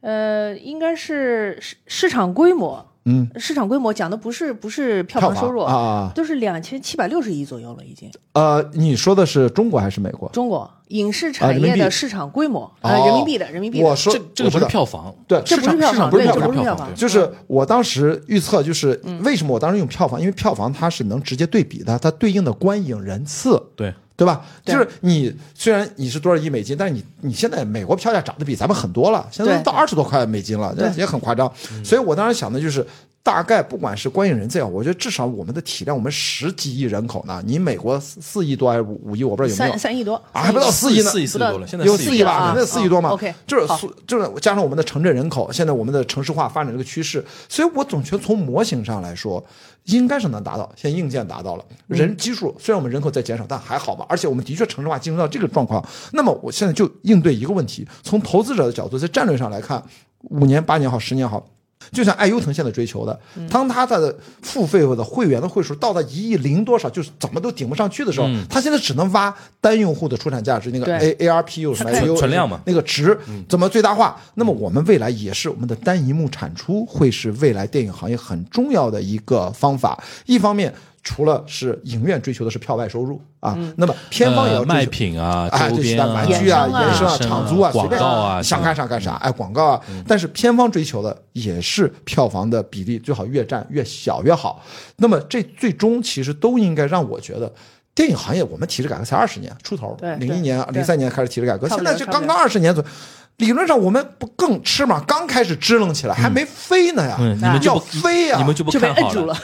C: 呃，应该是市市场规模，
D: 嗯，
C: 市场规模讲的不是不是票
D: 票
C: 房
D: 房
C: 收入，
D: 啊啊，
C: 都是两千七百六十亿左右了，已经。
D: 啊呃，你说的是中国还是美国？
C: 中国影视
D: 啊
C: 产
D: 人民
C: 业
D: 币
C: 的市场规模，
D: 哦
C: 呃，人民币的人民币的
D: 我说
B: 这这个不
D: 我知
B: 是
D: 道
B: 票房，
D: 对
C: 这
B: 市
C: 不
B: 场
C: 是票
B: 市
C: 房，
B: 场不
C: 对，
B: 是
C: 这
B: 票
C: 不
B: 房
C: 是票
B: 票房
C: 房，嗯
D: 就是我当时预测，就是为什么我当时用票房，因为票房它是能直接对比的，它对应的观影人次，
B: 对，
D: 对吧？
C: 对
D: 就是你虽然你是多少亿美金，但是你你现在美国票价涨得比咱们很多了，现在
C: 对
D: 都到二十多块美金了，那
C: 对
D: 也很夸张。所以我当时想的就是。大概不管是观影人次也好，我觉得至少我们的体量，我们十几亿人口呢，你美国四四亿多还是五五亿，我不知道有没有
C: 三，三亿多
D: 啊还不到四亿呢
B: 四亿四亿多了，现在
D: 有
B: 四
D: 四亿
B: 多
C: 了
D: 吧
C: 啊？
D: 那四亿多嘛、
C: 哦，OK，
D: 就是
C: 好
D: 所就是加上我们的城镇人口，现在我们的城市化发展这个趋势，所以我总觉得从模型上来说，应该是能达到。现在硬件达到了，
C: 嗯
D: 人基数虽然我们人口在减少，但还好吧。而且我们的确城市化进入到这个状况，那么我现在就应对一个问题：从投资者的角度，在战略上来看，五年、八年好，十年好。就像爱优腾现在追求的，
B: 嗯
D: 当他的付费或者会员的会数到达一亿零多少，就是怎么都顶不上去的时候，
B: 嗯
D: 他现在只能挖单用户的出产价值那个
C: 对
D: A A R P U 什么 AU
B: 存量嘛嗯
D: 那个值怎么最大化？那么我们未来也是我们的单一幕产出会是未来电影行业很重要的一个方法。一方面，除了是影院追求的是票外收入啊，
B: 嗯
D: 那么片方也要
B: 呃卖
D: 追求。
B: 品啊、
D: 哎，
B: 周
D: 对，是
B: 边啊、
D: 的，玩具啊、
C: 衍生啊
D: 延伸啊、
B: 衍生啊
D: 场租啊、随
B: 广
D: 便
B: 告啊，
D: 想干啥干啥，哎，广告啊。
B: 嗯
D: 但是片方追求的也是票房的比例最好越占越小越好。那么这最终其实都应该让我觉得。电影行业我们体制改革才二十年出头
C: 对，
D: 零一
C: 对
D: 年、零
C: 对
D: 三年开始体制改革，
C: 差不
D: 现
C: 多
D: 在就刚刚二十年左右。理论上我们不更吃嘛，刚开始支棱起来，还没飞呢呀，
B: 嗯，你们就
D: 要
B: 不
D: 飞啊呀，
B: 你们就不
C: 就被
B: 看
C: 摁
B: 好
C: 住了，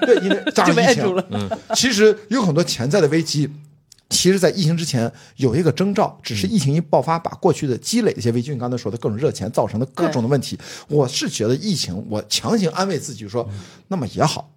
D: 对，因为加
C: 就被
D: 上疫
C: 摁住
D: 情
C: 了，
D: 其实有很多潜在的危机。其实，在疫情之前有一个征兆，只是疫情一爆发，把过去的积累的一些危机，你刚才说的各种热钱造成的各种的问题，我是觉得疫情，我强行安慰自己说，那么也好，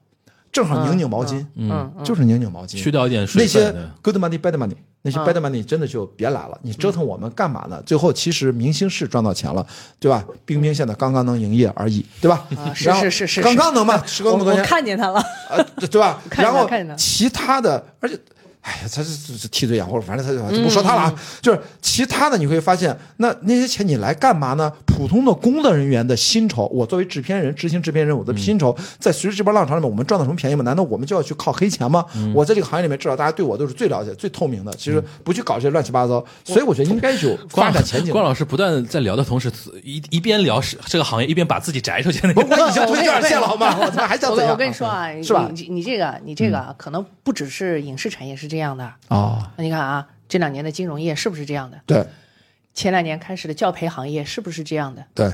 D: 正好拧拧毛巾，
C: 嗯，
D: 就是拧拧毛巾，
B: 去掉一点
D: 那
B: 水
D: 些
B: 分。
D: good money bad money，
C: 嗯
D: 那些 bad money 真的就别来了，你折腾我们干嘛呢？最后其实明星是赚到钱了，对吧？冰冰现在刚刚能营业而已，对吧？
C: 是
D: 然后
C: 啊是是是
D: 刚刚能嘛，十个
C: 我
D: 那么多
C: 我
D: 钱，
C: 看见他 了，
D: 啊，对 对吧？
C: 看见
D: 然
C: 了
D: 后
C: 看见了
D: 其他的，而且，哎呀，他是这这替罪羊，或者反正他就不说他了
C: 嗯
D: 啊。 就是其他的，你会发现，那那些钱你来干嘛呢？普通的工作人员的薪酬，我作为制片人、执行制片人，我的薪酬在随着这波浪潮里面，我们赚到什么便宜吗？难道我们就要去靠黑钱吗？我在这个行业里面，至少大家对我都是最了解、最透明的。其实不去搞这些乱七八糟，所以我觉得应该有发展前景。
B: 关老师不断在聊的同时，一一边聊是这个行业，一边把自己摘出去。那
D: 不，
B: 个
D: 我已经推这二线了，好吗？我他妈还想
C: 我跟
D: 怎样？
C: 我跟你说啊，你
D: 是吧嗯
C: 你你这个你这个啊可能不只是影视产业是这样的，
D: 哦，
C: 那你看啊，这两年的金融业是不是这样的？
D: 对
C: 前两年开始的教培行业是不是这样的？
D: 对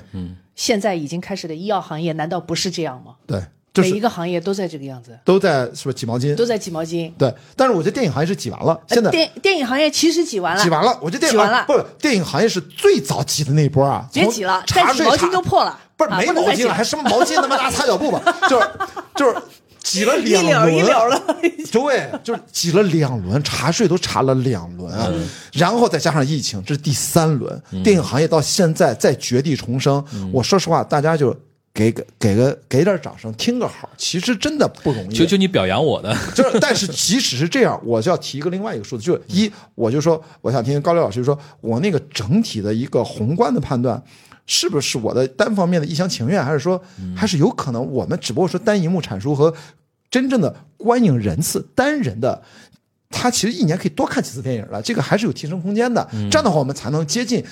C: 现在已经开始的医药行业难道不是这样吗？
D: 对，就
C: 每一
D: 是
C: 个行业都在这个样子，
D: 都在是不是挤毛巾？
C: 都在挤毛巾。
D: 对，但是我觉得电影行业是挤完了，现在
C: 呃电电影行业其实挤完了，
D: 挤完了，我觉得电影啊
C: 挤完了
D: 不，电影行业是最早挤的那一波啊，
C: 别
D: 从
C: 挤了，
D: 茶
C: 再挤
D: 水
C: 毛
D: 茶
C: 巾就破了，
D: 不是
C: 啊
D: 没毛
C: 能再挤
D: 巾了，
C: 了
D: 还什么毛巾？他妈拿擦脚布吧，就是就是挤了
C: 一绺
D: 两轮，
C: 一绺了。
D: 对，就是挤了两轮，查税都查了两轮，啊
C: 嗯
D: 然后再加上疫情，这是第三轮。电影行业到现在再绝地重生，
C: 嗯
D: 我说实话，大家就给个给个给点掌声，听个好，其实真的不容易。
B: 求求你表扬我的，
D: 就是，但是即使是这样，我就要提一个另外一个数字，就是一，我就说我想听听高磊老师说，我那个整体的一个宏观的判断，是不是我的单方面的一厢情愿，还是说还是有可能我们只不过说单一幕产出和真正的观影人次单人的。他其实一年可以多看几次电影了，这个还是有提升空间的。这样的话，我们才能接近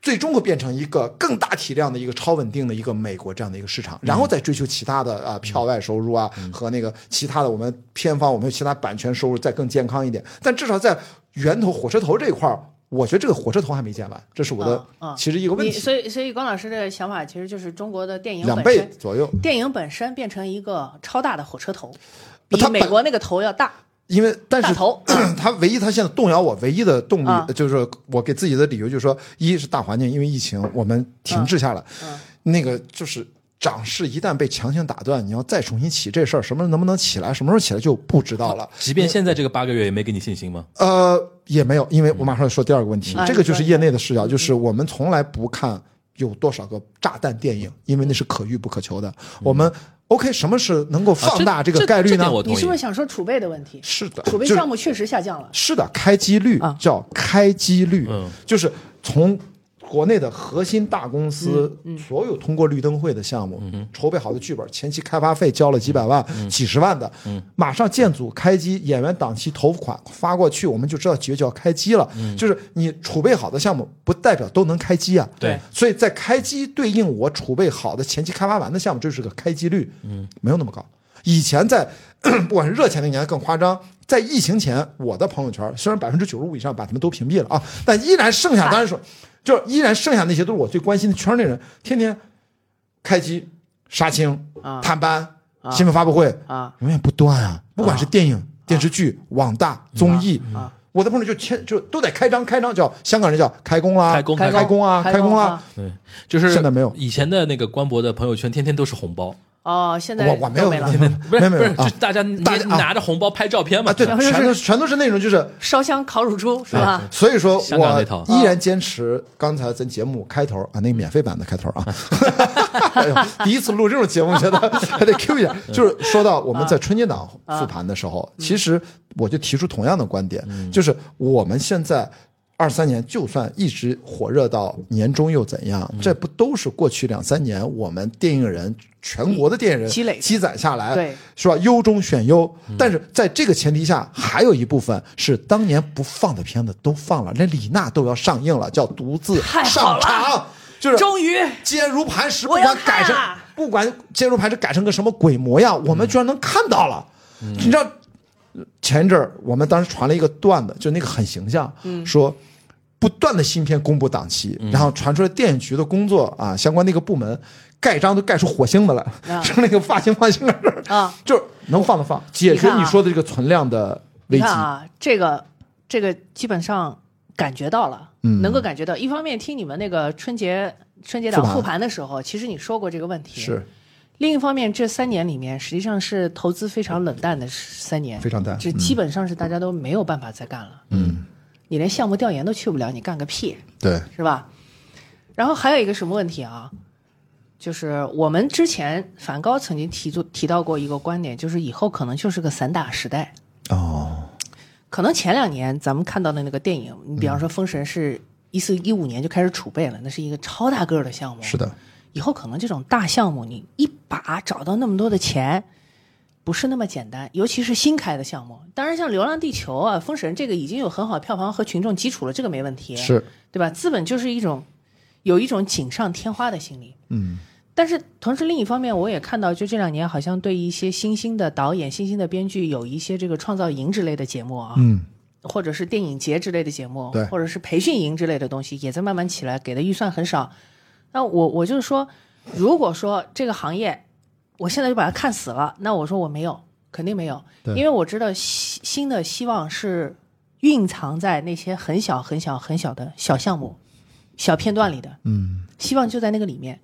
D: 最终会变成一个更大体量的一个超稳定的一个美国这样的一个市场，然后再追求其他的啊、票外收入啊、和那个其他的我们片方我们有其他版权收入再更健康一点，但至少在源头火车头这一块儿，我觉得这个火车头还没建完，这是我的、
C: 嗯嗯
D: 其实一个问
C: 你
D: 题，
C: 所以所以关老师的想法其实就是中国的电影
D: 两
C: 本
D: 倍
C: 身，
D: 左右，
C: 电影本身变成一个超大的火车头，
D: 不
C: 比
D: 呃它
C: 美
D: 本
C: 国那个头要大。
D: 因为但
C: 大
D: 是
C: 头
D: 他唯一他现在动摇我唯一的动力、
C: 啊
D: 就是我给自己的理由就是说，一是大环境因为疫情我们停滞下来，
C: 嗯
D: 那个就是涨势一旦被强行打断，你要再重新起这事儿，什么时候能不能起来，什么时候起来就不知道了。
B: 即便现在这个八个月也没给你信心吗？
D: 呃，也没有，因为我马上要说第二个问题，
C: 嗯
D: 这个就是业内的视角，就是我们从来不看有多少个炸弹电影，因为那是可遇不可求的。我们 OK，什么是能够放大这个概
B: 啊
D: 率
B: 这
D: 呢
B: 点？我同
C: 你
B: 意。
C: 是不是想说储备的问题？
D: 是的，
C: 储备
D: 就是
C: 项目确实下降了。
D: 是的，开机率
C: 啊
D: 叫开机率，
B: 嗯
D: 就是从国内的核心大公司
C: 嗯
D: 所有通过绿灯会的项目，筹备好的剧本，前期开发费交了几百万、几十万的，马上建组开机，演员档期投款发过去，我们就知道几月就要开机了。就是你储备好的项目，不代表都能开机啊。
B: 对
D: 所以在开机对应我储备好的前期开发完的项目，这就是个开机率，嗯，没有那么高。以前在 不管是热钱那年更夸张，在疫情前，我的朋友圈虽然百分之九十五以上把他们都屏蔽了啊，但依然剩下，当然说，就是依然剩下那些都是我最关心的圈内人，天天开机杀青、
C: 啊
D: 探班、新闻发布会，
C: 啊
D: 永远不断啊！不管是电影、电视剧、网大、综艺，
C: 啊
D: 我在朋友圈就签就都得开张开张，叫香港人叫开工啦，
B: 开工
D: 开
B: 开
D: 工啊，
C: 开
D: 开工
C: 工
D: 啦！
B: 对，就是
D: 现在没有
B: 以前的那个官博的朋友圈，天天都是红包，
C: 哦，现在
D: 我我没
C: 都
D: 有，
C: 没了，
B: 不
D: 没
B: 是
D: 有
B: 不
D: 没
B: 是，
D: 有
B: 就
D: 啊
B: 是大家拿
D: 大家啊
B: 拿着红包拍照片嘛
D: 啊！，对，
C: 然后就是
D: 全都全都是内容，就是
C: 烧香烤乳猪是吧？
D: 啊所以说
B: 香港那套
D: 我依然坚持刚才咱节目开头啊，那个免费版的开头啊， 哎呦第一次录这种节目，觉得还得 Q 一下。就是说到我们在春节档复盘的时候，其实我就提出同样的观点，就是我们现在。二三年就算一直火热到年终又怎样？这不都是过去两三年我们电影人全国的电影人
C: 积累
D: 积攒下来，
C: 对
D: 是吧？优中选优，但是在这个前提下，还有一部分是当年不放的片子都放了，连李娜都要上映了，叫《独自
C: 太好
D: 上
C: 了
D: 场》，就是
C: 终于
D: 坚如磐石，不
C: 我要
D: 管改成
C: 看啊了
D: 不管坚如磐石改成个什么鬼模样，我们居然能看到了，你知道？前一阵儿我们当时传了一个段子，就那个很形象，
C: 嗯
D: 说不断的新片公布档期，然后传出来电影局的工作啊，相关那个部门盖章都盖出火星子来，
C: 啊
D: 就那个发型发型儿
C: 啊，
D: 就是能放的放，解决你说的这个存量的危
C: 你
D: 机
C: 看。啊，这个这个基本上感觉到了，
D: 嗯
C: 能够感觉到。一方面听你们那个春节春节档
D: 复盘
C: 复盘的时候，其实你说过这个问题。
D: 是。
C: 另一方面，这三年里面实际上是投资非常冷淡的三年，
D: 非常淡嗯
C: 这基本上是大家都没有办法再干了。嗯，你连项目调研都去不了，你干个屁，
D: 对，
C: 是吧？然后还有一个什么问题啊？就是我们之前梵高曾经提出提到过一个观点，就是以后可能就是个散打时代。
D: 哦，
C: 可能前两年咱们看到的那个电影，你比方说《封神》是一四一五年就开始储备了，那是一个超大个儿的项目。
D: 是的，
C: 以后可能这种大项目，你一把找到那么多的钱，不是那么简单，尤其是新开的项目。当然，像《流浪地球》啊，《封神》这个已经有很好票房和群众基础了，这个没问题，
D: 是
C: 对吧？资本就是一种有一种锦上添花的心理，嗯。但是同时，另一方面，我也看到，就这两年好像对一些新兴的导演、新兴的编剧有一些这个创造营之类的节目啊，嗯，或者是电影节之类的节目，
D: 对
C: 或者是培训营之类的东西，也在慢慢起来，给的预算很少。那我我就是说，如果说这个行业，我现在就把它看死了，那我说我没有，肯定没有，因为我知道新新的希望是蕴藏在那些很小很小很小的小项目、小片段里的，嗯，希望就在那个里面。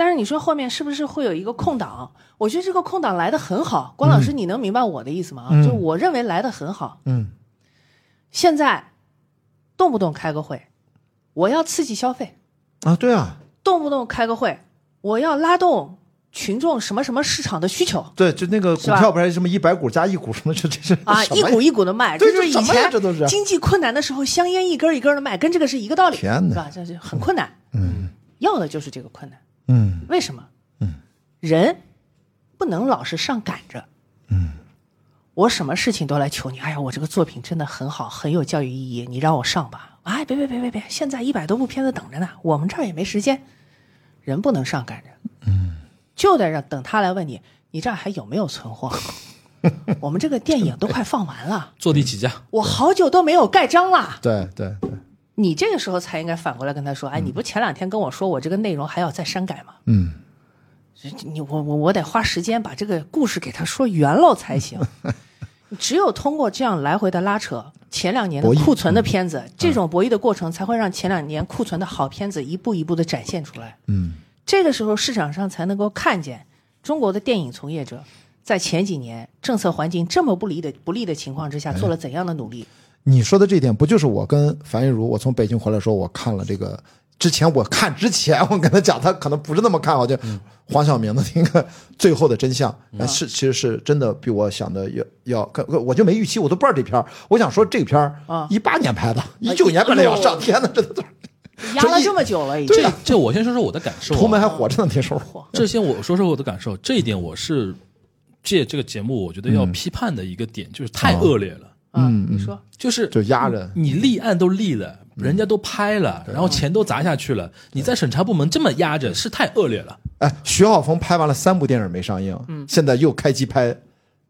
C: 但是你说后面是不是会有一个空档？我觉得这个空档来的很好，关老师，你能明白我的意思吗？就我认为来的很好。
D: 嗯，
C: 现在动不动开个会，我要刺激消费，
D: 啊，对啊，
C: 动不动开个会，我要拉动群众什么什么市场的需求
D: 对，就那个
C: 是吧
D: 不是什么一百股加一股什么，这这是
C: 啊，
D: 什
C: 一
D: 么呀
C: 股一股的卖，
D: 对
C: 就是
D: 这
C: 以
D: 什么呀
C: 前
D: 这都是
C: 经济困难的时候，香烟一根一根的卖，跟这个是一个道理，
D: 天哪
C: 是吧？这是很困难，嗯，要的就是这个困难，
D: 嗯，
C: 为什么？嗯，人不能老是上赶着，嗯，我什么事情都来求你，哎呀，我这个作品真的很好，很有教育意义，你让我上吧，哎，别别别别别，现在一百多部片子等着呢，我们这儿也没时间，人不能上赶着，嗯，就得让等他来问你，你这儿还有没有存 货？我们这个电影都快放完了，
B: 坐地起价。
C: 我好久都没有盖章了。
D: 对对对，
C: 你这个时候才应该反过来跟他说，哎，你不前两天跟我说我这个内容还要再删改吗？
D: 嗯，
C: 这你我我我得花时间把这个故事给他说圆喽才 行。只有通过这样来回的拉扯，前两年的
D: 博弈嗯
C: 库存的片子，这种博弈的过程才会让前两年库存的好片子一步一步的展现出来。
D: 嗯，
C: 这个时候市场上才能够看见中国的电影从业者在前几年政策环境这么不利的不利的情况之下
D: 哎
C: 做了怎样的努力。
D: 你说的这点不就是我跟樊玉茹，我从北京回来的时候，我看了这个。之前我看之前，我跟他讲，他可能不是那么看好，就
C: 嗯
D: 黄晓明的那个《最后的真相》呃，是其实是真的比我想的要要，可可我就没预期，我都不知道这片儿。我想说这片儿
C: 啊
D: 一八年拍的，一
C: 哎
D: 九年本来要
C: 哦
D: 上天的，这都
C: 压了这么久了，已经。
B: 这这我先说说我的感受、啊。
D: 啊图门还火着呢，那时候。
B: 这些我说说我的感受，这一点我是借这个节目，我觉得要
D: 嗯
B: 批判的一个点、就是太恶劣了，
C: 嗯，你说
B: 就是
D: 就压人
B: 你立案都立了，人家都拍了，然后钱都砸下去了，你在审查部门这么压着，是太恶劣了。
D: 哎，徐浩峰拍完了三部电影没上映，嗯，现在又开机拍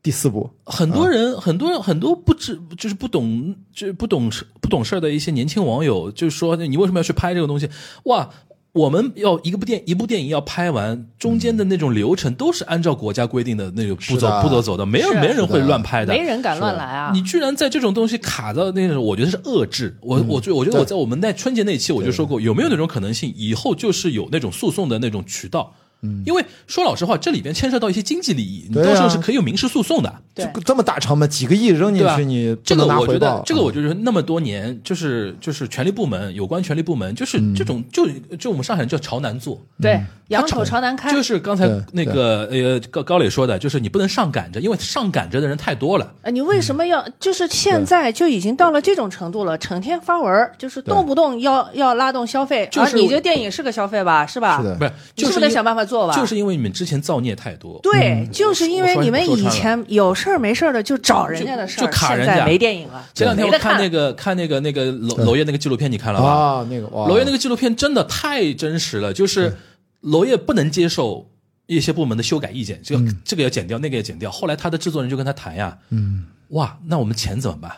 D: 第四部，
B: 很多人，很多人，很多不知就是不懂，就是不懂事不懂事儿的一些年轻网友，就说你为什么要去拍这个东西？哇！我们要一个部电一部电影要拍完，中间的那种流程都是按照国家规定的那个步
D: 是
B: 骤
D: 的
B: 步骤走的，没有
C: 是啊
B: 没人会乱拍的，
C: 没人敢乱来啊
B: 你！居然在这种东西卡到那种，我觉得是遏制。我
D: 嗯
B: 我觉我觉得我在我们在春节那期我就说过，有没有那种可能性，以后就是有那种诉讼的那种渠道？嗯，因为说老实话，这里边牵涉到一些经济利益，你
D: 对啊
B: 到时候是可以有民事诉讼的。
C: 对
D: 就这么大成本，几个亿扔进
B: 对吧
D: 去，你不
B: 这个
D: 能拿
B: 我觉
D: 回
B: 得
D: 报，。嗯
B: 这个我就是那么多年，就是就是权力部门有关权力部门，就是
D: 嗯
B: 这种就就我们上海人叫朝南坐，
C: 对，仰口朝南开，
B: 就是刚才
D: 对
B: 那个呃高高磊说的，就是你不能上赶着，因为上赶着的人太多了。
C: 呃，你为什么要？就是现在就已经到了这种程度了，整天发文儿，就是动不动要要拉动消费，
B: 就是
C: 啊，你这电影是个消费吧，是吧？
D: 是的
B: 不是，
C: 你
B: 就是是
C: 不得
B: 因
C: 想办法做吧？
B: 就是因为你们之前造孽太多，
C: 对，就是因为你们
B: 我说
C: 以前有事儿没事儿的就找人家的事儿，
B: 就就卡人家
C: 现在没电影了，
B: 前两天
C: 没
B: 我
C: 得
B: 看
C: 看
B: 那个看那个那个娄娄烨那个纪录片，你看了吧？
D: 啊，那个哇，
B: 娄烨那个纪录片真的太真实了，就是娄烨不能接受一些部门的修改意见，这个这个要剪掉，那个要剪掉。后来他的制作人就跟他谈呀，嗯，哇，那我们钱怎么办？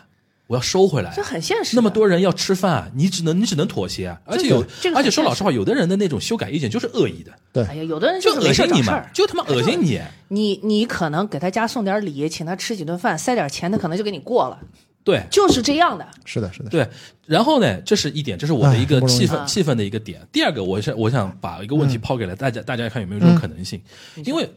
B: 我要收回来啊
C: 这。很现实。
B: 那么，多人要吃饭、啊，你只能你只能妥协啊！而且有，
C: 这个很
B: 而且说老实
C: 现
B: 话，有的人的那种修改意见就是恶意的，
C: 哎呀，有的人
B: 就是恶
C: 没事儿
B: 心
C: 找
B: 你
C: 事
B: 嘛
C: 儿，。
B: 就他妈恶心你。
C: 你你可能给他家送点礼，请他吃几顿饭，塞点钱，他可能就给你过了，
B: 对，
C: 就是这样的。
D: 是的，是的，
B: 对，然后呢，这是一点，这是我的一个
D: 哎不容易嗯
B: 气氛
C: 啊
B: 气氛的一个点。第二个，我想我想把一个问题抛给了大家，大家看有没有这种可能性？因为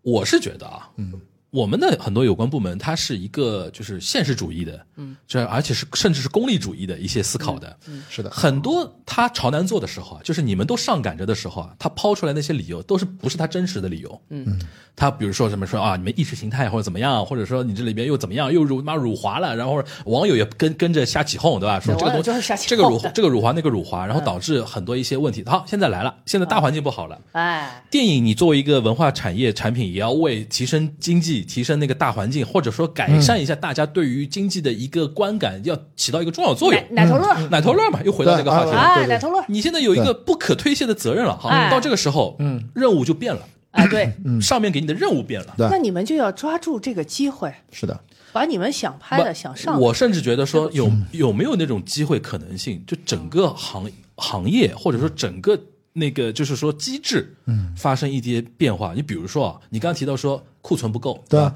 B: 我是觉得啊，嗯，我们的很多有关部门，它是一个就是现实主义的，嗯，这而且是甚至是功利主义的一些思考的，
D: 是的，
B: 很多他朝南做的时候啊，就是你们都上赶着的时候啊，他抛出来那些理由都是不是他真实的理由。嗯，他比如说什么说啊，你们意识形态或者怎么样，啊或者说你这里边又怎么样，又辱骂辱华了，然后网友也跟跟着瞎起哄，对吧？说
C: 对
B: 这个
C: 网
B: 东
C: 友就是瞎起
B: 这个辱
C: 哄的嗯
B: 这个辱华那个辱华，然后导致很多一些问题。好，现在来了，现在大环境不好了。
C: 哎，
B: 电影，你作为一个文化产业产品，也要为提升经济、提升那个大环境，或者说改善
C: 嗯
B: 一下大家对于经济的一个观感，要起到一个重要作用
C: 奶。奶头乐儿，
B: 奶头乐嘛，又回到这个话题
D: 对
B: 了。
D: 啊
C: 哎，
D: 对
C: 奶头乐儿，
B: 你现在有一个不可推卸的责任了，哈，
C: 哎
B: 到这个时候，嗯，任务就变了，
C: 哎，对，
D: 嗯
B: 上面给你的任务变了。
D: 对
C: 那你们就要抓住这个机会，
D: 是的，
C: 把你们想拍的、
B: 不
C: 想上的，
B: 我甚至觉得说有有没有那种机会可能性，就整个行行业或者说整个那个就是说机制，嗯，发生一些变化。你比如说啊，你刚刚提到说库存不够，
D: 对
B: 吧
D: 啊？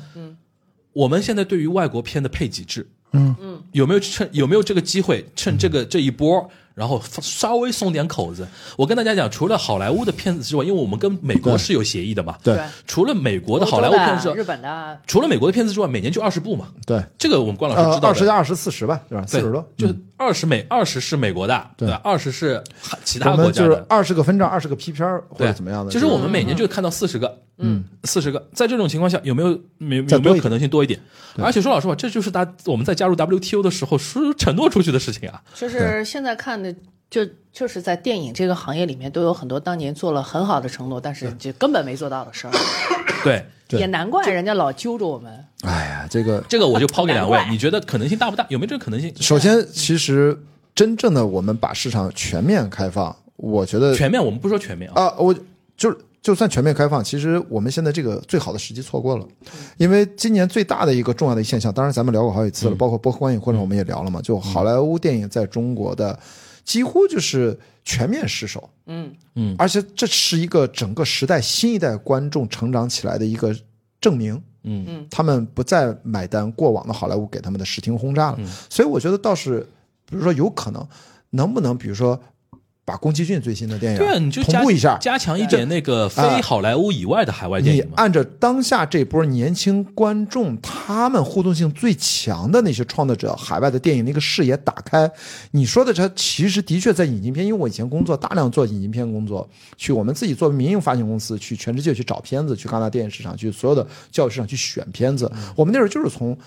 B: 我们现在对于外国片的配给制，嗯嗯，有没有趁有没有这个机会趁这个
D: 嗯
B: 这一波，然后放稍微松点口子？我跟大家讲，除了好莱坞的片子之外，因为我们跟美国
D: 对
B: 是有协议的嘛，
D: 对
B: 除了美国
C: 我
B: 的好莱坞片子
C: 日
B: 之外，
C: 本的，
B: 除了美国的片子之外，每年就二十部嘛，
D: 对，
B: 这个我们关老师
D: 呃
B: 知，道
D: 二
B: 的
D: 十。加二十四十吧，对吧？四
B: 对
D: 十多，嗯
B: 就二十美二十是美国的，
D: 对
B: 吧，二十是哈其
D: 我
B: 他国
D: 们
B: 家
D: 就是
B: 的，
D: 二十个分账，二十个批片儿或
B: 对，啊
D: 者怎么样的。
B: 其实
D: 就是
B: 我们每年就看到四十个，嗯，四十个，在这种情况下，有没有没
D: 再
B: 有
D: 多
B: 没有
D: 一点
B: 可能性多一点？而且说老实话，这就是大我们在加入 WTO 的时候说承诺出去的事情啊。
C: 就是现在看的，就就是在电影这个行业里面，都有很多当年做了很好的承诺，但是就根本没做到的事儿，
B: 对，
D: 对
C: 也难怪人家老揪着我们。
D: 哎呀，这个
B: 这个我就抛给两位
C: 难，怪
B: 你觉得可能性大不大？有没有这个可能性？
D: 首先，其实真正的我们把市场全面开放，我觉得
B: 全面我们不说全面啊，
D: 啊，我就就算全面开放，其实我们现在这个最好的时机错过了，因为今年最大的一个重要的现象，当然咱们聊过好几次了，
B: 嗯
D: 包括播客观影过程我们也聊了嘛，就好莱坞电影在中国的几乎就是全面失守，
C: 嗯
B: 嗯
D: 而且这是一个整个时代新一代观众成长起来的一个证明，
B: 嗯
C: 嗯
D: 他们不再买单过往的好莱坞给他们的视听轰炸
B: 嗯
D: 了。所以我觉得倒是，比如说有可能，能不能比如说把宫崎骏最新的电影
B: 对啊，你就
D: 同
B: 加
D: 步一下，
B: 加强一点那个非
D: 啊
B: 好莱坞以外的海外电
D: 你啊
B: 影嘛。
D: 按照当下这波年轻观众他们互动性最强的那些创作者，海外的电影的一个视野打开。你说的这其实的确在引进片，因为我以前工作大量做引进片工作，去我们自己做民营发行公司，去全世界去找片子，去戛纳电影市场，去所有的教育市场去选片子。我们那时候就是从。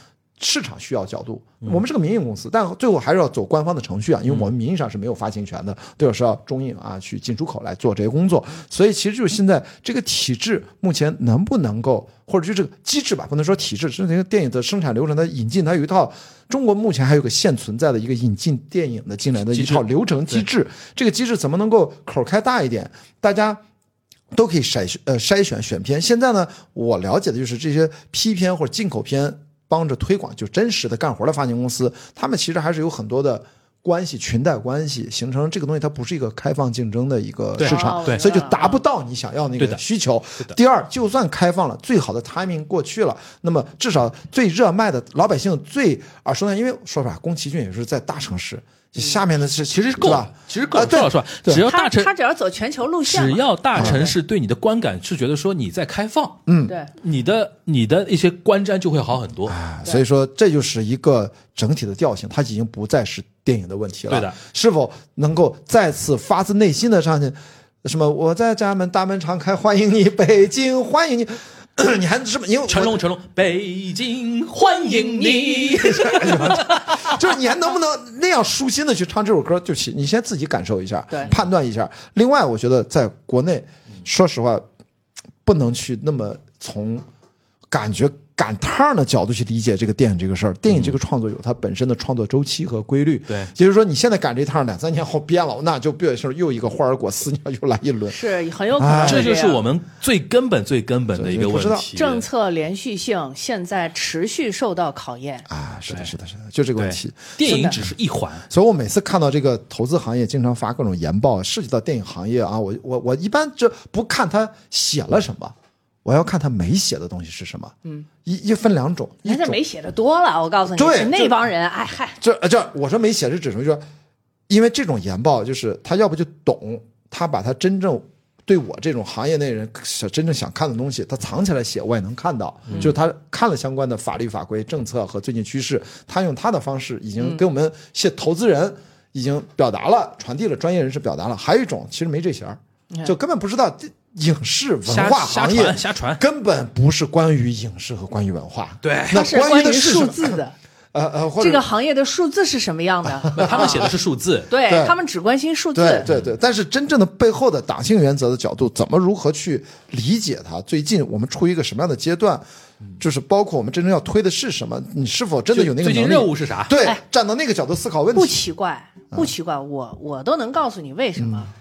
D: 市场需要角度，
B: 嗯
D: 我们是个民营公司，但最后还是要走官方的程序啊，因为我们名义上是没有发行权的，都要是要中影啊去进出口来做这些工作。所以其实就是现在这个体制目前能不能够，或者就这个机制吧，不能说体制，是那个电影的生产流程它引进，它有一套中国目前还有个现存在的一个引进电影的进来的一套
B: 机制
D: 流程机制，这个机制怎么能够口儿开大一点，大家。都可以筛选呃筛选选片。现在呢，我了解的就是这些批片或者进口片帮着推广，就真实的干活的发行公司，他们其实还是有很多的。关系、裙带关系，形成这个东西它不是一个开放竞争的一个市
C: 哦
D: 场，
B: 对啊
D: 所以就达不到你想要那
B: 对
D: 个
B: 的
D: 需求
B: 的。
D: 第二，就算开放了，最好的 timing 过去了，那么至少最热卖的老百姓最耳熟能，因为说实话，宫崎骏也是在大城市，下面的是
B: 嗯其实够
D: 是吧
B: 了，其实够了。
D: 啊对
B: 说老实话，
D: 对啊
B: 只要
C: 他
B: 大城，
C: 他只要走全球路线嘛，
B: 只要大城市对你的观感是觉得说你在开放，
D: 嗯
C: 对
B: 你的你的一些观瞻就会好很多。
D: 啊所以说这就是一个整体的调性，它已经不再是电影的问题了。
B: 对的，
D: 是否能够再次发自内心的上去？什么？我在家门大门常开，欢迎你，北京，欢迎你。 你还是不因为我
B: 成龙，成龙，北京欢迎你。
D: 就是你还能不能那样舒心的去唱这首歌？就行，你先自己感受一下，
C: 对
D: 判断一下。另外，我觉得在国内，
B: 嗯
D: 说实话，不能去那么从感觉赶趟儿的角度去理解这个电影这个事儿。电影这个创作有它本身的创作周期和规律，
B: 嗯对
D: 也就是说你现在赶这趟儿两三年后变了，那就变成又一个花儿果肆虐又来一轮。
C: 是很有可 能
B: 哎这
C: 这
B: 就是
C: 样
B: 我们最根本、最根本的一个问
D: 对不
B: 题。
C: 政策连续性现在持续受到考验。
D: 啊，是的，是的，是的，就这个
B: 对
D: 问题。
B: 电影只是一环，
D: 所以我每次看到这个投资行业经常发各种研报，涉及到电影行业啊，我我我一般这不看他写了什么，我要看他没写的东西是什么。嗯，一一分两种，一
C: 人家
D: 种
C: 没写的多了，我告诉你，
D: 对
C: 是那帮人，哎嗨，
D: 这呃这我说没写是指什么？就是因为这种研报，就是他要不就懂，他把他真正对我这种行业内人想真正想看的东西，他藏起来写，我也能看到。
B: 嗯
D: 就是他看了相关的法律法规、政策和最近趋势，他用他的方式已经给我
B: 嗯
D: 们些投资人已经表达了、传递了专业人士表达了。还有一种其实没这弦儿，就根本不知道这影视文
B: 嗯瞎
D: 化
B: 瞎
D: 行业
B: 传瞎传。
D: 根本不是关于影视和关于文化，
B: 对
D: 那
C: 它是关
D: 于的是什
C: 数
D: 么
C: 字的，
D: 呃呃， 或者
C: 这个行业的数字是什么样的？
B: 那他们写的是数字，
C: 对
D: 对
C: 他们只关心数字，
D: 对对对，但是真正的背后的党性原则的角度，怎么如何去理解它？最近我们处于一个什么样的阶段？就是包括我们真正要推的是什么？你是否真的有那个
B: 最
D: 能
B: 近
D: 力？
B: 任务是啥？
D: 对
C: 哎，
D: 站到那个角度思考问
C: 不
D: 题。
C: 奇怪，不奇怪，我我都能告诉你为什么。
D: 嗯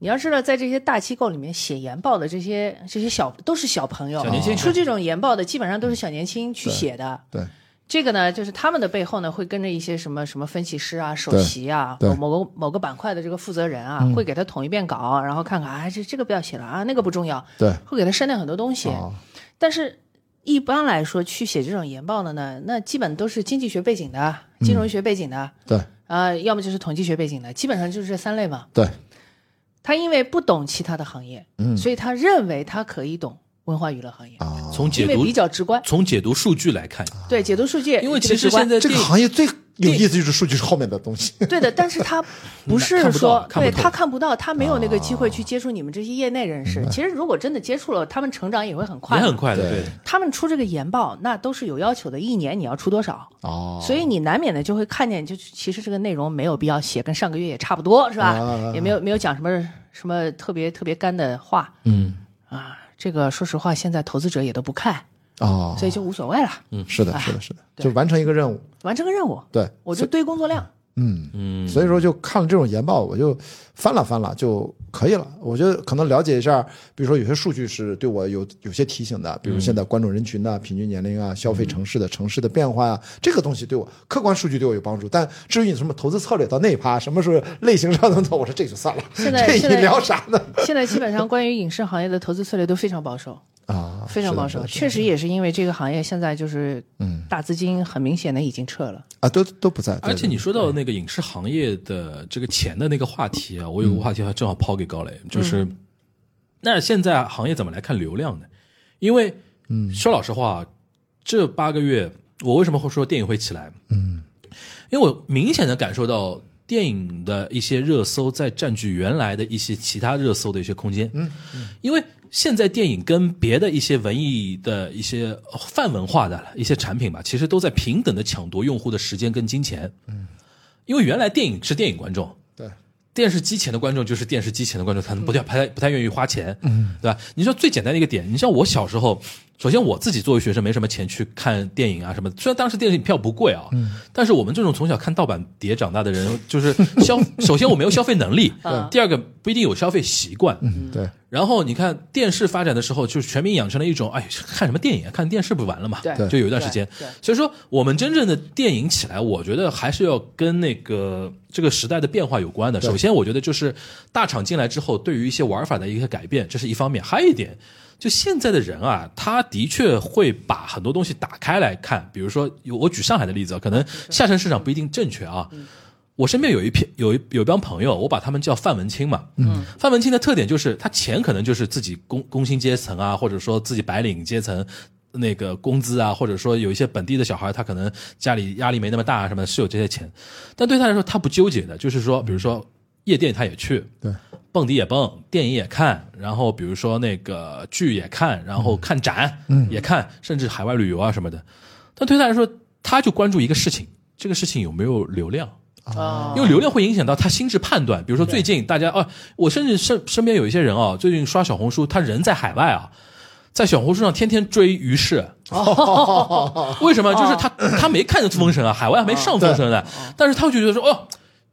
C: 你要知道，在这些大机构里面写研报的这些这些小都是小朋友，
B: 小年轻
C: 出这种研报的基本上都是小年轻去写的。
D: 对，
C: 这个呢，就是他们的背后呢，会跟着一些什么什么分析师啊、首席啊，
D: 对嗯
C: 某某个某个板块的这个负责人啊，会给他统一遍稿，然后看看，哎，这这个不要写了啊，那个不重要，
D: 对，
C: 会给他删掉很多东西。
B: 哦
D: 啊，
C: 但是一般来说，去写这种研报的呢，那基本都是经济学背景的、
B: 嗯
C: 金融学背景的，
D: 对
C: 呃，要么就是统计学背景的，基本上就是这三类嘛。
D: 对，
C: 他因为不懂其他的行业，嗯，所以他认为他可以懂文化娱乐行业，
D: 啊，
B: 从解
C: 因为
B: 读
C: 比较直观。
B: 从解读数据来看，
C: 对，解读数据，
B: 因为
C: 这个
B: 其
C: 直
B: 实
C: 观
B: 现在
D: 这个
B: 电
D: 行业最有意思就是数据是后面的东西。
C: 对的，但是他不
B: 看
C: 是
B: 不
C: 说
B: 到，看不啊
C: 对
B: 透
C: 他看不到，他没有那个机会去接触你们这些业内人士。其实如果真的接触了，他们成长也会很快
B: 也
C: 嘛。
B: 很快的，
D: 对
B: 对。
C: 他们出这个研报，那都是有要求的，一年你要出多少，
D: 哦
C: 所以你难免的就会看见，就其实这个内容没有必要写，跟上个月也差不多，是吧？也没有没有讲什么什么特别特别干的话，
B: 嗯
C: 啊，这个说实话，现在投资者也都不看，
D: 哦，
C: 所以就无所谓了，
B: 嗯
D: 是的，是
B: 哎
D: 的，是的，就完成一个任务。
C: 完成个任务，
D: 对，
C: 我就堆工作量。
B: 嗯，
D: 所以说就看了这种研报，我就翻了翻了就可以了。我觉得可能了解一下，比如说有些数据是对我有有些提醒
C: 嗯
D: 的，比如现在观众人群呐、平均年龄啊、消费城市的城市的变化啊，这个东西对我客观数据对我有帮助。但至于你什么投资策略到那一趴，什么是类型上等等，我说 这就算了，
C: 现在
D: 这
C: 现在
D: 你聊啥呢？
C: 现在基本上关于影视行业的投资策略都非常保守，
D: 啊，
C: 非常保守，确实也是因为这个行业现在就是，大资金很明显的已经撤了。
D: 啊，都都不在。对
B: 而且你说到那个影视行业的这个钱的那个话题啊，我有个话题还正好抛给高磊，就是那现在行业怎么来看流量呢？因为，嗯，说老实话，这八个月我为什么会说电影会起来？嗯，因为我明显的感受到电影的一些热搜在占据原来的一些其他热搜的一些空间。嗯，因为现在电影跟别的一些文艺的一些呃泛文化的一些产品吧，其实都在平等的抢夺用户的时间跟金钱。嗯，因为原来电影是电影观众，
D: 对嗯
B: 电视机前的观众就是电视机前的观众，他们不太不太不太愿意花钱，嗯，对吧？你说最简单的一个点，你像我小时候，首先我自己作为学生没什么钱去看电影啊什么，虽然当时电影票不贵啊，但是我们这种从小看盗版碟长大的人，就是消，首先我没有消费能力
C: 对，
B: 第二个不一定有消费习惯，
C: 嗯
F: 对，
B: 然后你看电视发展的时候，就是全民养成了一种，哎，看什么电影啊？看电视不完了嘛？
C: 对对
B: 就有一段时间
C: 对对。
B: 所以说，我们真正的电影起来，我觉得还是要跟那个这个时代的变化有关的。首先，我觉得就是大厂进来之后，对于一些玩法的一个改变，这是一方面；还有一点，就现在的人啊，他的确会把很多东西打开来看。比如说，有我举上海的例子啊，可能下沉市场不一定正确啊。我身边有一片有一有一帮朋友，我把他们叫范文清嘛。嗯，范文清的特点就是他钱可能就是自己工工薪阶层啊，或者说自己白领阶层。那个工资啊，或者说有一些本地的小孩，他可能家里压力没那么大啊，什么的是有这些钱，但对他来说他不纠结的，就是说，比如说夜店他也去，
F: 对，
B: 蹦迪也蹦，电影也看，然后比如说那个剧也看，然后看展也看，甚至海外旅游啊什么的。但对他来说，他就关注一个事情，这个事情有没有流量。
C: 啊
B: 因为流量会影响到他心智判断。比如说最近大家啊，我甚至身身边有一些人啊，最近刷小红书，他人在海外啊，在小红书上天天追于适。为什么？就是他他没看见封神啊，海外还没上封神呢，但是他就觉得说哦。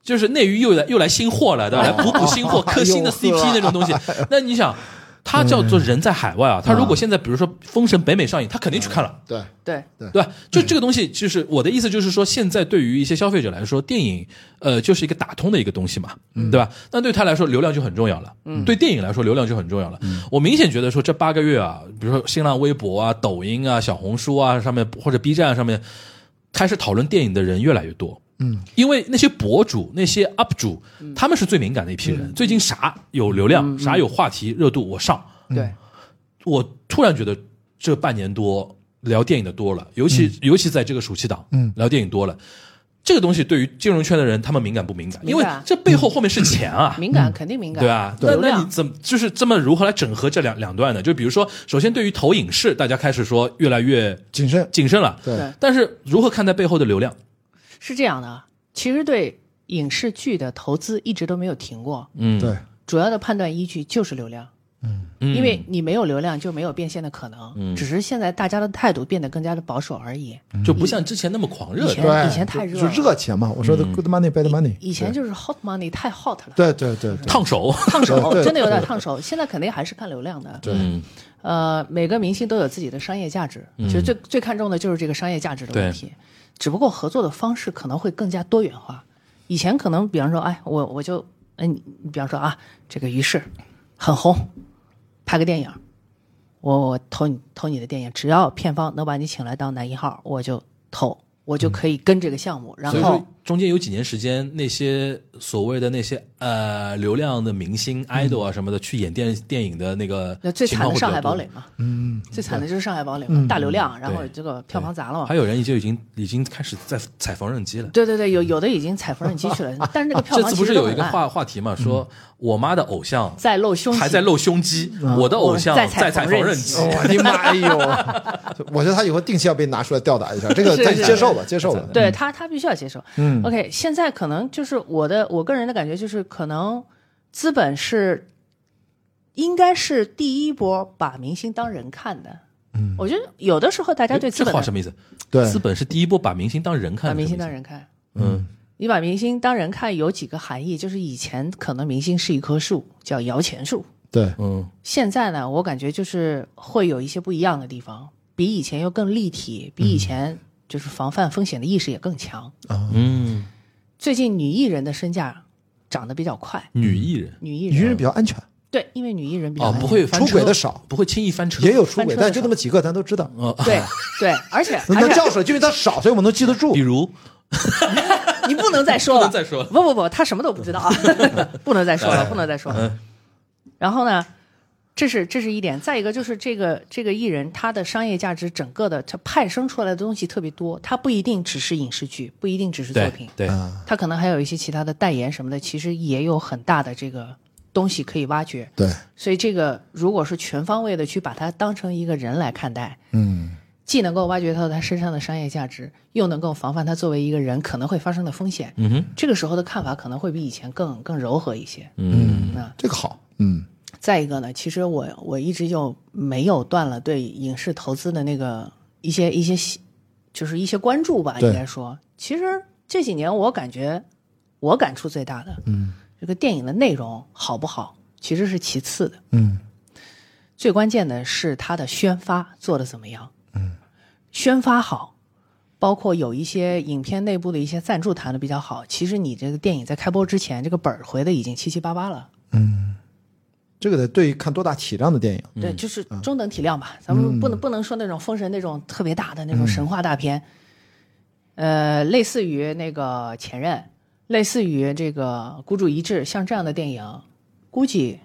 B: 就是内娱又来又来新货了，对吧？来补补新货，磕新的 CP 那种东西。那你想，他叫做人在海外啊，他如果现在比如说《封神》北美上映，他肯定去看了。
F: 对，
C: 对
B: 对吧？嗯就这个东西，就是我的意思，就是说，现在对于一些消费者来说，电影呃就是一个打通的一个东西嘛，对吧？那对他来说，流量就很重要了。对电影来说，流量就很重要了。我明显觉得说，这八个月啊，比如说新浪微博啊、抖音啊、小红书啊上面，或者 B 站啊上面，开始讨论电影的人越来越多。嗯，因为那些博主、那些 UP 主，他们是最敏感的一批人。最近啥有流量，啥有话题热度，我上。
C: 对，
B: 我突然觉得这半年多聊电影的多了，尤其、尤其在这个暑期档，嗯，聊电影多了。这个东西对于金融圈的人，他们敏感不敏感？
C: 敏
B: 因为
C: 感
B: 这背后后面是钱啊，
C: 敏感肯定敏感，
B: 对吧？那
C: 流
B: 那
C: 量
B: 你怎么就是这么如何来整合这两两段呢？就比如说，首先对于投影视，大家开始说越来越
F: 谨慎，
B: 谨慎了，
F: 对
C: 对
B: 但是如何看待背后的流量？
C: 是这样的。啊其实对影视剧的投资一直都没有停过，
B: 嗯，
F: 对，
C: 主要的判断依据就是流量，
B: 嗯，
C: 因为你没有流量就没有变现的可能，
F: 嗯
C: 只是现在大家的态度变得更加的保守而已。
B: 就不像之前那么狂热了。
C: 以前
F: 对，
C: 以前太热
F: 就
C: 了，
F: 热钱嘛。我说
C: 嗯
F: 的 good money bad money，
C: 以前就是 hot money 太 hot 了，
F: 对对对对，
B: 烫手，
C: 烫手，
F: 对
C: 真的有点烫手。现在肯定还是看流量的，对
B: 嗯，
C: 呃，每个明星都有自己的商业价值，其实最最看重的就是这个商业价值的问题，只不过合作的方式可能会更加多元化。以前可能，比方说，哎，我我就，嗯，你你比方说啊，这个于适很红，拍个电影，我我投你投你的电影，只要片方能把你请来当男一号，我就投，我就可以跟这个项目，
B: 嗯
C: 然
B: 所以
C: 后
B: 说中间有几年时间，那些所谓的那些呃流量的明星、idol 啊什么的，去演电电影的那个
C: 嗯那最
B: 情
C: 惨
B: 况
C: 的
B: 会比
C: 上
B: 较
C: 海
B: 多嗯
C: 堡垒。嘛，嗯，最惨的就是上海堡垒嘛，大流量，然后这个票房砸了嘛
B: 还。有人已经已经已经开始在踩缝纫机了。
C: 对对对，有有的已经踩缝纫机去了，但是那个票
B: 哦这
C: 房
B: 次
C: 其
B: 不是
C: 实都
B: 有
C: 很嗯
B: 一个
C: 烂。
B: 话话题嘛，说我妈的偶像
C: 在露胸肌，
B: 还在露胸肌，我的偶像
C: 嗯我在踩
B: 在踩
C: 缝
B: 缝
C: 纫
B: 纫
C: 机
B: 机。
F: 我的妈！ 哎呦，我觉得他以后定期要被拿出来吊打一下，这个
C: 是
F: 咱
C: 是
F: 接受吧，接受吧。
C: 对
B: 嗯
C: 他，他必须要接受。嗯，OK，现在可能就是我的我个人的感觉就是，可能资本是应该是第一波把明星当人看的。嗯，我觉得有的时候大家对资
B: 这
C: 本
B: 话
C: 的
B: 什么意思？
F: 对
B: 资本是第一波把明星当人看
C: 把
B: 的，
C: 明星
B: 什
C: 当
B: 么意思
C: 人看，
B: 嗯，
C: 你把明星当人看有几个含义，就是以前可能明星是一棵树，叫摇钱树。
F: 对，
B: 嗯
C: 现在呢，我感觉就是会有一些不一样的地方，比以前又更立体，比以前就是防范风险的意识也更强。
B: 嗯，
C: 最近女艺人的身价涨得比较快，
B: 女艺人
C: 女艺
F: 女
C: 人
F: 人比较安全，
C: 对，因为女艺人比
B: 哦，
C: 较安全
B: 不会翻
F: 出轨
B: 车
F: 的少，
B: 不会轻易翻车，
F: 也有出轨，
C: 翻车的嗯
F: 但就那么几个，咱都知道。
B: 呃，
C: 对对，而且
F: 能
C: 而且
F: 叫出来，就因为它少，所以我们能记得住
B: 比。如
C: 你不能再说
B: 不
C: 了，
B: 能再说了
C: 不不不，他什么都不知道啊，不能再说了，不能再说了。然后呢，这是这是一点，再一个就是这个这个艺人他的商业价值，整个的他派生出来的东西特别多，他不一定只是影视剧，不一定只是作
B: 对
C: 品，嗯
B: 对，
C: 他可能还有一些其他的代言什么的，其实也有很大的这个东西可以挖掘。
F: 对，
C: 所以这个如果是全方位的去把它当成一个人来看待，嗯，既能够挖掘到他身上的商业价值，又能够防范他作为一个人可能会发生的风险。嗯
B: 哼，
C: 这个时候的看法可能会比以前更更柔和一些。
B: 嗯
C: 啊，
F: 这个好，嗯，
C: 再一个呢，其实我我一直就没有断了对影视投资的那个一些一些喜，就是一些关注吧，
D: 对
C: 应该说，其实这几年我感觉我感触最大的，嗯，这个电影的内容好不好，其实是其次的，
D: 嗯，
C: 最关键的是它的宣发做的怎么样，嗯，宣发好。包括有一些影片内部的一些赞助谈的比较好，其实你这个电影在开播之前，这个本儿回的已经七七八八了，
D: 这个得对于看多大体量的电影，
C: 对，就是中等体量吧。咱们不能不能说那种《封神》那种特别大的那种神话大片，呃，类似于那个《前任》，类似于这个《孤注一掷》，像这样的电影，估计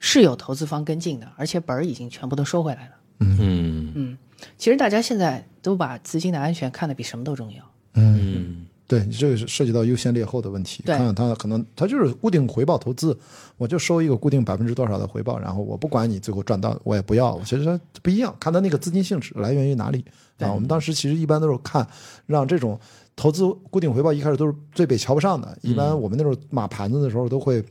C: 是有投资方跟进的，而且本儿已经全部都收回来了。
B: 嗯
C: 其实大家现在都把资金的安全看得比什么都重要。
B: 嗯
D: 对，这个是涉及到优先劣后的问题。
C: 对
D: 看看它可能它就是固定回报投资，我就收一个固定百分之多少的回报，然后我不管你最后赚到，我也不要。我其实它不一样，看它那个资金性质来源于哪里啊。我们当时其实一般都是看让这种投资固定回报一开始都是最被瞧不上的，一般我们那种码盘子的时候都会。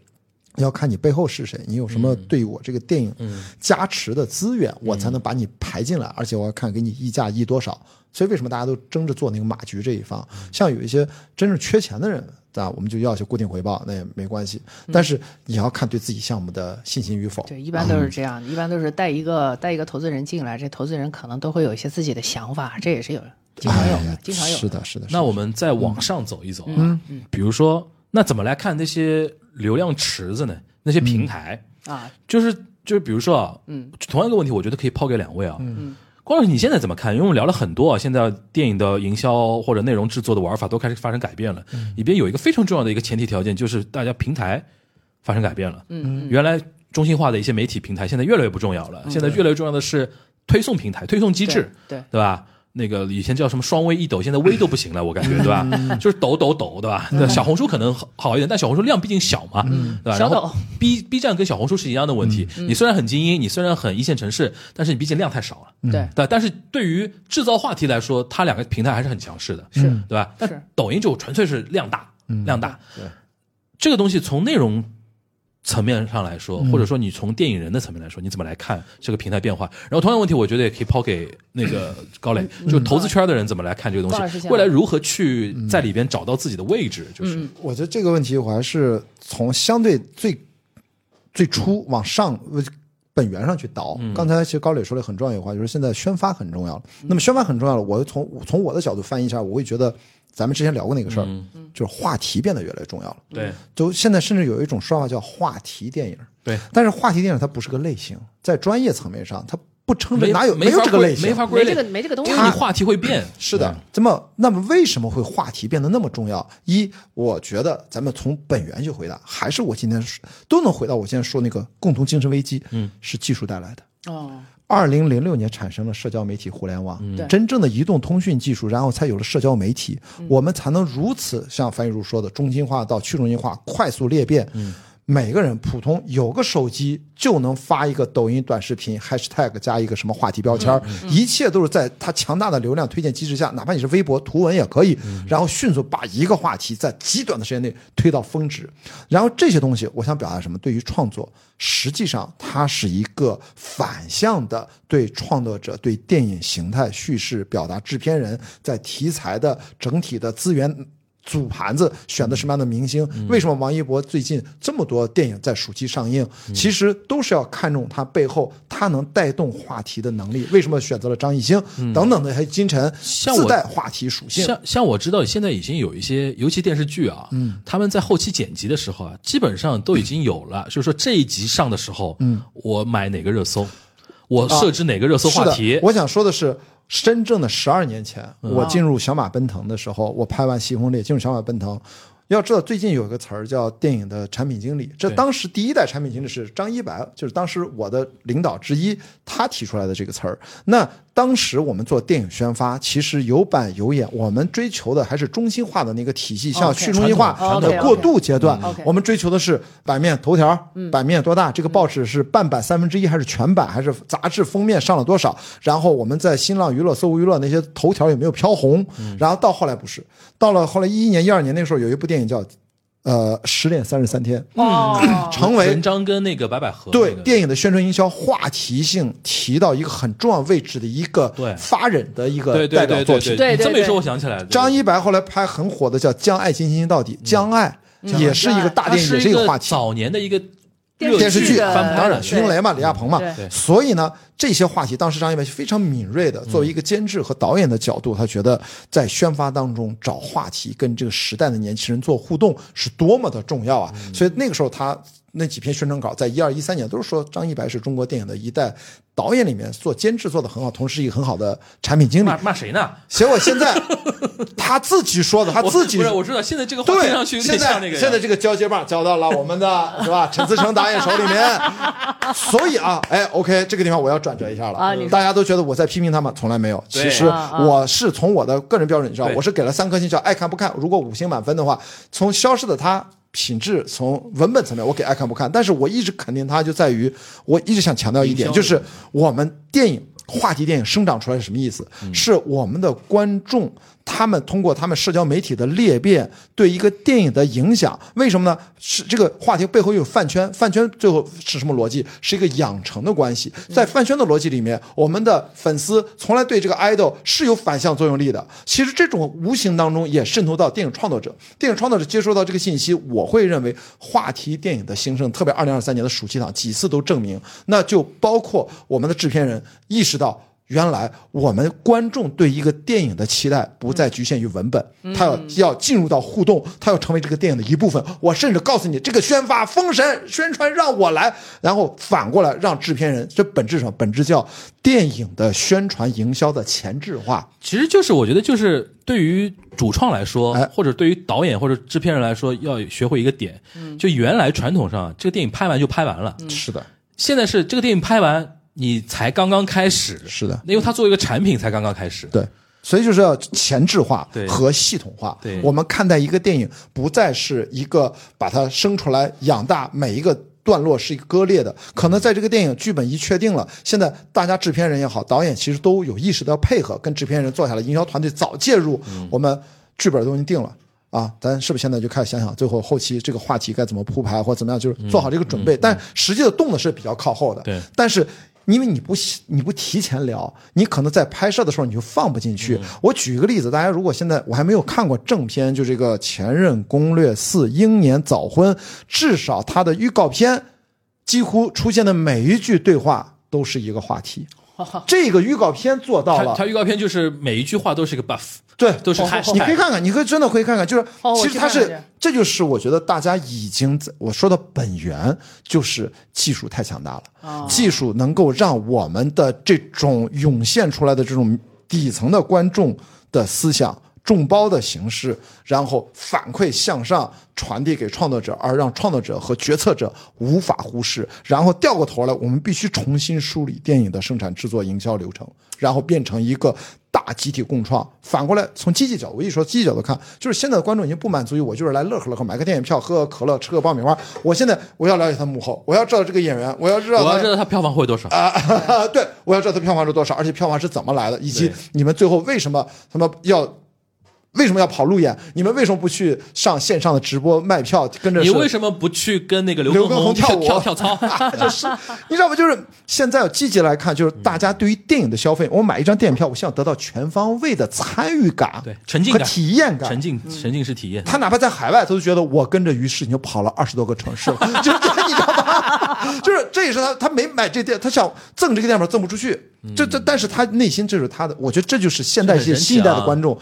D: 要看你背后是谁，你有什
C: 嗯
D: 么对我这个电影加持的资源，我才能把你排进来，而且我要看给你议价议多少。所以为什么大家都争着做那个马局这一方？
C: 嗯
D: 像有一些真是缺钱的人，啊，我们就要求固定回报，那也没关系。但是也要看对自己项目的信心与否。
C: 嗯对，一般都是这 样，一般都是带一个带一个投资人进来，这投资人可能都会有一些自己的想 法，这也是有经常有的，经常有
D: 哎是
C: 的。
D: 的，是的。是的
B: 那我们再往上走一走啊，比如说，那怎么来看那些流量池子呢？那些平台，
C: 啊，
B: 就是就是，比如说啊，嗯，同样一个问题，我觉得可以抛给两位啊，嗯，关老师，你现在怎么看？因为我们聊了很多啊，现在电影的营销或者内容制作的玩法都开始发生改变了，里边有一个非常重要的一个前提条件，就是大家平台发生改变了，嗯，原来中心化的一些媒体平台现在越来越不重要了，现在越来越重要的是推送平台、推送机制，
C: 对对
B: 对吧？那个以前叫什么双微一抖，现在微都不行了，我感觉对吧？就是抖抖抖，对吧？那小红书可能好好一点，但小红书量毕竟小嘛，对吧？
C: 小
B: 然
C: 抖
B: 后 B B 站跟小红书是一样的问题，你虽然很精英，你虽然很一线城市，但是你毕竟量太少
D: 嗯
B: 了。
C: 对，
B: 对，但是对于制造话题来说，它两个平台还是很强势的，
C: 是
B: 对吧？
C: 是
B: 但抖音就纯粹是量大，
C: 嗯
B: 量大。这个东西从内容层面上来说，
C: 嗯
B: 或者说你从电影人的层面来说，你怎么来看这个平台变化？然后同样问题，我觉得也可以抛给那个高磊，就投资圈的人怎么来看这个
C: 嗯高
B: 东
C: 老师
B: 西，
C: 先
B: 未来
C: 来嗯
B: 如何去在里边找到自己的位置？就是
D: 我觉得这个问题，我还是从相对最最初往上呃本源上去倒。
B: 嗯
D: 刚才其实高磊说了很重要一句话，就是现在宣发很重要了。那么宣发很重要了，我从从我的角度翻译一下，我会觉得咱们之前聊过那个事儿，就是话题变得越来越重要了。
B: 嗯对
D: 就现在甚至有一种说法叫话题电影，
B: 对，
D: 但是话题电影它不是个类型，在专业层面上它不称之
B: 没
D: 哪有
B: 没
D: 有
B: 法
D: 这个
B: 归
D: 类型，
B: 没法
C: 没
B: 归类
C: 这个，没这个东西啊
B: 因为。你话题会变，
D: 是
B: 嗯
D: 的，那么那么为什么会话题变得那么重要？一，我觉得咱们从本源去回答，还是我今天说都能回到我现在说那个共同精神危机，嗯，是技术带来的。
C: 哦，
D: 二零零六年产生了社交媒体互联网，
C: 对
D: 真正的移动通讯技术，然后才有了社交媒体，我们才能如此像樊玉茹说的，中心化到去中心化，快速裂变。每个人普通有个手机就能发一个抖音短视频 hashtag 加一个什么话题标签儿，一切都是在它强大的流量推荐机制下，哪怕你是微博图文也可以，然后迅速把一个话题在极短的时间内推到峰值。然后这些东西，我想表达什么？对于创作，实际上它是一个反向的对创作者、对电影形态、叙事表达、制片人在题材的整体的资源组盘子选的什么样的明星？
B: 嗯
D: 为什么王一博最近这么多电影在暑期上映？其实都是要看重他背后他能带动话题的能力。为什么选择了张艺兴等等的，还有金晨
B: 嗯像我
D: 自带话题属性？
B: 像像我知道现在已经有一些，尤其电视剧啊，嗯，他们在后期剪辑的时候啊，基本上都已经有
D: 嗯
B: 了，就是说这一集上的时候，嗯，我买哪个热搜，我设置哪个热搜话
D: 啊是
B: 题嗯
D: 的，，我想说的是，真正的十二年前，我进入小马奔腾的时候，我拍完《西风烈》进入小马奔腾。要知道，最近有一个词儿叫电影的产品经理，这
B: 对
D: 当时第一代产品经理是张一白，就是当时我的领导之一，他提出来的这个词儿。那当时我们做电影宣发，其实有板有眼，我们追求的还是中心化的那个体系，像
B: 哦
C: OK，
D: 去中心化
C: 传统
D: 的
C: 传统
D: 过渡阶段
C: 嗯，OK
D: 我们追求的是版面头条，版面多大，这个报纸是半版、三分之一还是全版，还是杂志封面上了多少？然后我们在新浪娱乐、搜狐娱乐那些头条有没有飘红？然后到后来不是，到了后来一一年、一二年那个时候有一部电影叫。呃十点三十三天，
C: 哦，
D: 成为
B: 文章跟那个白百合
D: 对
B: 那个
D: 电影的宣传营销话题性提到一个很重要位置的一个
B: 对
D: 发人的一个
B: 对
D: 代
B: 对
D: 表
B: 对
D: 作
B: 对
D: 品。
B: 对，
C: 对
B: 你
C: 对
B: 这么一
C: 对
B: 说，我想起来了，
D: 张一白后来拍很火的叫《将爱进行到
B: 嗯
D: 底》，将爱也是一个大
B: 它
D: 电影，也
B: 是
D: 是
B: 一
D: 一个话题。
B: 早年的一个
C: 电
D: 电视
C: 剧
D: 剧
C: 的
B: 翻拍
D: 当然
B: 的
D: 徐静蕾嘛，李亚鹏嘛
C: 对，
B: 对
D: 所以呢，这些话题当时张一白是非常敏锐的。作为一个监制和导演的角度，他觉得在宣发当中找话题，跟这个时代的年轻人做互动是多么的重要啊！
B: 嗯
D: 所以那个时候他。那几篇宣传稿在一二一三年都是说张一白是中国电影的一代导演里面做监制做得很好，同时是一个很好的产 品经理
B: 骂。骂谁呢？
D: 结果现在他自己说的，他
B: 我
D: 自己
B: 不是我知道，现在这个话听
D: 对，
B: 上去有
D: 现
B: 点
D: 在
B: 像那个
D: 现在这个交接棒交到了我 们的是吧？陈思诚导演手里面，所以啊，哎，OK，这个地方我要转折一下了。
C: 啊你说
D: 大家都觉得我在批评他们，从来没有。
B: 对
D: 其实
C: 啊啊
D: 我是从我的个人标准上，
B: 对
D: 我是给了三颗星，叫爱看不看。如果五星满分的话，从消失的他。品质从文本层面，我给爱看不看，但是我一直肯定它，就在于我一直想强调一点，
B: 营销
D: 就是我们电影话题电影生长出来是什么意思？
B: 嗯
D: 是我们的观众他们通过他们社交媒体的裂变对一个电影的影响。为什么呢？是这个话题背后又有饭圈，饭圈最后是什么逻辑？是一个养成的关系。
B: 嗯
D: 在饭圈的逻辑里面，我们的粉丝从来对这个 idol 是有反向作用力的。其实这种无形当中也渗透到电影创作者，电影创作者接收到这个信息，我会认为话题电影的兴盛，特别二零二三年的暑期档几次都证明，那就包括我们的制片人意识到。原来我们观众对一个电影的期待不再局限于文本，他要要进入到互动，他要成为这个电影的一部分。我甚至告诉你，这个宣发封神宣传让我来，然后反过来让制片人，这本质上本质叫电影的宣传营销的前置化。
B: 其实就是我觉得就是对于主创来说，
D: 哎
B: 或者对于导演或者制片人来说，要学会一个点，
D: 嗯
B: 就原来传统上这个电影拍完就拍完了，
D: 是的，
B: 现在是这个电影拍完你才刚刚开始，
D: 是的，
B: 因为它作为一个产品才刚刚开始，
D: 对，所以就是要前置化
B: 对
D: 和系统化。
B: 对
D: 我们看待一个电影，不再是一个把它生出来养大，每一个段落是一个割裂的。可能在这个电影剧本一确定了，现在大家制片人也好，导演其实都有意识的要配合，跟制片人坐下来，营销团队早介入，
B: 嗯
D: 我们剧本都已经定了。啊，咱是不是现在就开始想想最后后期这个话题该怎么铺排或怎么样，就是做好这个准备。但实际的动的是比较靠后的，
B: 嗯对
D: 但是因为你不你不提前聊，你可能在拍摄的时候你就放不进去。我举一个例子，大家如果现在我还没有看过正片，就这个《前任攻略四：英年早婚》，至少它的预告片几乎出现的每一句对话都是一个话题。这个预告片做到
B: 它
D: 了，
B: 它预告片就是每一句话都是一个 buff，
D: 对，哦
B: 都是 hashtag
D: 你可以看看，你可以真的可以看看，就是、
C: 哦我
D: 其实
C: 去看
D: 它是
C: 看去，
D: 这就是我觉得大家已经在我说的本源就是技术太强大了，
C: 哦
D: 技术能够让我们的这种涌现出来的这种底层的观众的思想。众包的形式，然后反馈向上传递给创作者，而让创作者和决策者无法忽视。然后掉过头来，我们必须重新梳理电影的生产、制作、营销流程，然后变成一个大集体共创。反过来，从积极角度，我一说积极角度看，就是现在的观众已经不满足于我就是来乐呵乐呵，买个电影票，喝个可乐，吃个爆米花。我现在我要了解他幕后，我要知道这个演员，我要知道
B: 我
D: 他
B: 要知道它票房会多少，
D: 啊，对，我要知道它票房是多少，而且票房是怎么来的，以及
B: 对
D: 你们最后为什么他们要。为什么要跑路演？你们为什么不去上线上的直播卖票？跟着
B: 你
D: 是
B: 为什么不去跟那个
D: 刘
B: 刘
D: 畊
B: 畊
D: 宏
B: 宏
D: 跳
B: 跳
D: 舞
B: 跳跳 操？
D: 就是你知道吗？就是现在积极来看，就是大家对于电影的消费，我买一张电影票，我希望得到全方位的参与感，
B: 对沉浸
D: 和
B: 感
D: 体验感，
B: 沉浸沉浸式体验，
D: 他哪怕在海外，他都觉得我跟着于适已经跑了二十多个城市了， 就是你知道吧？ 就是这也是他他没买这电，他想赠这个电影赠不出去，这这，但是他内心这是他的，我觉得这就是现代
B: 嗯这很
D: 性
B: 神奇
D: 新一代的
B: 啊
D: 观众，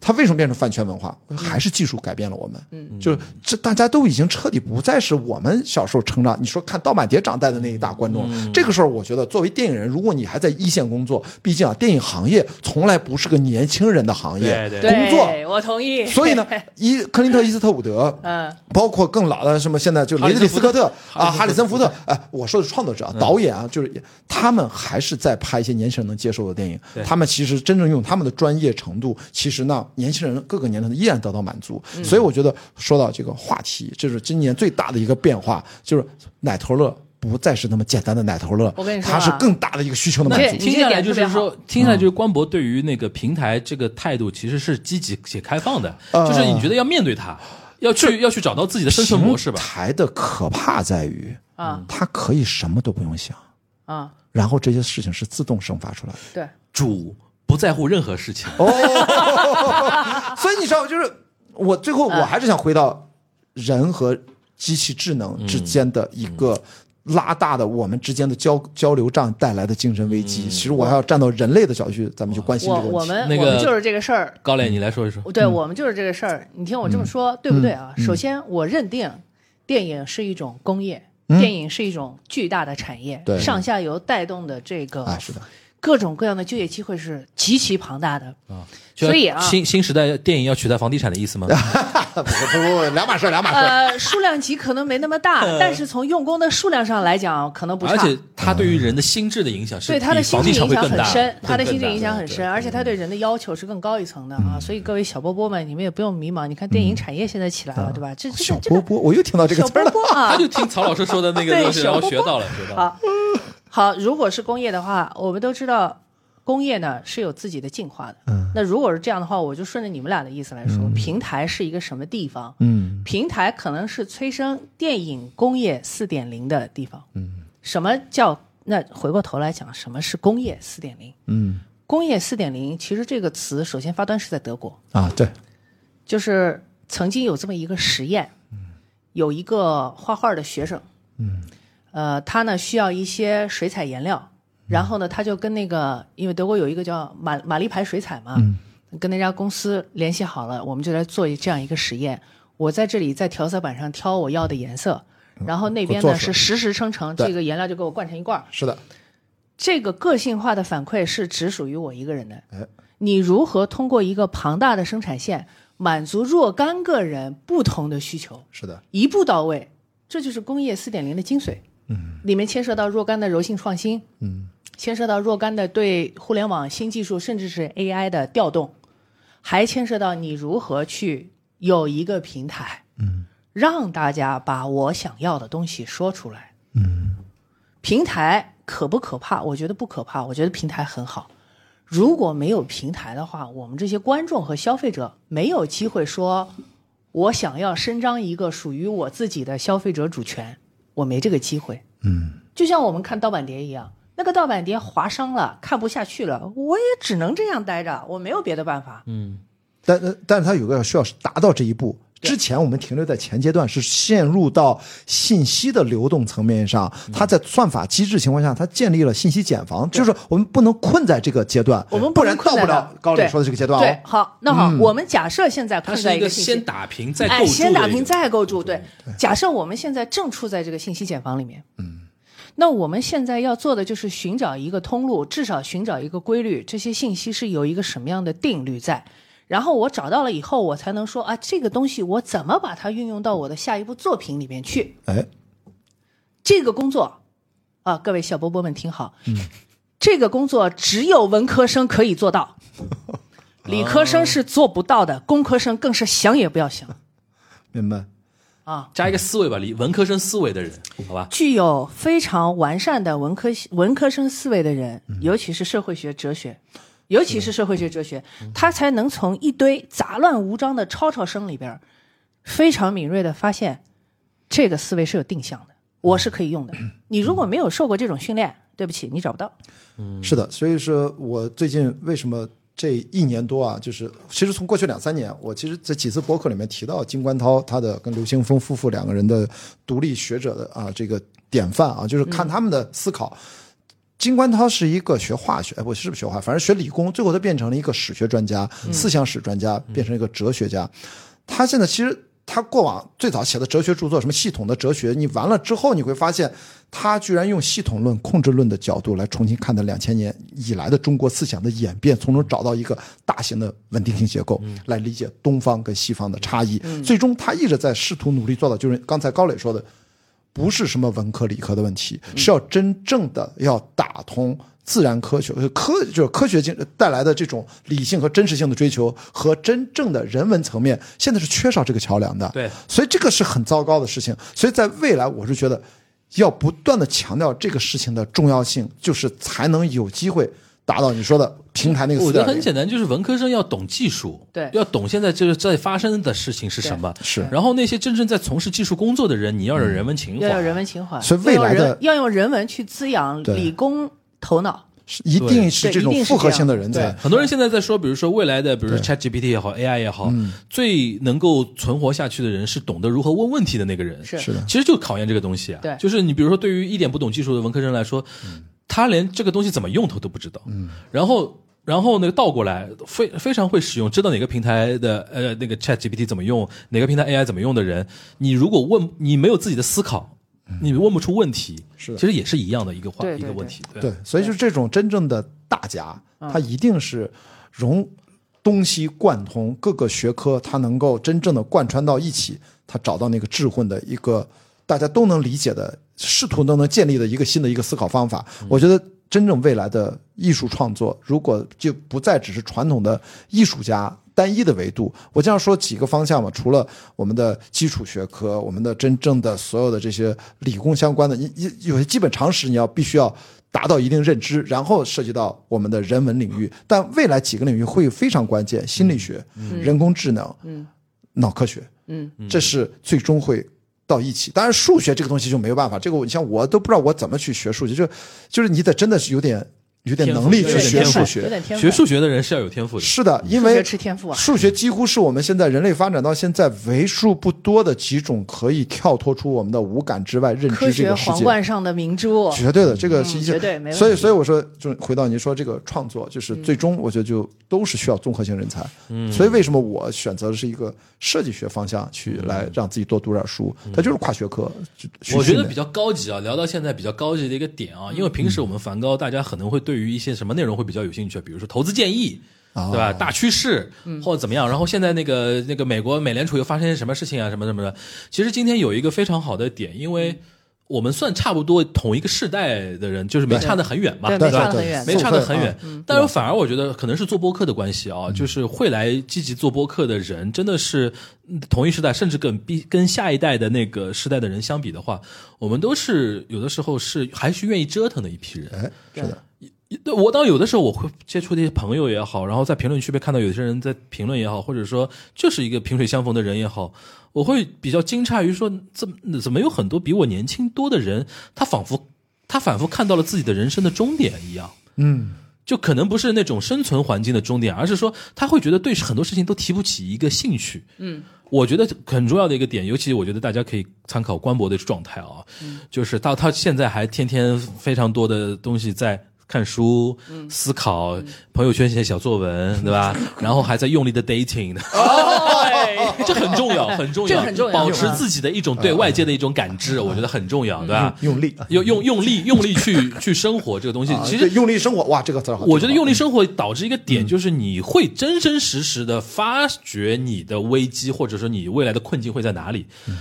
D: 他为什么变成饭圈文化？还是技术改变了我们，
B: 嗯
D: 就是这大家都已经彻底不再是我们小时候成长，你说看盗版碟长大的那一大观众
B: 嗯
D: 了。这个时候，我觉得作为电影人，如果你还在一线工作，毕竟啊，电影行业从来不是个年轻人的行业，
B: 对对
D: 工作
C: 对，我同 意。
D: 所以呢，伊克林特伊斯特伍德，
C: 嗯，
D: 包括更老的什么，现在就雷德利斯科特啊，哈
B: 哈
D: 里
B: 里
D: 森
B: 森
D: 福
B: 福
D: 特，哎，我说的是创作者、啊、导演啊，就是他们还是在拍一些年轻人能接受的电影。他们其实真正用他们的专业程度，其实呢，年轻人各个年龄层依然得到满足。所以我觉得说到这个话题，这是今年最大的一个变化，就是奶头乐。不再是那么简单的奶头乐，
C: 我跟你说啊
D: 它是更大的一个需求的满
C: 那
D: 足
C: 这。
B: 听下来就
C: 你这点
B: 是
C: 特别
B: 说，听下来就是官博对嗯于那个平台这个态度其实是积极且开放的，就是你觉得要面对它，要去要去找到自己的生存模式吧
D: 平。台的可怕在于，
C: 啊
D: 它可以什么都不用想，
C: 啊，
D: 然后这些事情是自动生发出来的。
C: 对，
B: 主不在乎任何事情，
D: 哦 所以你知道，就是我最后我还是想回到人和机器智能之间的一个拉大的我们之间的交交流障带来的精神危机。其实我还要站到人类的角度去，嗯咱们去关心
C: 我
D: 这个
C: 我
D: 问题。
C: 们
B: 那
C: 我们
B: 个
C: 就是这个事儿，
B: 高磊，你来说一说。
C: 对我们就是这个事儿。你听我这么说，对不对啊？首先，我认定电影是一种工业，电影是一种巨大的产业，
D: 对
C: 上下游带动的这个
D: 哎，是的，
C: 各种各样的就业机会是极其庞大的。
B: 就
C: 所以啊
B: 新新时代电影要取代房地产的意思吗？
D: 不 不不，两码事儿，两码事儿。
C: 呃，数量级可能没那么大，但是从用工的数量上来讲，可能不差。
B: 而且它对于人的心智的影响是
C: 对他的
B: 比
C: 心
B: 房
C: 智
B: 地产
C: 影
B: 会
C: 响
B: 更
C: 很
B: 大。
C: 深，他的
D: 更
C: 心智
D: 大
C: 影响
D: 对
C: 很
D: 对
C: 深，而且他对人的要求是更高一层的啊。所以各位小波波们，你们也不用迷茫，你看电影产业现在起来了，对吧？这这
D: 小
C: 个这
D: 波
C: 个
D: 波，我又听到这个
C: 小
D: 词儿
C: 波
D: 了。
C: 波啊
B: 他，就听曹老师说的那 个
C: 对
B: 东西，然后
C: 小
B: 学到了，学到 了。
C: 好，好，如果是工业的话，我们都知道工业呢是有自己的进化的。嗯，那如果是这样的话，我就顺着你们俩的意思来说，平台是一个什么地方？嗯，平台可能是催生电影工业四点零的地方。嗯，什么叫？那回过头来讲，什么是工业四点零？嗯，工业四点零其实这个词首先发端是在德国，
D: 啊，对，
C: 就是曾经有这么一个实验，有一个画画的学生，嗯，呃，他呢需要一些水彩颜料，然后呢，他就跟那个，因为德国有一个叫马马利牌水彩嘛，
D: 嗯
C: 跟那家公司联系好了，我们就来做一这样一个实验。我在这里在调色板上挑我要的颜色，然后那边
D: 我
C: 呢
D: 做出
C: 是
D: 来
C: 实时生成，这个颜料就给我灌成一罐儿。
D: 是的，
C: 这个个性化的反馈是只属于我一个人的。你如何通过一个庞大的生产线，满足若干个人不同的需求，
D: 是的，
C: 一步到位，这就是工业四点零的精髓。嗯，里面牵涉到若干的柔性创新，嗯，牵涉到若干的对互联网新技术甚至是 AI 的调动，还牵涉到你如何去有一个平台，嗯，让大家把我想要的东西说出来。嗯平台可不可怕？我觉得不可怕，我觉得平台很好。如果没有平台的话，我们这些观众和消费者没有机会说，我想要伸张一个属于我自己的消费者主权，我没这个机会。嗯，就像我们看盗版碟一样，那个盗版碟划伤了，看不下去了，我也只能这样待着，我没有别的办法。
D: 但呃但是它有个需要达到这一步。之前我们停留在前阶段，是陷入到信息的流动层面上，
C: 嗯
D: 它在算法机制情况下，它建立了信息茧房，就是我们不能困在这个阶段，
C: 我们
D: 不
C: 能
D: 然到
C: 困在
D: 不
C: 那儿
D: 了高磊说的这个阶段
C: 对
D: 哦，。
C: 好，那好，我们假设现在
B: 它
C: 困
B: 是
C: 在
B: 一
C: 个
B: 个
C: 信息
B: 先打平再
C: 哎，
B: 构筑，
C: 先打平，再构筑。对，假设我们现在正处在这个信息茧房里面，嗯，那我们现在要做的就是寻找一个通路，至少寻找一个规律，这些信息是有一个什么样的定律在。然后我找到了以后，我才能说啊，这个东西我怎么把它运用到我的下一部作品里面去？
D: 哎，
C: 这个工作啊，各位小波波们听好， 这个工作只有文科生可以做 到，理科生是做不到的，工科生更是想也不要想。
D: 明白。
B: 加一个思维吧，理文科生思维的人，好吧？
C: 具有非常完善的文科文科生思维的人，
D: 嗯
C: 尤其是社会学哲学，尤其是社会学哲学，他才能从一堆杂乱无章的吵吵声里边儿，非常敏锐的发现这个思维是有定向的，我是可以用的。
D: 嗯
C: 你如果没有受过这种训练，对不起，你找不到。
D: 是的，所以说我最近为什么这一年多啊，就是其实从过去两三年，我其实在几次博客里面提到金冠涛他的跟刘青峰夫妇两个人的独立学者的啊这个典范啊，就是看他们的思考。金冠涛是一个学化学，哎，不是不是学化，反正学理工，最后他变成了一个史学专家、思想史专家，变成一个哲学家。他现在其实他过往最早写的哲学著作，什么系统的哲学，你完了之后，你会发现他居然用系统论、控制论的角度来重新看待两千年以来的中国思想的演变，从中找到一个大型的稳定性结构，来理解东方跟西方的差异。最终，他一直在试图努力做到，就是刚才高磊说的，不是什么文科理科的问题，是要真正的要打通自然科学呃科就是科学精带来的这种理性和真实性的追求和真正的人文层面，现在是缺少这个桥梁的。
B: 对
D: 所以这个是很糟糕的事情。所以在未来，我是觉得要不断的强调这个事情的重要性，就是才能有机会。达到你说的平台那个
B: 嗯我
D: 四
B: 觉得
D: 点
B: 很
D: 零。
B: 简单，就是文科生要懂技术，
C: 对
B: 要懂现在就是在发生的事情是什么，
D: 是嗯
B: 然后那些真正在从事技术工作的人，你要有人文情怀，
C: 要有人文情怀，
D: 所以未来的
C: 要用人要用人文去滋养
D: 对
C: 理工头脑。
D: 一定是
C: 对
D: 这
C: 一
D: 种
C: 定是
D: 复合
C: 这样
D: 性的人才
C: 对，
B: 很多人现在在说，比如说未来的，比如说 ChatGPT 也好，AI 也好，最能够存活下去的人是懂得如何问问题的那个人。
C: 是
D: 是的
B: 其实就考验这个东西啊。
C: 对
B: 就是你比如说，对于一点不懂技术的文科生来说，他连这个东西怎么用他都不知道。嗯，然后。然后那个倒过来，非非常会使用，知道哪个平台的呃那个 Chat GPT 怎么用，哪个平台 AI 怎么用的人，你如果问你没有自己的思考，你问不出问题，
D: 是的
B: 其实也是一样的一个话
C: 对
B: 一个
C: 对
B: 问
C: 对
B: 题。
D: 对，嗯所以就是这种真正的大家，他一定是融东西贯通各个学科，他能够真正的贯穿到一起，他找到那个智慧的一个大家都能理解的，试图都能建立的一个新的一个思考方法。我觉得。真正未来的艺术创作，如果就不再只是传统的艺术家单一的维度，我这样说几个方向嘛，除了我们的基础学科，我们的真正的所有的这些理工相关的，你你有些基本常识你要必须要达到一定认知，然后涉及到我们的人文领域。
C: 嗯
D: 但未来几个领域会非常关键，心理学、人工智能、
C: 嗯
D: 脑科学，
C: 嗯，
D: 这是最终会到一起。当然，数学这个东西就没有办法，这个我你像我都不知道我怎么去学数学，就就是你得真的是有点有点
B: 天赋
D: 能力
B: 有
D: 去
B: 点
D: 学
B: 天赋
D: 数
C: 有
D: 学。
C: 点天赋，
B: 学数学的人是要有天赋的。
D: 是的，因
C: 数学
D: 为
C: 吃天赋啊。
D: 数学几乎是我们现在人类发展到现在为数不多的几种可以跳脱出我们的五感之外认
C: 科
D: 知这
C: 学
D: 个世
C: 皇
D: 界。
C: 冠上的明珠，
D: 绝
B: 嗯
D: 对的，这个是一
C: 嗯绝对没问题嗯
D: 所以，所以我说，就是回到您说这个创作，就是最终我觉得就都是需要综合性人才。嗯，所以为什么我选择的是一个设计学方向去来让自己多读点书？它就是跨学科。就
B: 嗯
D: 去
B: 我觉
D: 训
B: 得
D: 练
B: 比较高级啊，聊到现在比较高级的一个点啊，因为平时我们梵高大家可能会对于一些什么内容会比较有兴趣，比如说投资建议。对吧？大趋势或者怎么样？然后现在那个那个美国美联储又发生些什么事情啊？什么什么的？其实今天有一个非常好的点，因为我们算差不多同一个世代的人，就是没差得很远嘛，
C: 对
B: 吧
C: 没差得很
D: 对
C: 远，嗯
B: 没差得很远
D: 啊。
B: 但是反而我觉得可能是做播客的关系啊，就是会来积极做播客的人，真的是嗯同一时代，甚至跟比跟下一代的那个时代的人相比的话，我们都是有的时候是还是愿意折腾的一批人。
D: 哎，是的，
B: 对我到有的时候我会接触的一些朋友也好，然后在评论区被看到有些人在评论也好，或者说就是一个萍水相逢的人也好，我会比较惊诧于说，怎么怎么有很多比我年轻多的人，他仿佛他反复看到了自己的人生的终点一样。
D: 嗯，
B: 就可能不是那种生存环境的终点，而是说他会觉得对很多事情都提不起一个兴趣。嗯，我觉得很重要的一个点，尤其我觉得大家可以参考官博的状态啊，
C: 嗯
B: 就是到他现在还天天非常多的东西在。看书、
C: 嗯
B: 思考，朋友圈写小作文，对 吧？然后还在用力的 dating 的，这很重要，很重要，
C: 哦这个很重要
B: 保持自己的一种对外界的一种感知，我觉得很重要，对吧？
D: 嗯用力，
B: 用用用力用力去去生活这个东西，
D: 啊
B: 啊其实
D: 对用力生活，啊哇，这个词儿好。嗯
B: 我觉得用
D: 力
B: 力生活导致一个点，就是你会真真实实的发觉你的危机，或者说你未来的困境会在哪里。
D: 嗯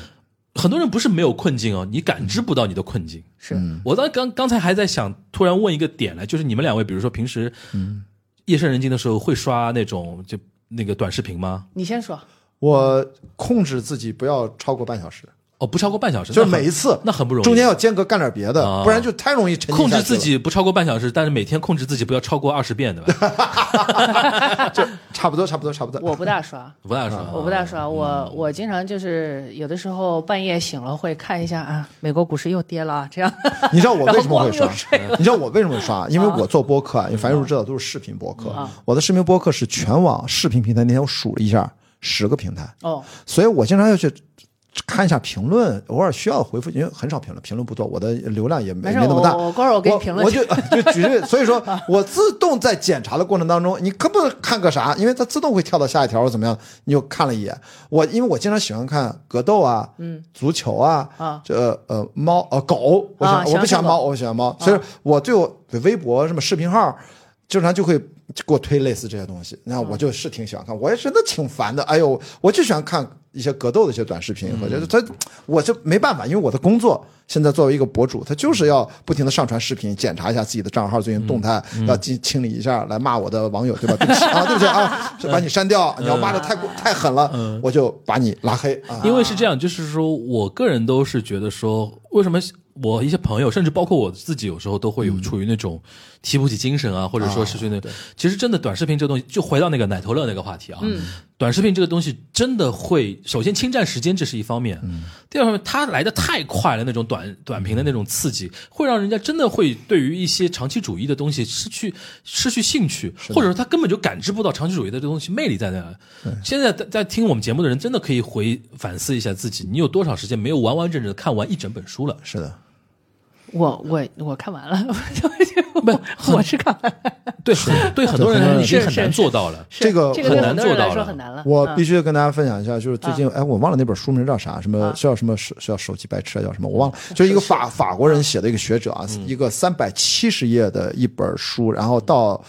B: 很多人不是没有困境哦，你感知不到你的困境。
C: 是
D: 嗯
B: 我当刚刚才还在想，突然问一个点来，就是你们两位，比如说平时
D: 嗯
B: 夜深人静的时候会刷那种就那个短视频吗？
C: 你先说，
D: 我控制自己不要超过半小时，
B: 哦，不超过半小时，
D: 就是
B: 那很
D: 每一次
B: 那很不容易。
D: 中间要间隔干点别的
B: 啊，
D: 不然就太容易沉浸
B: 控
D: 下
B: 制
D: 去
B: 自
D: 了
B: 己不超过半小时，但是每天控制自己不要超过二十遍，对 吧？
D: 差不多，差不多，差不多。
C: 我不大刷，
B: 不大说，啊
C: 我不大刷，
D: 哦
C: 我我经常就是有的时候半夜醒了会看一下啊，美国股市又跌了啊，这样
D: 你知道我为什么
C: 然
D: 会
C: 后
D: 刷
C: 光又睡？
D: 你知道我为什么会 刷？因为我做播客啊，因为樊叔知道都是视频播
C: 嗯
D: 客，我的视频播客是全网视频平台。那天我数了一下，十个平台，
C: 哦，
D: 所以我经常要去。看一下评论，偶尔需要回复，因为很少评论，评论不多，我的流量也没
C: 没事
D: 没那么大。
C: 我我过会儿我给你评论
D: 我就就举这，所以说我自动在检查的过程当中，你可不看个啥，因为它自动会跳到下一条或怎么样，你就看了一眼。我因为我经常喜欢看格斗啊，嗯，足球啊，
C: 啊
D: 这呃猫呃狗，啊我喜欢
C: 啊
D: 我不喜
C: 喜欢
D: 欢猫，我喜欢猫，所以我对我对微博什么视频号，经常就会给我推类似这些东西。那我就是挺喜欢看，我也真的挺烦的。哎呦，我就喜欢看一些格斗的一些短视频，我觉得他我就没办法，因为我的工作现在作为一个博主，他就是要不停的上传视频，检查一下自己的账号最近动态，要清清理一下，来骂我的网友，对吧？对不起啊，对不起啊，就把你删掉，你要骂的太过太狠了，我就把你拉黑啊。
B: 因为是这样，就是说我个人都是觉得说，为什么我一些朋友，甚至包括我自己，有时候都会有处于那种提不起精神啊，或者说是去那，其实真的短视频这东西，就回到那个奶头乐那个话题啊，短视频这个东西真的会，首先侵占时间，这是一方面，第二方面它来的太快了，那种短短评的那种刺激，会让人家真的会对于一些长期主义的东西失去失去兴趣，或者说他根本就感知不到长期主义的这东西魅力在哪。现在在在听我们节目的人，真的可以回反思一下自己，你有多少时间没有完完整整的看完一整本书了？
D: 是的，
C: 我我我看完了，我我是看完了，
B: 对，很对 很多人来说已经
C: 是
B: 很难
C: 是
B: 做到了。
C: 是
D: 这个
C: 这个
B: 很
C: 对
B: 难
C: 很多
B: 做
C: 人来
B: 到
C: 说
B: 了
C: 很难了。
D: 我
C: 嗯
D: 必须跟大家分享一下，就是最近哎，我忘了那本书名叫啥，什么
C: 啊
D: 叫什么手叫手机白痴啊，叫什么我忘了，
C: 嗯
D: 就是一个法法国人写的一个学者啊，一个三百七十页的一本书，然后到。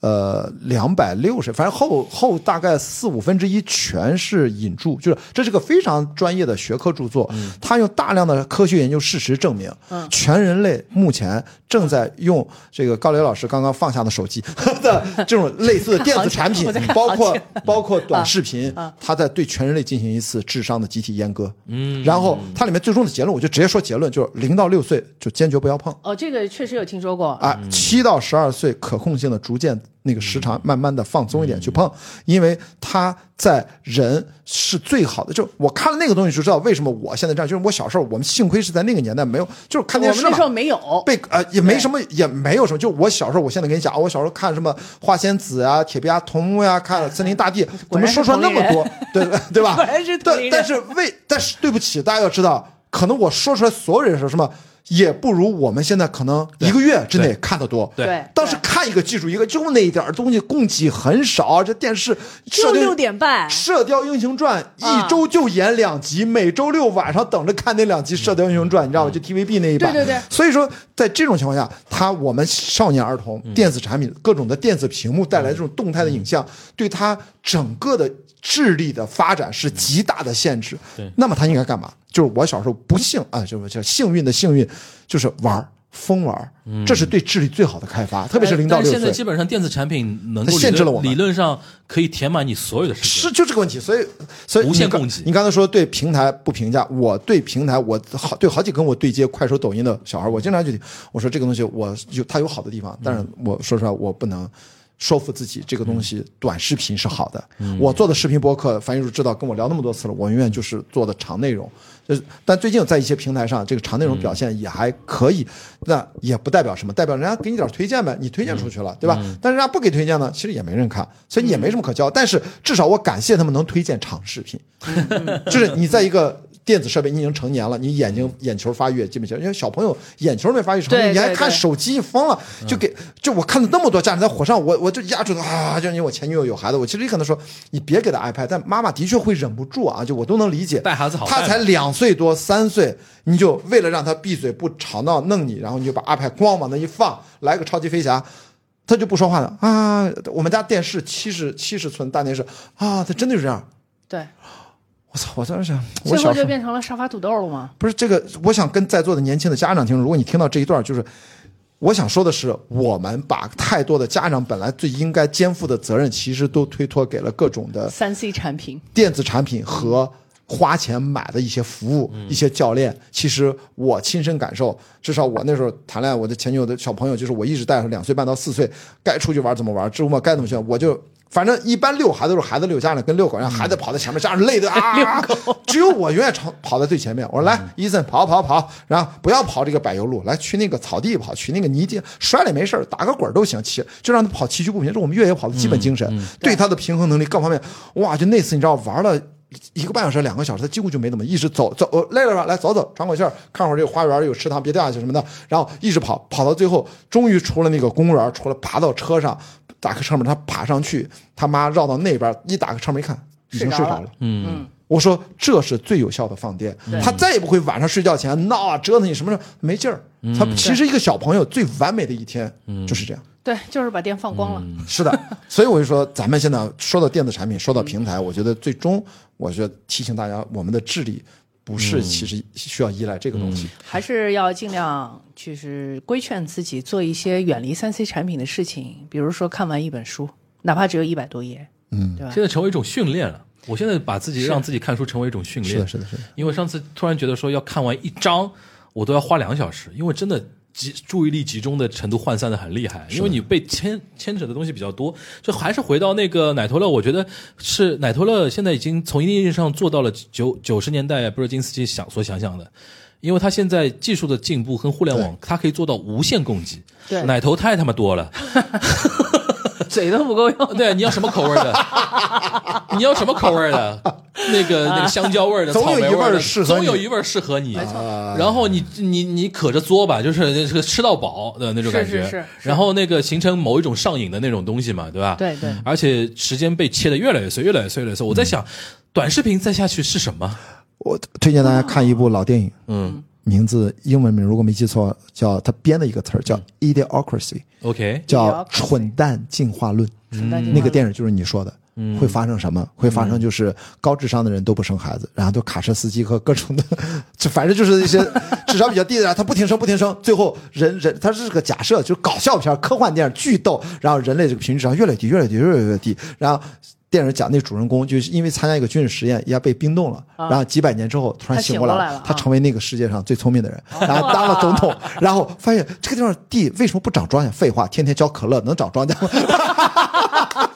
D: 呃，两百六十，反正后后大概四五分之一全是引注，就是这是个非常专业的学科著作，
C: 嗯
D: 他用大量的科学研究事实证明，全人类目前正在用这个高磊老师刚刚放下的手机 的这种类似的电子产 品
C: 我在，看啊
D: 包括
C: 行情
D: 包括短视频，它在对全人类进行一次智商的集体阉割。嗯，然后它里面最终的结论，我就直接说结论，就是零到六岁就坚决不要碰。
C: 哦，这个确实有听说过，
D: 啊，七到十二岁可控性的逐渐那个时
C: 嗯
D: 长慢慢的放松一点去碰，因为它在人是最好的。就我看了那个东西就知道为什么我现在这样，就是我小时候我们幸亏是在那个年代没有，就是看
C: 我
D: 电
C: 们
D: 视
C: 那
D: 嘛
C: 时候没有。
D: 被呃也没什么，也没有什么。就我小时候，我现在跟你讲，我小时候看什么《花仙子》啊、《铁臂阿童木》呀，看《森林大地》，
C: 果然
D: 怎么
C: 是
D: 说出来那么多
C: 同？
D: 对对吧？
C: 果然是同
D: 但
C: 龄人
D: 但是为但是对不起，大家要知道，可能我说出来所有人说什么，也不如我们现在可能一个月之内看得多。
B: 对
C: 对，
D: 当时看一个记住一个，就那一点儿东西，供给很少。这电视
C: 就
D: 设定
C: 六点半
D: 《射雕英雄传》一周就演两集，每周六晚上等着看那两集
B: 嗯
D: 《射雕英雄传》，你知道吗？就 TVB 那一版。
C: 对对对
D: 所以说，在这种情况下，他我们少年儿童
B: 嗯
D: 电子产品、各种的电子屏幕带来这种动态的影像，对他整个的智力的发展是极大的限制。
B: 嗯对
D: 那么他应该干嘛？就是我小时候不幸啊，就是叫幸运的幸运，就是玩儿疯玩儿，这是对智力最好的开发，特别是零
B: 嗯
D: 到
B: 哎但
D: 六
B: 现在
D: 岁。
B: 基本上电子产品能够
D: 它
B: 理
D: 限制
B: 论
D: 了我们
B: 理论上可以填满你所有的时
D: 是
B: 间。
D: 就这个问题，所以所以
B: 无限
D: 你刚
B: 供给
D: 你刚才说对平台不评价，我对平台我好对好几跟我对接快手、抖音的小孩，我经常就我说这个东西我有它有好的地方，但是我说实话我不能。说服自己，这个东西短视频是好的。我做的视频博客，樊玉茹知道，跟我聊那么多次了。我永远就是做的长内容，就是但最近在一些平台上，这个长内容表现也还可以。那也不代表什么，代表人家给你点推荐呗，你推荐出去了，对吧？但是人家不给推荐呢，其实也没人看，所以也没什么可教。但是至少我感谢他们能推荐长视频， 就是你在一个电子设备，你已经成年了，你眼睛眼球发育也基本上，因为小朋友眼球没发育成
C: 对
D: 熟，你还
C: 对
D: 看
C: 对
D: 手机疯了，
B: 嗯
D: 就给就我看了那么多家长在火上，我我就压住他啊，就因为我前女友有孩子，我其实也可能说你别给他 iPad，但妈妈的确会忍不住啊，就我都能理解，
B: 带孩子好带
D: 他才两岁多三岁，你就为了让他闭嘴不吵闹弄你，然后你就把 iPad 咣往那一放，来个超级飞侠。他就不说话了啊！我们家电视七十七十寸大电视啊，他真的就这样。
C: 对，
D: 我操！我当时想，我
C: 最后
D: 小时
C: 就
D: 候
C: 变成了沙发土豆了吗？
D: 不是这个，我想跟在座的年轻的家长听众，如果你听到这一段，就是我想说的是，我们把太多的家长本来最应该肩负的责任，其实都推脱给了各种的
C: 三 C 产品，
D: 电子产品和花钱买的一些服务、一些教练。其实我亲身感受，至少我那时候谈恋爱，我的前女友的小朋友，就是我一直带着两岁半到四岁，该出去玩怎么玩，周末该怎么去，我就。反正一般遛孩子都是孩子遛家长，跟遛狗一样，孩子跑在前面，家长累的啊，只有我永远跑跑在最前面。我说来，伊森跑跑跑，然后不要跑这个柏油路，来去那个草地跑，去那个泥地，摔了也没事儿打个滚儿都行，骑就让他跑崎岖不平，这是我们越野跑的基本精神。
C: 嗯
D: 对他的平衡能力各方面，哇，就那次你知道玩了。一个半小时、两个小时，他几乎就没怎么一直走走，呃累了吧？来走走，喘口气儿，看会儿这个花园有池塘，别掉下去什么的。然后一直跑，跑到最后，终于出了那个公园，除了爬到车上，打开车门，他爬上去，他妈绕到那边，一打开车门一看，已经
C: 睡着
D: 睡着
C: 了
D: 了。
B: 嗯，
D: 我说这是最有效的放电，他再也不会晚上睡觉前闹啊折腾你什么的，没劲儿。他其实一个小朋友最完美的一天就是这样。
C: 对，就是把电放光了。
D: 是的，所以我就说，咱们现在说到电子产品，说到平台，我觉得最终，我觉得提醒大家，我们的智力不是其实需要依赖这个东西。
C: 还是要尽量就是规劝自己做一些远离三 C 产品的事情，比如说看完一本书，哪怕只有一百多页，嗯，对吧
B: 现？在成为一种训练了。我现在把自己让自己看书成为一种训练。
D: 是的，是的，是的。
B: 因为上次突然觉得说要看完一章，我都要花两个小时，因为真的集注意力集中的程度涣散的很厉害，因为你被牵牵扯的东西比较多。就还是回到那个奶头乐，我觉得是奶头乐现在已经从一定意义上做到了九九十年代布热津斯基想所想象的。因为他现在技术的进步跟互联网，它可以做到无限供给。
C: 对
B: 奶头太他妈多了。
C: 嘴都不够 用。
B: 对，你要什么口味 的？你要什么口味的？那个
C: 啊
B: 那个香蕉味的，
H: 总有
B: 草莓
H: 一味儿
B: 的
H: 适合
B: 总
H: 你
B: 有一味儿适合你。
D: 啊
B: 然后你你你可着作吧，就是这个吃到饱的那种感觉。
C: 是是是是
B: 然后那个形成某一种上瘾的那种东西嘛，对吧？
C: 对对
B: 而且时间被切的越来越碎，越来越碎，越来越碎。我在想，短视频再下去是什么？
D: 我推荐大家看一部老电影，
B: 嗯
D: 名字英文名如果没记错，叫他编的一个词儿叫 idiocracy，
B: ，OK，
D: 叫《蠢蛋嗯进化论》。那个电影就是你说的，会发生什么？会发生就是高智商的人都不生孩子，然后都卡车司机和各种的， 就反正就是一些 智商比较低的人，他不停生不停生，最后人人他是个假设，就是搞笑片、科幻电影巨逗，然后人类这个平均智商越来越低，越来越低，越来越低，然后。电影讲那主人公就是因为参加一个军事实验，一下被冰冻了，然后几百年之后突然
C: 他
D: 醒
C: 醒
D: 过来
C: 过来
D: 了啊
C: 了，
D: 他
C: 啊
D: 成为那个世界上最聪明的人，然后当了总统，然后发现这个地方地为什么不长庄稼？废话，天天浇可乐能长庄稼吗？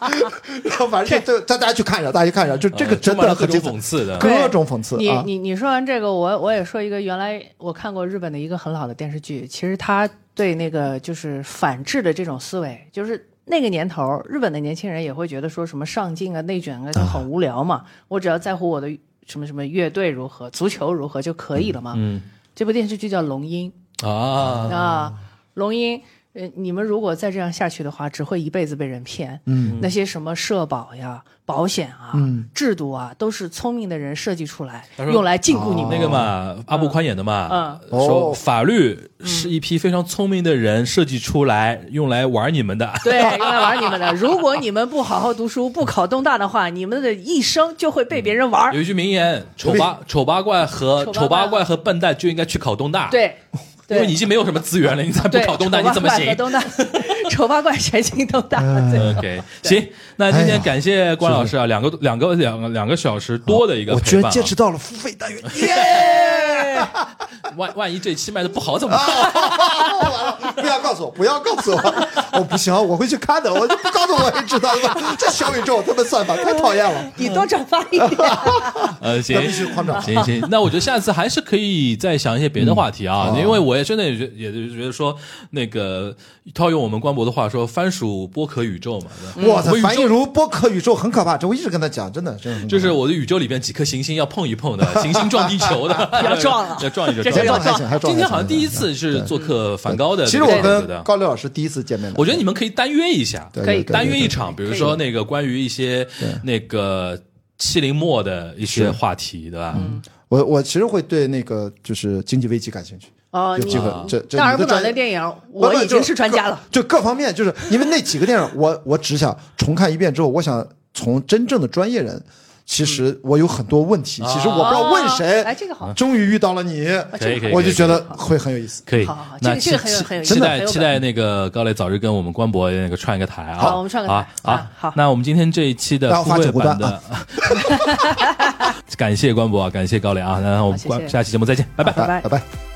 D: 然后反正这大大家去看一下，大家去看一下，就这个真的
B: 呃充满了各
D: 很
B: 种
D: 精彩
B: 讽刺的。
D: 各种讽刺
C: 你
D: 啊！
C: 你你说完这个，我我也说一个，原来我看过日本的一个很老的电视剧，其实他对那个就是反制的这种思维，就是那个年头，日本的年轻人也会觉得说什么上进啊、内卷啊就很无聊嘛，
D: 嗯
C: 我只要在乎我的什么什么乐队如何、足球如何就可以了嘛。
B: 嗯
C: 这部电视剧叫《龙樱》
B: 啊，
C: 啊，龙樱。呃，你们如果再这样下去的话，只会一辈子被人骗。
D: 嗯，
C: 那些什么社保呀、保险啊、制度啊，都是聪明的人设计出来，
B: 说哦
C: 用来禁锢你们。
B: 那个
C: 哦嗯
B: 嘛，阿布宽演的嘛，说
D: 哦
B: 法律是一批非常聪明的人设计出
C: 嗯
B: 来，用来玩你们的。
C: 对，用来玩你们的。如果你们不好好读书、不考东大的话，你们的一生就会被别人玩。
B: 有一句名言：“丑八丑八怪和
C: 丑八怪
B: 丑八怪和笨蛋就应该去考东大。”，
C: 对，对
B: 因为你已经没有什么资源了，你再不
C: 对
B: 考东大，
C: 丑八
B: 你怎么
C: 怪
B: 行
C: 和东大， 丑八怪全进东大。对
D: 嗯
B: ？OK，行，那
D: 哎
B: 今天感谢关老师啊，两个两个两个两个小时多的一个
D: 我居
B: 陪
D: 然
B: 伴啊
D: 坚持到了付费单元，
B: 嗯万万一这期卖的不好怎么办？
D: 不要告诉我，不要告诉我，我不行，我会去看的，我就不告诉我也知道了。 这小宇宙他们算法太讨厌了，
C: 你多转发一 点。
B: 呃，行
D: 咱，必须夸张
B: 行行，那我觉得下次还是可以再想一些别的话题啊，
D: 嗯
B: 因为我也真的也觉也就觉得说，那个套用我们官博的话说，番薯剥壳宇宙嘛，对吧
D: 哇塞
B: 嗯我宇，宙
D: 樊亦如播客宇宙很可怕，这我一直跟他讲，真的，真的很可怕
B: 就是我的宇宙里边几颗行星要碰一碰的，行星撞地球的，
C: 要撞了
B: 要撞一撞。
C: 这
D: 还
C: 是
B: 撞
D: 撞
B: 一
D: 还行，还
B: 撞
D: 撞。
B: 今天好像第一，次是做客梵高的
D: 其
B: 这
D: 实
B: 个
D: 我
B: 样子
D: 跟
B: 的，
D: 高磊老师第一次见面的，
B: 我觉得你们可以单约一下，
D: 对
C: 可以
D: 对对
B: 单约
D: 对
B: 一场，比如说那个关于一些那个七零末的一些话题，对吧？
D: 我我其实会对那个就是经济危机感兴趣。
C: 哦，
D: 有
C: 你
D: 机会，这这
C: 大而
D: 你的
C: 不倒
D: 专
C: 那
D: 业
C: 电影，
D: 不
C: 我
D: 不
C: 已
D: 就
C: 经是专家了。
D: 各就各方面，就是因为那几个电影，我我只想重看一遍之后，我想从真正的专业人，其实我有很多问题，其实我不知道问
C: 嗯
D: 谁。
C: 哦哎这个好啊
D: 终于遇到了你，
B: 可以可以
D: 我就觉得
C: 可以
D: 会很有意思。
B: 可以
C: 好好好，
B: 那
C: 这
B: 期
C: 个这个很有很有意思
B: 期
C: 很
B: 待
C: 有
B: 期
C: 感
B: 待那个高磊早日跟我们官博那个串一个台啊！
C: 好我们串个台
B: 啊啊
C: 啊！好
B: 那我们今天这一期
D: 然
B: 的
D: 后
B: 付
D: 发
B: 费
D: 九个
B: 版
D: 蛋
B: 的，感谢官博啊，感谢高磊啊！然后我们
C: 好谢
B: 官
C: 谢
B: 下期节目再见，拜拜。
C: 拜拜
D: 拜拜。